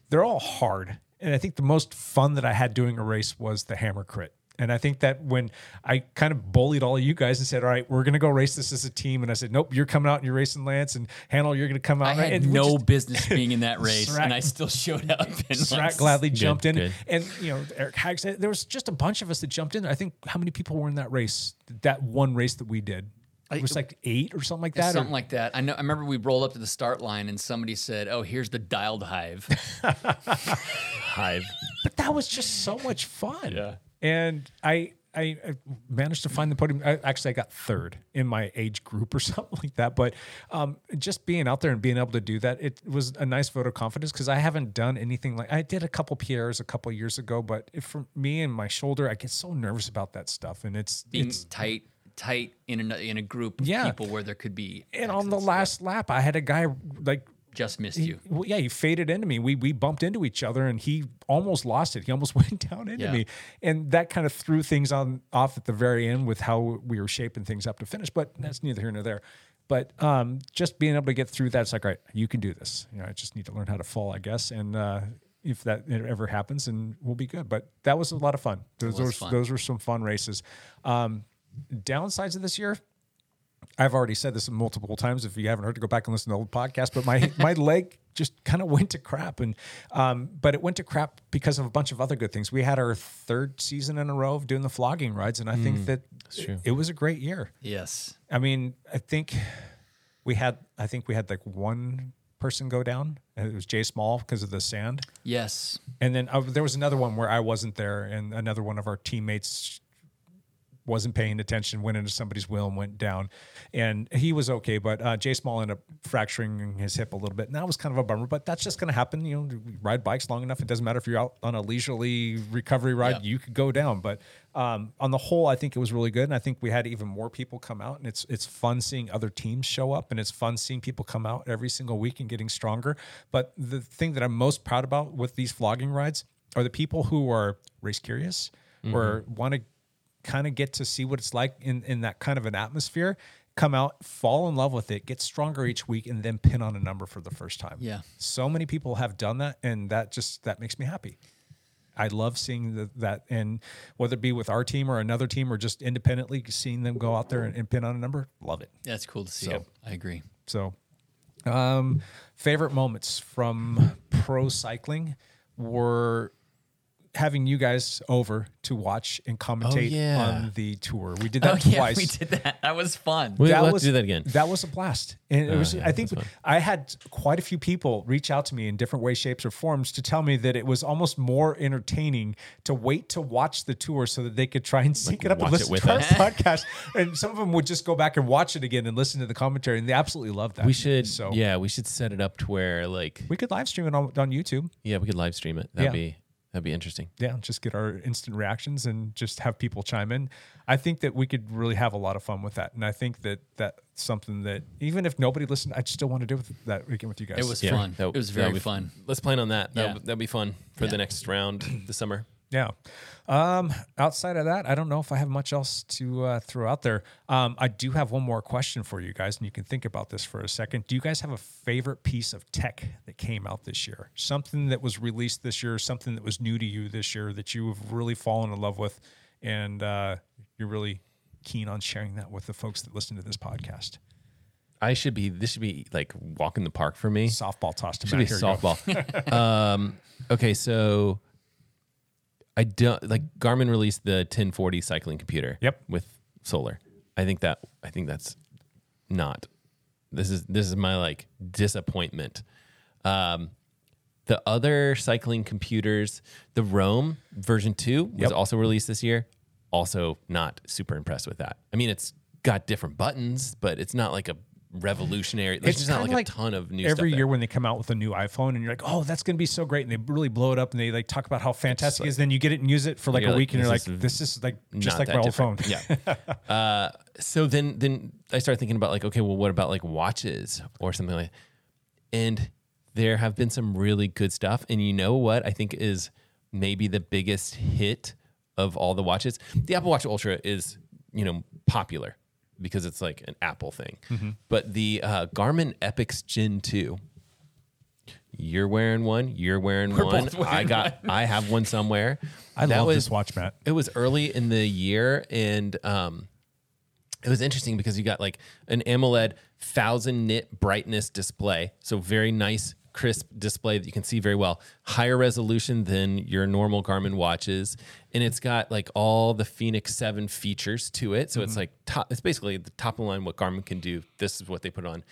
Speaker 7: they're all hard. And I think the most fun that I had doing a race was the hammer crit. And I think that when I kind of bullied all of you guys and said, all right, we're going to go race this as a team. And I said, nope, you're coming out and you're racing Lance and Hannel, you're going to come out.
Speaker 8: I had
Speaker 7: and we
Speaker 8: no
Speaker 7: just-
Speaker 8: business being
Speaker 7: [laughs]
Speaker 8: in that race,
Speaker 7: Srat-
Speaker 8: and I still showed up. And
Speaker 7: Strat
Speaker 8: lost.
Speaker 7: gladly jumped in,
Speaker 9: good.
Speaker 7: and you know Eric Hags. There was just a bunch of us that jumped in. I think how many people were in that race? That one race that we did, it was like eight or something like that. or-
Speaker 8: Something like that. I know. I remember we rolled up to the start line, and somebody said, "Oh, here's the dialed
Speaker 7: [laughs]
Speaker 8: hive."
Speaker 9: Hive.
Speaker 7: but that was just so much fun. Yeah. And I I I managed to find the podium. I, actually, I got third in my age group or [laughs] something like that. But um, just being out there and being able to do that, it was a nice vote of confidence because I haven't done anything like I did a couple PRs a couple years ago. But if for me and my shoulder, I get so nervous about that stuff, and it's
Speaker 8: being
Speaker 7: it's
Speaker 8: tight, tight in a in a group of
Speaker 7: Yeah.
Speaker 8: people where there could be
Speaker 7: and on the
Speaker 8: accidents.
Speaker 7: last lap, I had a guy like
Speaker 8: just missed
Speaker 7: he-
Speaker 8: you.
Speaker 7: Well, yeah, he faded into me. We we bumped into each other, and he almost lost it. He almost [laughs] went down into
Speaker 8: Yeah.
Speaker 7: me, and that kind of threw things on off at the very end with how we were shaping things up to finish. But that's neither here nor there. But um, just being able to get through that, it's like, right, you can do this. You know, I just need to learn how to fall, I guess, and uh, if that ever happens, and we'll be good. But that was a lot of fun. Those
Speaker 8: was
Speaker 7: those,
Speaker 8: fun.
Speaker 7: those were some fun races. Um, downsides of this year, I've already said this multiple times. If you haven't heard, to go back and listen to the old podcast. But my my leg just kind of went to crap, and um, but it went to crap because of a bunch of other good things. We had our third season in a row of doing the flogging rides, and I think that it was a great year.
Speaker 8: Yes.
Speaker 7: I mean, I think we had I think we had like one person go down, and it was Jay Small because of the sand.
Speaker 8: Yes.
Speaker 7: And then uh, there was another one where I wasn't there, and another one of our teammates wasn't paying attention, went into somebody's wheel and went down. And he was okay, but uh, Jay Small ended up fracturing his hip a little bit. And that was kind of a bummer, but that's just going to happen. You know, you ride bikes long enough. It doesn't matter if you're out on a leisurely recovery ride, you could go down. But um, on the whole, I think it was really good. And I think we had even more people come out. And it's, it's fun seeing other teams show up and it's fun seeing people come out every single week and getting stronger. But the thing that I'm most proud about with these flogging rides are the people who are race curious or want to kind of get to see what it's like in, in that kind of an atmosphere, come out, fall in love with it, get stronger each week, and then pin on a number for the first time.
Speaker 8: Yeah.
Speaker 7: So many people have done that, and that just that makes me happy. I love seeing the, that, and whether it be with our team or another team or just independently, seeing them go out there and, and pin on a number, love it.
Speaker 8: That's cool to see.
Speaker 7: So-
Speaker 8: I agree.
Speaker 7: So, um, favorite moments from pro cycling were having you guys over to watch and commentate
Speaker 9: yeah.
Speaker 7: on the tour. We did
Speaker 8: [laughs] Oh
Speaker 7: that
Speaker 8: yeah,
Speaker 7: twice.
Speaker 8: we did that. That was fun.
Speaker 9: We- We'll
Speaker 7: That
Speaker 9: have to
Speaker 7: was,
Speaker 9: do that again.
Speaker 7: That was a blast, and it was.
Speaker 9: yeah,
Speaker 7: I think I had quite a few people reach out to me in different ways, shapes, or forms to tell me that it was almost more entertaining to wait to watch the tour so that they could try and sync it up and
Speaker 9: watch it
Speaker 7: listen
Speaker 9: with
Speaker 7: to our
Speaker 9: us.
Speaker 7: [laughs]
Speaker 9: [laughs]
Speaker 7: podcast. And some of them would just go back and watch it again and listen to the commentary, and they absolutely loved that.
Speaker 9: We should,
Speaker 7: So
Speaker 9: yeah, we should set it up to where like,
Speaker 7: we could live stream it on, on YouTube.
Speaker 9: yeah, we could live stream it. That'd
Speaker 7: Yeah.
Speaker 9: be that'd be interesting.
Speaker 7: Yeah, just get our instant reactions and just have people chime in. I think that we could really have a lot of fun with that, and I think that that's something that even if nobody listened, I still want to do with that weekend with you guys.
Speaker 8: It was fun.
Speaker 9: That-
Speaker 8: it was
Speaker 9: that'd
Speaker 8: very
Speaker 9: be-
Speaker 8: fun.
Speaker 9: Let's plan on that.
Speaker 8: Yeah.
Speaker 9: That'd, that'd be fun for the next round this summer.
Speaker 7: Yeah. Um, outside of that, I don't know if I have much else to uh, throw out there. Um, I do have one more question for you guys, and you can think about this for a second. Do you guys have a favorite piece of tech that came out this year? Something that was released this year, something that was new to you this year that you have really fallen in love with, and uh, you're really keen on sharing that with the folks that listen to this podcast?
Speaker 9: I should be. This should be like walk in the park for me.
Speaker 7: Softball toss to
Speaker 9: Should
Speaker 7: Matt.
Speaker 9: be
Speaker 7: Here you go.
Speaker 9: softball.
Speaker 7: [laughs]
Speaker 9: um, okay, so I don't like Garmin released the 1040 cycling computer.
Speaker 7: Yep.
Speaker 9: With solar, I think that I think that's not. This is this is my like disappointment. Um, the other cycling computers, the Rome version two was
Speaker 7: Yep.
Speaker 9: also released this year. Also, not super impressed with that. I mean, it's got different buttons, but it's not like a revolutionary. There's just not
Speaker 7: kinda
Speaker 9: like, a ton of new
Speaker 7: every
Speaker 9: stuff there.
Speaker 7: year when they come out with a new iPhone, and you're like, oh, that's going to be so great, and they really blow it up, and they like talk about how fantastic it is. Then you get it and use it for like
Speaker 9: You're
Speaker 7: a
Speaker 9: like,
Speaker 7: week, and you're like,
Speaker 9: this is
Speaker 7: this is like just
Speaker 9: not
Speaker 7: like
Speaker 9: that
Speaker 7: my old phone.
Speaker 9: different. Yeah. uh, so then then I started thinking about like, okay, well, what about like watches or something like and there have been some really good stuff. And you know what I think is maybe the biggest hit of all the watches? The Apple Watch Ultra is, you know, popular because it's like an Apple thing.
Speaker 7: Mm-hmm.
Speaker 9: But the uh, Garmin Epix Gen 2 you're wearing one. You're wearing one. I got. I have one somewhere.
Speaker 7: [laughs] I
Speaker 9: That
Speaker 7: love
Speaker 9: was-
Speaker 7: this watch, Matt.
Speaker 9: it was early in the year and um it was interesting because you got like an AMOLED thousand nit brightness display. So very nice, crisp display that you can see very well. Higher resolution than your normal Garmin watches. And it's got like all the Phoenix 7 features to it. So it's like top, it's basically the top of the line what Garmin can do. This is what they put on.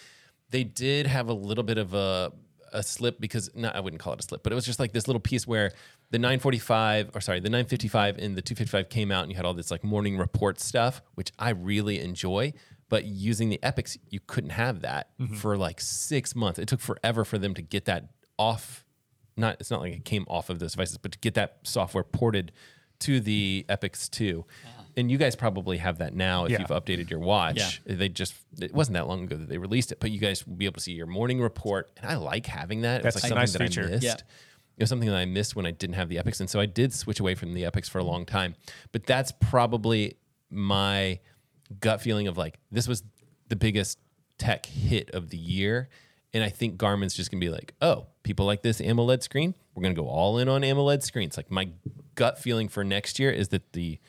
Speaker 9: They did have a little bit of a a slip because no, I wouldn't call it a slip, but it was just like this little piece where the 945 or sorry, the 955 and the 255 came out and you had all this like morning report stuff, which I really enjoy. But using the Epics, you couldn't have that for like six months. It took forever for them to get that off. Not it's not like it came off of those devices, but to get that software ported to the Epics 2. And you guys probably have that now if
Speaker 7: Yeah.
Speaker 9: you've updated your watch they just it wasn't that long ago that they released it, but you guys will be able to see your morning report. And I like having that. It was like
Speaker 7: That's a
Speaker 9: something
Speaker 7: nice
Speaker 9: that
Speaker 7: feature.
Speaker 9: I missed.
Speaker 8: Yeah.
Speaker 9: It was something that I missed when I didn't have the epics, and so I did switch away from the epics for a long time. But that's probably my gut feeling of like this was the biggest tech hit of the year, and I think Garmin's just gonna be like, oh, people like this AMOLED screen. We're gonna go all in on AMOLED screens. Like my gut feeling for next year is that the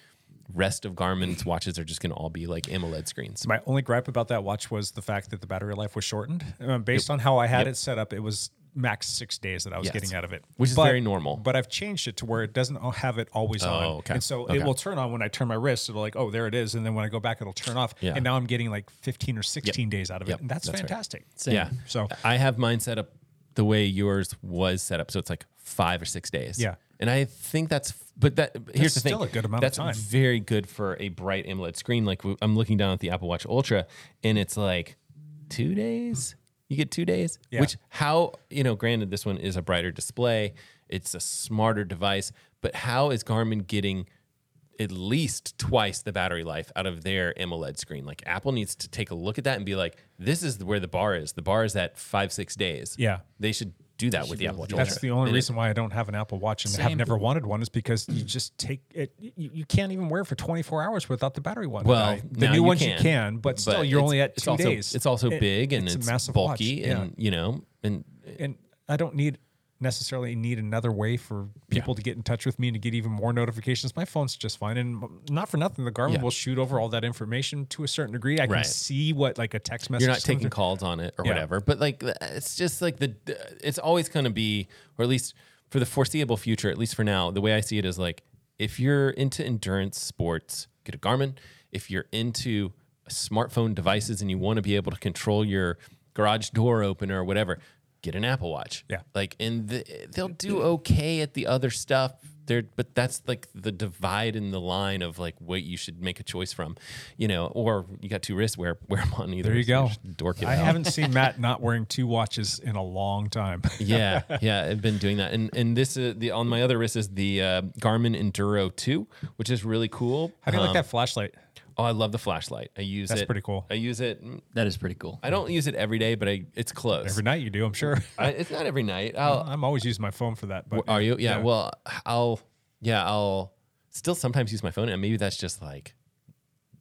Speaker 9: rest of Garmin's watches are just going to all be like AMOLED screens.
Speaker 7: My only gripe about that watch was the fact that the battery life was shortened. Uh, based on how I had it set up, it was max six days that I was
Speaker 9: Yes.
Speaker 7: getting out of it,
Speaker 9: Which is very normal. Oh,
Speaker 7: But I've changed it to where it doesn't have it always on,
Speaker 9: okay.
Speaker 7: and so
Speaker 9: Okay.
Speaker 7: it will turn on when I turn my wrist. It'll like, oh, there it is, and then when I go back, it'll turn off.
Speaker 9: Yeah.
Speaker 7: And now I'm getting like 15 or 16 days out of
Speaker 9: Yep.
Speaker 7: it, and that's,
Speaker 9: That's right.
Speaker 7: fantastic.
Speaker 9: Yeah.
Speaker 7: So-
Speaker 9: I have mine set up the way yours was set up, so it's like five or six days.
Speaker 7: Yeah.
Speaker 9: And I think that's, but that here's the thing.
Speaker 7: still a good amount of
Speaker 9: That's
Speaker 7: time.
Speaker 9: very good for a bright AMOLED screen. Like w- I'm looking down at the Apple Watch Ultra, and it's like two days. You get two days.
Speaker 7: Yeah.
Speaker 9: Which how you know? Granted, this one is a brighter display. It's a smarter device, but how is Garmin getting? At least twice the battery life out of their AMOLED screen. Like Apple needs to take a look at that and be like, "This is where the bar is. The bar is at five, six days."
Speaker 7: Yeah.
Speaker 9: they should do that with the Apple Watch.
Speaker 7: That's
Speaker 9: Ultra.
Speaker 7: the only
Speaker 9: And it-
Speaker 7: reason why I don't have an Apple Watch and have
Speaker 8: Same.
Speaker 7: never wanted one is because you just take it. You, you can't even wear it for 24 hours without the battery one.
Speaker 9: Well,
Speaker 7: die. the
Speaker 9: now
Speaker 7: new
Speaker 9: you
Speaker 7: ones you
Speaker 9: can,
Speaker 7: can, but, still you're
Speaker 9: it's-
Speaker 7: only at
Speaker 9: it's
Speaker 7: two
Speaker 9: also,
Speaker 7: days.
Speaker 9: It's also
Speaker 7: It-
Speaker 9: big and it's,
Speaker 7: watch.
Speaker 9: bulky
Speaker 7: Yeah.
Speaker 9: and you know and
Speaker 7: and I don't need necessarily need another way for people to get in touch with me and to get even more notifications. My phone's just fine, and not for nothing, the Garmin
Speaker 9: Yeah.
Speaker 7: will shoot over all that information to a certain degree. I can
Speaker 9: Right.
Speaker 7: see what like a text message.
Speaker 9: you're not
Speaker 7: comes
Speaker 9: taking
Speaker 7: in.
Speaker 9: calls on it or
Speaker 7: Yeah.
Speaker 9: whatever. But like it's just like the it's always going to be or at least for the foreseeable future, at least for now, the way I see it is like if you're into endurance sports, get a Garmin. If you're into smartphone devices and you want to be able to control your garage door opener or whatever, get an Apple Watch.
Speaker 7: Yeah.
Speaker 9: Like and the, they'll do okay at the other stuff. There, but that's like the divide in the line of like what you should make a choice from, you know, or you got two wrists, wear wear them on either.
Speaker 7: There you
Speaker 9: so
Speaker 7: go.
Speaker 9: just Dork it
Speaker 7: I
Speaker 9: out.
Speaker 7: haven't
Speaker 9: [laughs]
Speaker 7: seen Matt not wearing two watches in a long time. [laughs]
Speaker 9: yeah, yeah, I've been doing that, and and this is the on my other wrist is the uh, Garmin Enduro Two, which is really cool. Uh,
Speaker 7: How do you like that flashlight?
Speaker 9: Oh, I love the flashlight. I use
Speaker 7: That's
Speaker 9: it.
Speaker 7: pretty cool.
Speaker 9: I use it. mm,
Speaker 8: That is pretty cool.
Speaker 9: I don't use it every day, but I it's close.
Speaker 7: Every night you do, I'm sure. [laughs]
Speaker 9: I, it's not every night. I'll,
Speaker 7: I'm always using my phone for that. But
Speaker 9: Are you? Yeah, Well, I'll. Yeah, I'll still sometimes use my phone, and maybe that's just like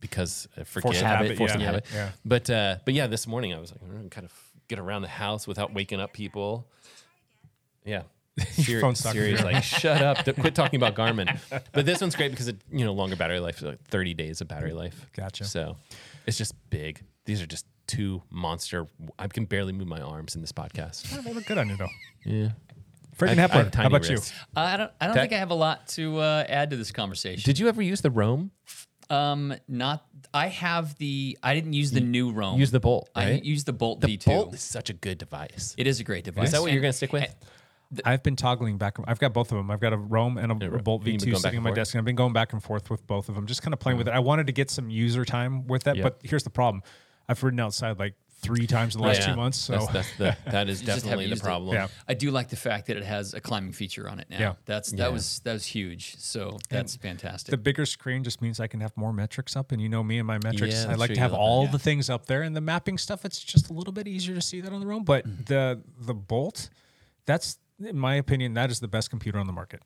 Speaker 9: because I forget
Speaker 7: of habit,
Speaker 9: force
Speaker 7: yeah.
Speaker 9: of habit.
Speaker 7: Yeah.
Speaker 9: But uh, but yeah, this morning I was like, I'm gonna kind of get around the house without waking up people.
Speaker 7: [laughs]
Speaker 9: Yeah. Siri,
Speaker 7: phone's talking to
Speaker 9: Siri's
Speaker 7: you.
Speaker 9: like, shut up, d- quit talking about Garmin. But this one's great because it, you know, longer battery life, like 30 days of battery life.
Speaker 7: Gotcha.
Speaker 9: So it's just big. These are just two monster. I can barely move my arms in this podcast.
Speaker 7: Well, they look good on you though.
Speaker 9: Yeah.
Speaker 7: Freaking
Speaker 9: I- I have
Speaker 7: Hepler, how
Speaker 9: tiny
Speaker 7: about you?
Speaker 9: wrists.
Speaker 8: Uh, I don't. I don't
Speaker 9: That-
Speaker 8: think I have a lot to uh, add to this conversation.
Speaker 9: Did you ever use the Roam?
Speaker 8: um, not. I have the. I didn't use the new Rome.
Speaker 9: use the Bolt,
Speaker 8: I
Speaker 9: right?
Speaker 8: used the Bolt
Speaker 9: The
Speaker 8: V2.
Speaker 9: Bolt is such a good device.
Speaker 8: It is a great device.
Speaker 9: Is that what you're
Speaker 8: And-
Speaker 9: going to stick with?
Speaker 7: I've been toggling back. I've got both of them. I've got a Roam and a, a Bolt
Speaker 9: you've been going
Speaker 7: V2
Speaker 9: back
Speaker 7: sitting on
Speaker 9: and
Speaker 7: my
Speaker 9: forth?
Speaker 7: desk, and I've been going back and forth with both of them, just kind of playing with it. I wanted to get some user time with that,
Speaker 9: Yeah.
Speaker 7: but here's the problem: I've ridden outside like three times in the last
Speaker 9: Yeah.
Speaker 7: two months. So
Speaker 9: That's, that's
Speaker 7: [laughs]
Speaker 9: the, that is
Speaker 8: just haven't
Speaker 9: definitely the
Speaker 8: used it.
Speaker 9: problem.
Speaker 7: Yeah.
Speaker 8: I do like the fact that it has a climbing feature on it now.
Speaker 7: Yeah.
Speaker 8: That's that was that was huge. So that's fantastic.
Speaker 7: the bigger screen just means I can have more metrics up, and you know me and my metrics.
Speaker 9: Yeah,
Speaker 7: I
Speaker 9: that's
Speaker 7: like
Speaker 9: true.
Speaker 7: to
Speaker 9: You
Speaker 7: have
Speaker 9: love
Speaker 7: all the things up there, and the mapping stuff. It's just a little bit easier to see that on the Roam, but
Speaker 9: Mm-hmm.
Speaker 7: the the Bolt, that's in my opinion, that is the best computer on the market.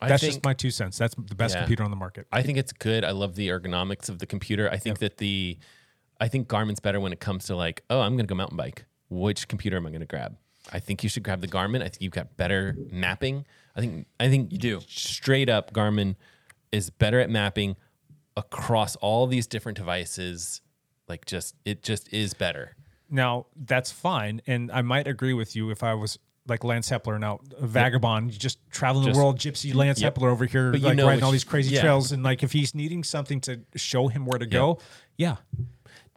Speaker 9: I
Speaker 7: That's
Speaker 9: think-
Speaker 7: just my two cents. That's the best
Speaker 9: Yeah.
Speaker 7: computer on the market.
Speaker 9: I think it's good. I love the ergonomics of the computer. I think that the, I think Garmin's better when it comes to like, oh, I'm going to go mountain bike. Which computer am I going to grab? I think you should grab the Garmin. I think you've got better mapping. I think I think you
Speaker 8: do.
Speaker 9: straight up. Garmin is better at mapping across all these different devices. Like just it just is better.
Speaker 7: Now that's fine, and I might agree with you if I was like Lance Hepler now, a vagabond, just traveling
Speaker 9: Just-
Speaker 7: the world, gypsy Lance
Speaker 9: Yep.
Speaker 7: Hepler over here,
Speaker 9: But you
Speaker 7: like
Speaker 9: know
Speaker 7: riding
Speaker 9: which-
Speaker 7: all these crazy
Speaker 9: yeah.
Speaker 7: trails, and like if he's needing something to show him where to go, yeah,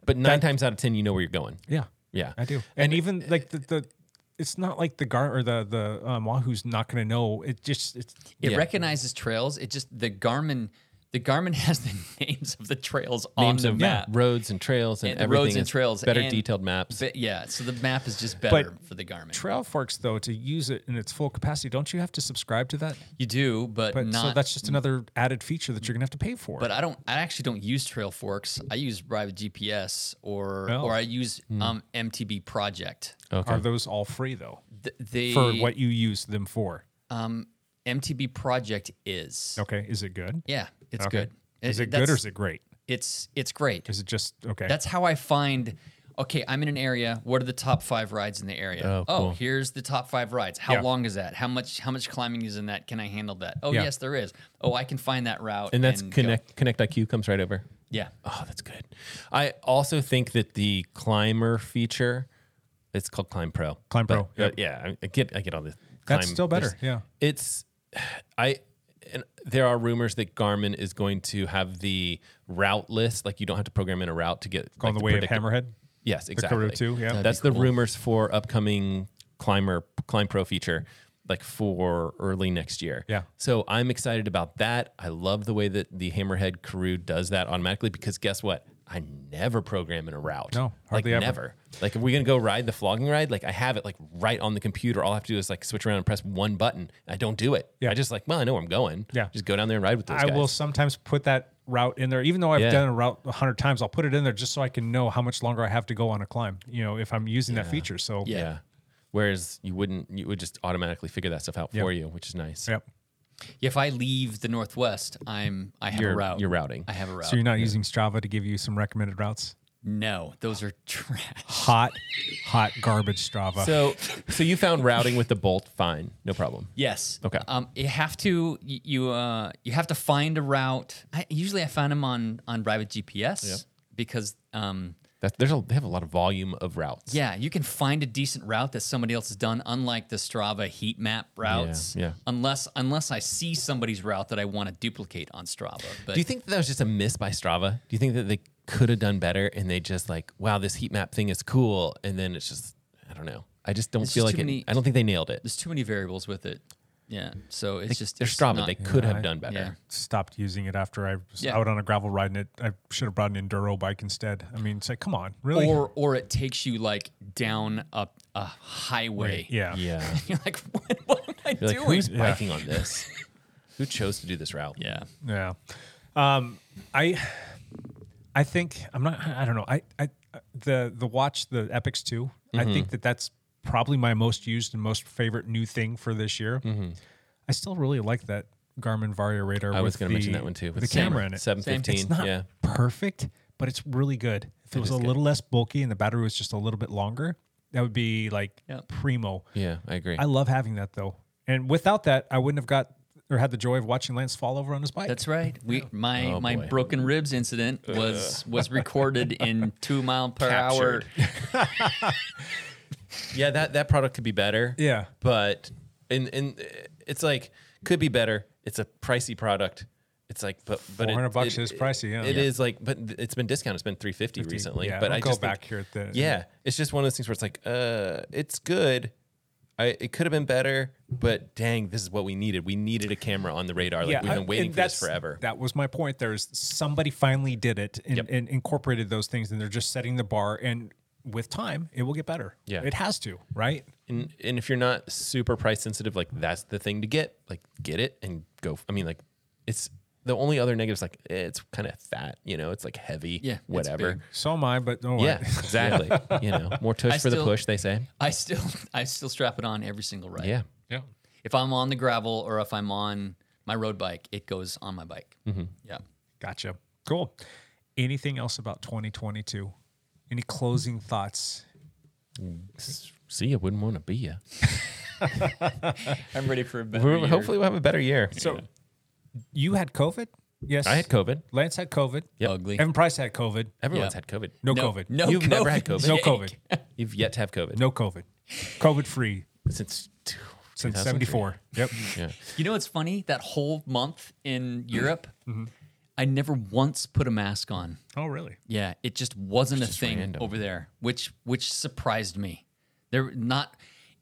Speaker 9: But nine times out of ten, you know where you're going.
Speaker 7: yeah,
Speaker 9: Yeah.
Speaker 7: I do. And, even like the, the, it's not like the gar or the the um, Wahoo's not going to know. It just it's
Speaker 8: it
Speaker 9: yeah.
Speaker 8: recognizes trails. It just the Garmin the Garmin [laughs] has the names of the trails on
Speaker 9: Names
Speaker 8: the
Speaker 9: of
Speaker 8: map.
Speaker 9: roads and trails and,
Speaker 8: And
Speaker 9: everything.
Speaker 8: roads and
Speaker 9: is
Speaker 8: trails
Speaker 9: Better
Speaker 8: and-
Speaker 9: detailed maps.
Speaker 8: But yeah, so the map is just better for the Garmin.
Speaker 7: trail forks though to use it in its full capacity. Don't you have to subscribe to that?
Speaker 8: you do, but,
Speaker 7: But
Speaker 8: not
Speaker 7: so that's just another added feature that you're going to have to pay for.
Speaker 8: but I don't. I actually don't use Trail Forks. I use Private GPS or
Speaker 7: Oh.
Speaker 8: or I use um, MTB Project.
Speaker 7: are those all free though
Speaker 8: Th- they,
Speaker 7: for what you use them for?
Speaker 8: um, MTB Project is.
Speaker 7: Okay, is it good?
Speaker 8: Yeah, it's
Speaker 7: Okay.
Speaker 8: good.
Speaker 7: Is it good
Speaker 8: that's-
Speaker 7: or is it great?
Speaker 8: It's it's great.
Speaker 7: Is it just okay?
Speaker 8: That's how I find. okay, I'm in an area. What are the top five rides in the area?
Speaker 9: Oh, cool.
Speaker 8: here's the top five rides. How
Speaker 7: Yeah.
Speaker 8: long is that? How much? How much climbing is in that? Can I handle that? Oh,
Speaker 7: Yeah.
Speaker 8: yes, there is. Oh, I can find that route.
Speaker 9: And that's
Speaker 8: go.
Speaker 9: connect connect IQ comes right over.
Speaker 8: Yeah.
Speaker 9: Oh, that's good. I also think that the climber feature, it's called Climb Pro.
Speaker 7: Climb Pro,
Speaker 9: But, uh, yeah, I- I get I get all this.
Speaker 7: That's still better,
Speaker 9: there's-
Speaker 7: yeah.
Speaker 9: it's I. And there are rumors that Garmin is going to have the route list. Like you don't have to program in a route to get
Speaker 7: Go on
Speaker 9: like,
Speaker 7: the way of
Speaker 9: predictive-
Speaker 7: Hammerhead.
Speaker 9: Yes,
Speaker 7: Karoo
Speaker 9: exactly.
Speaker 7: too, yeah. That'd be
Speaker 9: that's the rumors for upcoming climber climb pro feature, like for early next year.
Speaker 7: Yeah.
Speaker 9: So I'm excited about that. I love the way that the Hammerhead Karoo does that automatically because guess what? I never program in a route.
Speaker 7: No, hardly
Speaker 9: like
Speaker 7: ever.
Speaker 9: never. Like if we're gonna go ride the flogging ride, like I have it like right on the computer. All I have to do is like switch around and press one button. I don't do it.
Speaker 7: Yeah.
Speaker 9: I just like, well, I know where I'm going.
Speaker 7: Yeah.
Speaker 9: Just go down there and ride with those
Speaker 7: I
Speaker 9: guys.
Speaker 7: will sometimes put that route in there, even though I've
Speaker 9: Yeah.
Speaker 7: done a route a hundred times. I'll put it in there just so I can know how much longer I have to go on a climb. You know, if I'm using that feature. So
Speaker 9: yeah. Whereas you wouldn't, you would just automatically figure that stuff out for you, which is nice.
Speaker 7: Yep.
Speaker 8: If I leave the Northwest, I'm I have
Speaker 9: You're-
Speaker 8: a route.
Speaker 9: you're routing.
Speaker 8: I have a route.
Speaker 7: So you're not using Strava to give you some recommended routes.
Speaker 8: no, those are trash.
Speaker 7: Hot, hot garbage Strava.
Speaker 9: So, so you found routing with the bolt, fine, no problem.
Speaker 8: [laughs] Yes.
Speaker 9: Okay.
Speaker 8: Um, you have to y- you uh, you have to find a route. I, usually, I find them on on private GPS because um,
Speaker 9: That, there's a, they have a lot of volume of routes.
Speaker 8: yeah, you can find a decent route that somebody else has done. Unlike the Strava heat map routes,
Speaker 9: yeah.
Speaker 8: Unless unless I see somebody's route that I want to duplicate on Strava, but
Speaker 9: Do you think that, that was just a miss by Strava? Do you think that they could have done better and they just like, wow, this heat map thing is cool, and then it's just, I don't know. I just don't
Speaker 8: It's
Speaker 9: feel
Speaker 8: just
Speaker 9: like
Speaker 8: too
Speaker 9: it.
Speaker 8: many-
Speaker 9: I don't think they nailed it.
Speaker 8: there's too many variables with it. Yeah. So it's just
Speaker 9: They're
Speaker 8: it's
Speaker 9: Strava.
Speaker 8: not-
Speaker 9: they could have done better.
Speaker 8: yeah.
Speaker 7: stopped using it after I was
Speaker 8: Yeah.
Speaker 7: out on a gravel ride and it, I should have brought an enduro bike instead. I mean, it's like, come on, really?
Speaker 8: Or or it takes you like down a a highway.
Speaker 7: yeah.
Speaker 9: Yeah.
Speaker 8: [laughs] You're like, what, what am I
Speaker 9: You're like,
Speaker 8: doing?
Speaker 9: who's biking on this? Who chose to do this route?
Speaker 8: yeah.
Speaker 7: Yeah. Um, I I think I'm not I don't know. I I the the watch the Epics 2. I
Speaker 9: Mm-hmm.
Speaker 7: think that that's probably my most used and most favorite new thing for this year. I still really like that Garmin Varia radar
Speaker 9: Mm-hmm. I was
Speaker 7: going
Speaker 9: going to mention that one too.
Speaker 7: With the camera in it.
Speaker 9: seven fifteen.
Speaker 7: It's not
Speaker 9: Yeah,
Speaker 7: perfect, but it's really good. If it, was a little less bulky and the battery was just a little bit longer, that would be like
Speaker 8: Yep.
Speaker 7: primo.
Speaker 9: yeah, I agree.
Speaker 7: I love having that though. And without that, I wouldn't have got or had the joy of watching Lance fall over on his bike.
Speaker 8: That's right. We my
Speaker 9: Oh,
Speaker 8: my
Speaker 9: boy.
Speaker 8: broken ribs incident was was recorded in two mile per hour.
Speaker 9: yeah, that that product could be better.
Speaker 7: Yeah.
Speaker 9: but and and it's like could be better. It's a pricey product. It's like but but it-
Speaker 7: 400 bucks
Speaker 9: it-
Speaker 7: is pricey, yeah.
Speaker 9: it
Speaker 7: Yeah.
Speaker 9: is like but it's been discounted. It's been three fifty recently.
Speaker 7: yeah,
Speaker 9: but
Speaker 7: it'll
Speaker 9: I
Speaker 7: go
Speaker 9: just think-
Speaker 7: back here at the-
Speaker 9: yeah. It's just one of those things where it's like uh, it's good. I, it could have been better, but dang, this is what we needed. We needed a camera on the radar. Like we've
Speaker 7: I-
Speaker 9: been waiting
Speaker 7: and
Speaker 9: for this
Speaker 7: that's-
Speaker 9: forever.
Speaker 7: That was my point. There's somebody finally did it and, and incorporated those things, and they're just setting the bar. And with time, it will get better.
Speaker 9: Yeah.
Speaker 7: it has to, right?
Speaker 9: and and if you're not super price sensitive, like that's the thing to get. Like get it and go. I mean, like it's the only other negative is like eh, it's kind of fat. You know, it's like heavy.
Speaker 8: Yeah, it's
Speaker 9: whatever.
Speaker 8: big.
Speaker 7: So am I, but
Speaker 8: [laughs]
Speaker 7: don't
Speaker 9: Yeah,
Speaker 7: worry. [laughs]
Speaker 9: exactly. you know, more tush
Speaker 8: I
Speaker 9: for the
Speaker 8: still-
Speaker 9: push. They say.
Speaker 8: I still [laughs] I still strap it on every single ride.
Speaker 9: Yeah.
Speaker 7: yeah.
Speaker 8: If I'm on the gravel or if I'm on my road bike, it goes on my bike.
Speaker 9: Mm-hmm.
Speaker 8: Yeah.
Speaker 7: Gotcha. Cool. Anything else about 2022? Any closing thoughts?
Speaker 9: See, you wouldn't want to be you.
Speaker 8: I'm ready for a better
Speaker 9: We're- Hopefully, we'll have a better year.
Speaker 7: So, you had COVID. Yes,
Speaker 9: I had COVID.
Speaker 7: Lance had COVID.
Speaker 8: ugly.
Speaker 7: Evan Price had COVID.
Speaker 9: Everyone's
Speaker 8: Yeah.
Speaker 9: had COVID.
Speaker 7: No,
Speaker 8: No-
Speaker 7: COVID.
Speaker 8: no
Speaker 9: You've never had COVID.
Speaker 7: No COVID.
Speaker 9: You've yet to have COVID.
Speaker 7: No COVID. COVID free
Speaker 9: Since.
Speaker 7: since
Speaker 9: 2003.
Speaker 7: 74. Yep.
Speaker 9: Yeah.
Speaker 8: You know what's funny? That whole month in
Speaker 9: Mm-hmm.
Speaker 8: Europe, I never once put a mask on.
Speaker 7: Oh, really?
Speaker 8: Yeah, it just wasn't a thing
Speaker 9: random.
Speaker 8: over there, which which surprised me. There not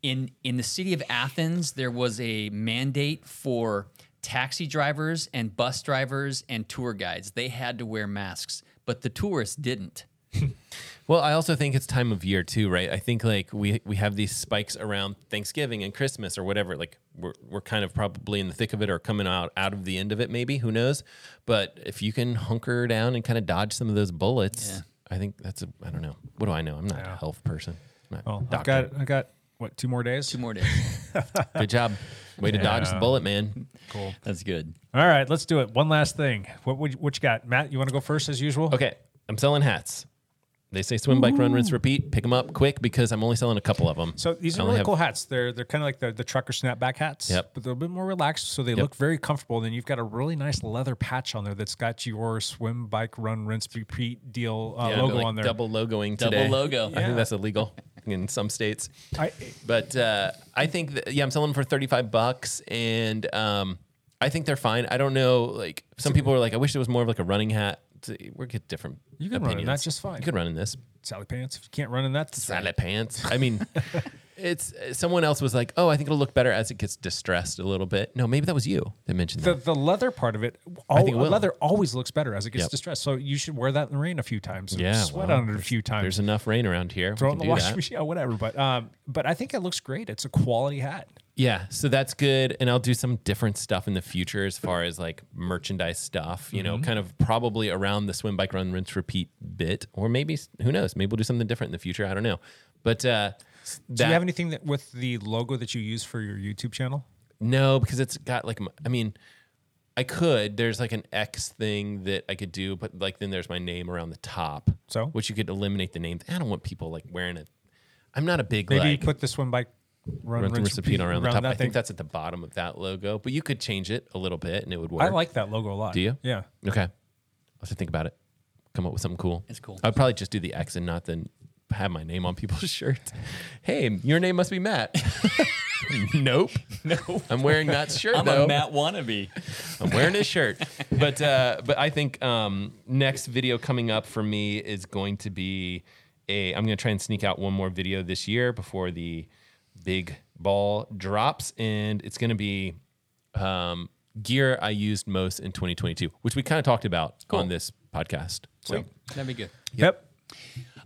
Speaker 8: in in the city of Athens, there was a mandate for taxi drivers and bus drivers and tour guides. They had to wear masks, but the tourists didn't.
Speaker 9: Well, I also think it's time of year too, right? I think like we we have these spikes around Thanksgiving and Christmas or whatever. Like we're we're kind of probably in the thick of it or coming out out of the end of it, maybe. Who knows? But if you can hunker down and kind of dodge some of those bullets, I think that's a I don't know. What do I know? I'm not a health person. I'm not a
Speaker 7: Well, I've
Speaker 9: doctor.
Speaker 7: got I got what two more days?
Speaker 8: Two more days.
Speaker 9: Good job. Way to dodge the bullet, man.
Speaker 8: [laughs] That's good.
Speaker 7: All right, let's do it. One last thing. What would you- what you got, Matt? You want to go first as usual?
Speaker 9: Okay, I'm selling hats. They say swim, bike, run, rinse, repeat. Pick them up quick because I'm only selling a couple of them.
Speaker 7: So
Speaker 9: I
Speaker 7: these are
Speaker 9: only
Speaker 7: really
Speaker 9: have-
Speaker 7: cool hats. They're they're kind of like the, the trucker snapback hats,
Speaker 9: Yep.
Speaker 7: but they're a bit more relaxed, so they look very comfortable. And then you've got a really nice leather patch on there that's got your swim, bike, run, rinse, repeat deal uh,
Speaker 9: Yeah,
Speaker 7: logo
Speaker 9: like
Speaker 7: on there.
Speaker 9: Double logoing
Speaker 8: Double
Speaker 9: today.
Speaker 8: logo.
Speaker 9: I think that's illegal in some states.
Speaker 7: I- eh,
Speaker 9: but uh, I think that, yeah, I'm selling them for 35 bucks, and um, I think they're fine. I don't know. Like some people are like, I wish it was more of like a running hat. It's- We're get different.
Speaker 7: You can run in
Speaker 9: opinions.
Speaker 7: that just fine.
Speaker 9: You could run in this
Speaker 7: Sally pants. If you can't run in that, that's
Speaker 9: salad pants. I
Speaker 7: [laughs]
Speaker 9: mean. It's someone else was like, "Oh, I think it'll look better as it gets distressed a little bit." No, maybe that was you that mentioned
Speaker 7: the
Speaker 9: that.
Speaker 7: the leather part of it. All,
Speaker 9: think it will.
Speaker 7: leather always looks better as it gets
Speaker 9: Yep.
Speaker 7: distressed. So you should wear that in the rain a few times. and sweat
Speaker 9: well,
Speaker 7: on it a
Speaker 9: there's-
Speaker 7: few times.
Speaker 9: There's enough rain around here. We
Speaker 7: Throw it
Speaker 9: can
Speaker 7: in the
Speaker 9: do
Speaker 7: washing
Speaker 9: that.
Speaker 7: machine, [laughs] yeah, whatever. But um, but I think it looks great. It's a quality hat.
Speaker 9: Yeah, so that's good, and I'll do some different stuff in the future as far as like merchandise stuff. You
Speaker 7: Mm-hmm.
Speaker 9: know, kind of probably around the swim, bike, run, rinse, repeat bit, or maybe who knows? Maybe we'll do something different in the future. I don't know, but uh, that,
Speaker 7: Do you have anything that with the logo that you use for your YouTube channel?
Speaker 9: no, because it's got like m- I mean, I could. There's like an X thing that I could do, but like then there's my name around the top,
Speaker 7: So?
Speaker 9: which you could eliminate the name. I don't want people like wearing it. I'm not a big
Speaker 7: Maybe
Speaker 9: like,
Speaker 7: put this one by run,
Speaker 9: run through
Speaker 7: rinse,
Speaker 9: recipe
Speaker 7: repeat
Speaker 9: around the top. I
Speaker 7: that
Speaker 9: think
Speaker 7: thing.
Speaker 9: that's at the bottom of that logo, but you could change it a little bit and it would work.
Speaker 7: I like that logo a lot.
Speaker 9: Do you?
Speaker 7: Yeah.
Speaker 9: Okay. I'll have to think about it. Come up with something cool.
Speaker 8: It's cool.
Speaker 9: I'd probably just do the X and not then have my name on people's [laughs] shirts. Hey, your name must be Matt. [laughs]
Speaker 8: [laughs]
Speaker 9: nope. No. I'm wearing Matt's shirt
Speaker 8: I'm
Speaker 9: though.
Speaker 8: a Matt wannabe.
Speaker 9: I'm wearing his shirt. But uh, but I think um, next video coming up for me is going to be a. I'm going to try and sneak out one more video this year before the big ball drops, and it's going to be um, gear I used most in 2022, which we kind of talked about on this podcast. So
Speaker 8: That'd be good.
Speaker 7: Yep.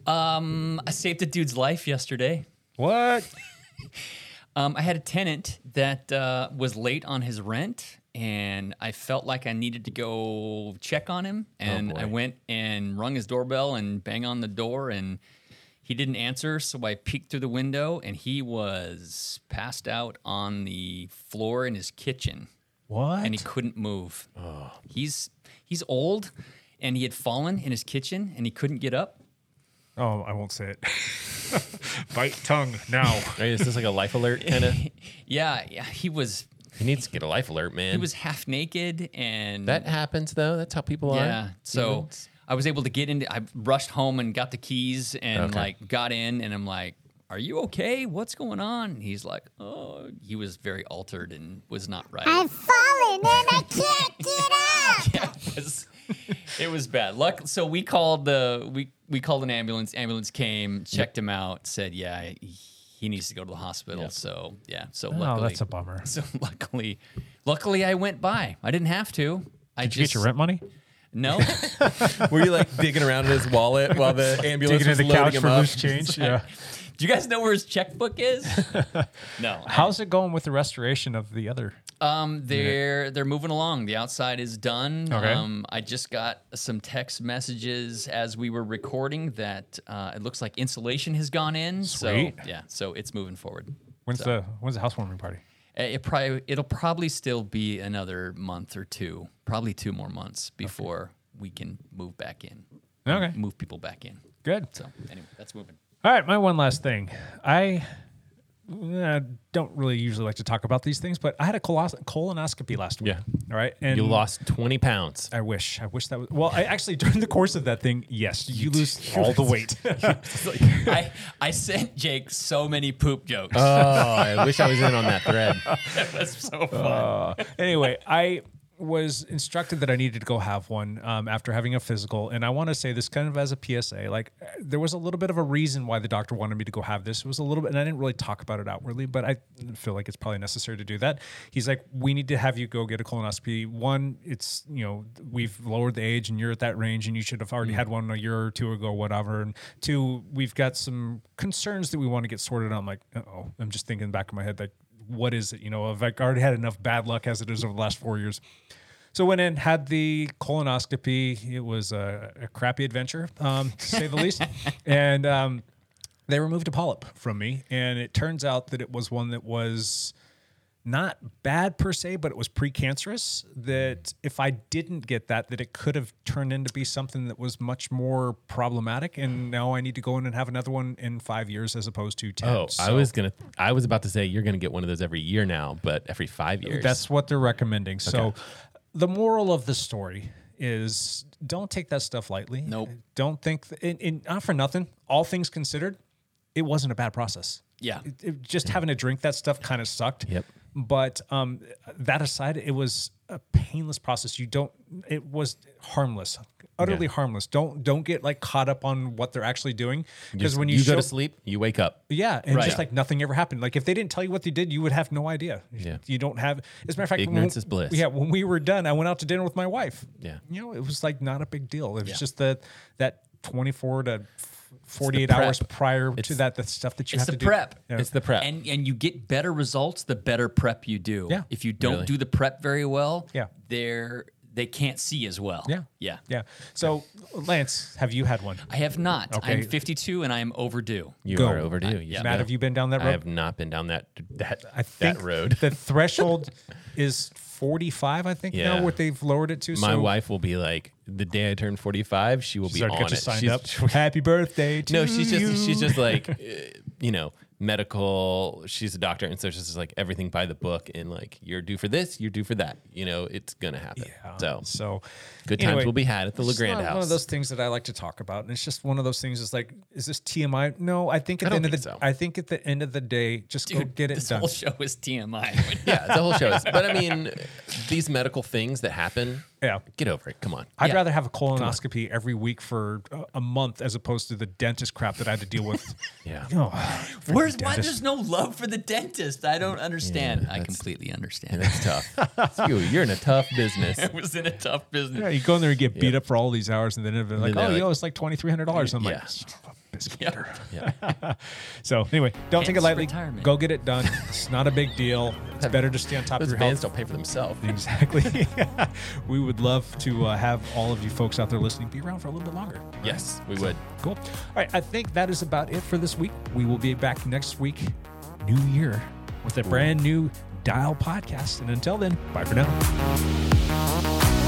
Speaker 8: Um, I saved a dude's life yesterday.
Speaker 7: What?
Speaker 9: [laughs]
Speaker 8: Um, I had a tenant that uh, was late on his rent, and I felt like I needed to go check on him. And I went and rung his doorbell and bang on the door, and he didn't answer. So I peeked through the window, and he was passed out on the floor in his kitchen,
Speaker 9: [laughs]
Speaker 7: What?
Speaker 8: and he couldn't move. He's he's old, and he had fallen in his kitchen, and he couldn't get up.
Speaker 7: oh, I won't say it. [laughs] Bite tongue now.
Speaker 9: right, is this like a life alert kind
Speaker 8: [laughs]
Speaker 9: of? He
Speaker 8: Yeah, yeah, he was
Speaker 9: needs to get a life alert, man.
Speaker 8: he was half naked, and
Speaker 9: that happens though. That's how people are.
Speaker 8: Yeah. So I was able to get into. I rushed home and got the keys and like got in, and I'm like, "Are you okay? What's going on?" And he's like, "Oh, he was very altered and was not right."
Speaker 10: I've fallen and I can't
Speaker 8: [laughs]
Speaker 10: get up.
Speaker 8: it was, it was bad. Luck. So we called the we we called an ambulance. Ambulance came, checked him out, said, "Yeah, he, he needs to go to the hospital." So yeah. So
Speaker 7: Oh,
Speaker 8: luckily,
Speaker 7: that's a bummer.
Speaker 8: [laughs] so luckily, luckily I went by. I didn't have to. I
Speaker 7: Did you get
Speaker 8: just
Speaker 7: your rent money? [laughs]
Speaker 8: no.
Speaker 9: Were you like digging around in his wallet while
Speaker 8: [laughs]
Speaker 9: the ambulance
Speaker 7: Digging
Speaker 9: was
Speaker 7: into the
Speaker 9: loading
Speaker 7: couch
Speaker 9: him
Speaker 7: for
Speaker 9: up? [laughs]
Speaker 7: loose change. Yeah.
Speaker 8: Do you guys know where his
Speaker 7: [laughs]
Speaker 8: checkbook is? no.
Speaker 7: How's it going with the restoration of the other?
Speaker 8: Um, they're they're moving along. The outside is done.
Speaker 7: Okay.
Speaker 8: Um, I just got some text messages as we were recording that uh, it looks like insulation has gone in.
Speaker 7: Sweet.
Speaker 8: So yeah, so it's moving forward.
Speaker 7: When's the when's the housewarming party?
Speaker 8: Uh, It probably it'll probably still be another month or two, probably two more months before we can move back in.
Speaker 7: Okay.
Speaker 9: Mm.
Speaker 8: Move people back in.
Speaker 7: Good.
Speaker 8: So anyway,
Speaker 7: [laughs]
Speaker 8: that's moving.
Speaker 7: All right, my one last thing. I uh, don't really usually like to talk about these things, but I had a colos- colonoscopy last week.
Speaker 9: Yeah.
Speaker 7: All right. And
Speaker 9: You lost 20 pounds.
Speaker 7: I wish. I wish that was. Well, I actually [laughs] during the course of that thing, yes, you lose
Speaker 9: [laughs]
Speaker 7: all the weight. [laughs]
Speaker 8: I I sent Jake so many poop jokes.
Speaker 9: Oh, I wish I was in on that thread.
Speaker 8: that's
Speaker 7: Uh,
Speaker 8: so fun.
Speaker 7: anyway, I was instructed that I needed to go have one um, after having a physical, and I want to say this kind of as a PSA. Like, eh, there was a little bit of a reason why the doctor wanted me to go have this. It was a little bit, and I didn't really talk about it outwardly, but I feel like it's probably necessary to do that. He's like, "We need to have you go get a colonoscopy. One, it's you know we've lowered the age, and you're at that range, and you should have already had one a year or two ago, whatever. And two, we've got some concerns that we want to get sorted out." I'm like, "Oh, I'm just thinking back in my head like." what is it? You know, I've already had enough bad luck as it is over the last four years. So went in, had the colonoscopy. It was a, a crappy adventure, um, to say
Speaker 9: [laughs]
Speaker 7: the least. And um, they removed a polyp from me, and it turns out that it was one that was not bad per se, but it was precancerous. That if I didn't get that, that it could have turned into be something that was much more problematic. And now I need to go in and have another one in five years as opposed to ten.
Speaker 9: Oh, [laughs] I
Speaker 7: So
Speaker 9: was gonna. I was about to say you're gonna get one of those every year now, but every five years.
Speaker 7: That's what they're recommending. So the moral of the story is don't take that stuff lightly.
Speaker 8: Nope.
Speaker 7: Don't think, th- and, and not for nothing, all things considered, it wasn't a bad process.
Speaker 8: Yeah.
Speaker 7: It- it- just having to drink that stuff kind of sucked.
Speaker 9: Yep.
Speaker 7: But um, that aside, it was a painless process. You don't. It was harmless, utterly harmless. Don't don't get like caught up on what they're actually doing because
Speaker 9: Just-
Speaker 7: when you,
Speaker 9: go to
Speaker 7: show-
Speaker 9: sleep, you wake up.
Speaker 7: yeah, and
Speaker 9: Right.
Speaker 7: just like nothing ever happened. Like if they didn't tell you what they did, you would have no idea.
Speaker 9: Yeah.
Speaker 7: you don't have. As a matter of fact,
Speaker 9: Ignorance
Speaker 7: when-
Speaker 9: is bliss.
Speaker 7: Yeah, when we were done, I went out to dinner with my wife.
Speaker 9: Yeah.
Speaker 7: you know, it was like not a big deal. It was
Speaker 9: Yeah.
Speaker 7: just that that twenty four to forty eight
Speaker 9: prep.
Speaker 7: hours prior to
Speaker 9: It's-
Speaker 7: that, the stuff that you
Speaker 8: It's
Speaker 7: have to
Speaker 8: the
Speaker 7: do.
Speaker 8: prep.
Speaker 7: Yeah.
Speaker 9: It's the prep.
Speaker 8: And and you get better results the better prep you do.
Speaker 7: Yeah.
Speaker 8: If you don't
Speaker 9: Really.
Speaker 8: do the prep very well,
Speaker 7: Yeah.
Speaker 8: they're they can't see as well.
Speaker 7: yeah,
Speaker 8: Yeah.
Speaker 7: yeah. So, Lance, have you had one?
Speaker 8: I have not.
Speaker 7: Okay.
Speaker 8: I'm 52 and I am overdue.
Speaker 9: you
Speaker 7: go.
Speaker 9: are overdue. You
Speaker 8: yeah.
Speaker 9: should
Speaker 7: Matt,
Speaker 9: go.
Speaker 7: have you been down that road?
Speaker 9: I have not been down that that
Speaker 7: I think
Speaker 9: that road.
Speaker 7: the threshold is forty five. I think
Speaker 9: Yeah.
Speaker 7: now what they've lowered it to.
Speaker 9: [laughs] My
Speaker 7: so
Speaker 9: wife will be like, the day I turn 45, she will
Speaker 7: she's
Speaker 9: be
Speaker 7: already
Speaker 9: on
Speaker 7: got you
Speaker 9: it.
Speaker 7: signed
Speaker 9: She's-
Speaker 7: up. Happy birthday
Speaker 9: [laughs]
Speaker 7: to
Speaker 9: No, she's
Speaker 7: you.
Speaker 9: just she's just like, uh, you know, medical. She's a doctor, and so she's just like everything by the book, and like you're due for this, you're due for that. You know, it's gonna happen.
Speaker 7: Yeah.
Speaker 9: So
Speaker 7: so
Speaker 9: good times will be had at the
Speaker 7: it's
Speaker 9: LeGrand
Speaker 7: not One
Speaker 9: House.
Speaker 7: of those [laughs] things that I like to talk about, and it's just one of those things. Is like, is this TMI? No, I think at
Speaker 9: I
Speaker 7: the
Speaker 9: don't
Speaker 7: end of the,
Speaker 9: think so.
Speaker 7: I think at the end of the day, just go
Speaker 8: Dude,
Speaker 7: get it
Speaker 8: this
Speaker 7: done.
Speaker 8: whole show is
Speaker 7: [laughs]
Speaker 8: TMI.
Speaker 9: yeah, the whole show is. But I mean, these medical things that happen.
Speaker 7: Yeah.
Speaker 9: get over it. Come on.
Speaker 7: I'd rather have a colonoscopy every week for a- a month as opposed to the dentist crap that I had to
Speaker 9: [laughs]
Speaker 7: deal with. [laughs]
Speaker 9: Yeah.
Speaker 7: No,
Speaker 8: [laughs] Where's why there's no love for the dentist? I don't understand. I completely understand.
Speaker 9: That's
Speaker 7: [laughs]
Speaker 9: tough. you, you're in a tough business.
Speaker 8: [laughs] I was in a tough business.
Speaker 7: Yeah, you go in there and get beat up for all these hours, and then they're like,
Speaker 9: they're
Speaker 7: "Oh,
Speaker 9: like-
Speaker 7: yo, it's like twenty three hundred dollars." I'm
Speaker 9: Yeah.
Speaker 7: like, "Son of a biscuit."
Speaker 8: Yeah.
Speaker 7: [laughs] So anyway, don't take it
Speaker 8: Hence
Speaker 7: lightly.
Speaker 8: retirement.
Speaker 7: Go get it done. It's not a big deal. It's better to stay on top of
Speaker 9: Those
Speaker 7: your health. [laughs]
Speaker 9: bands don't pay for themselves.
Speaker 7: Exactly. [laughs] we would love to uh, have all of you folks out there listening be around for a little bit longer.
Speaker 9: Yes, we would.
Speaker 7: Cool. All right. I think that is about it for this week. We will be back next week, new year, with a brand new Dial podcast. And until then, bye for now.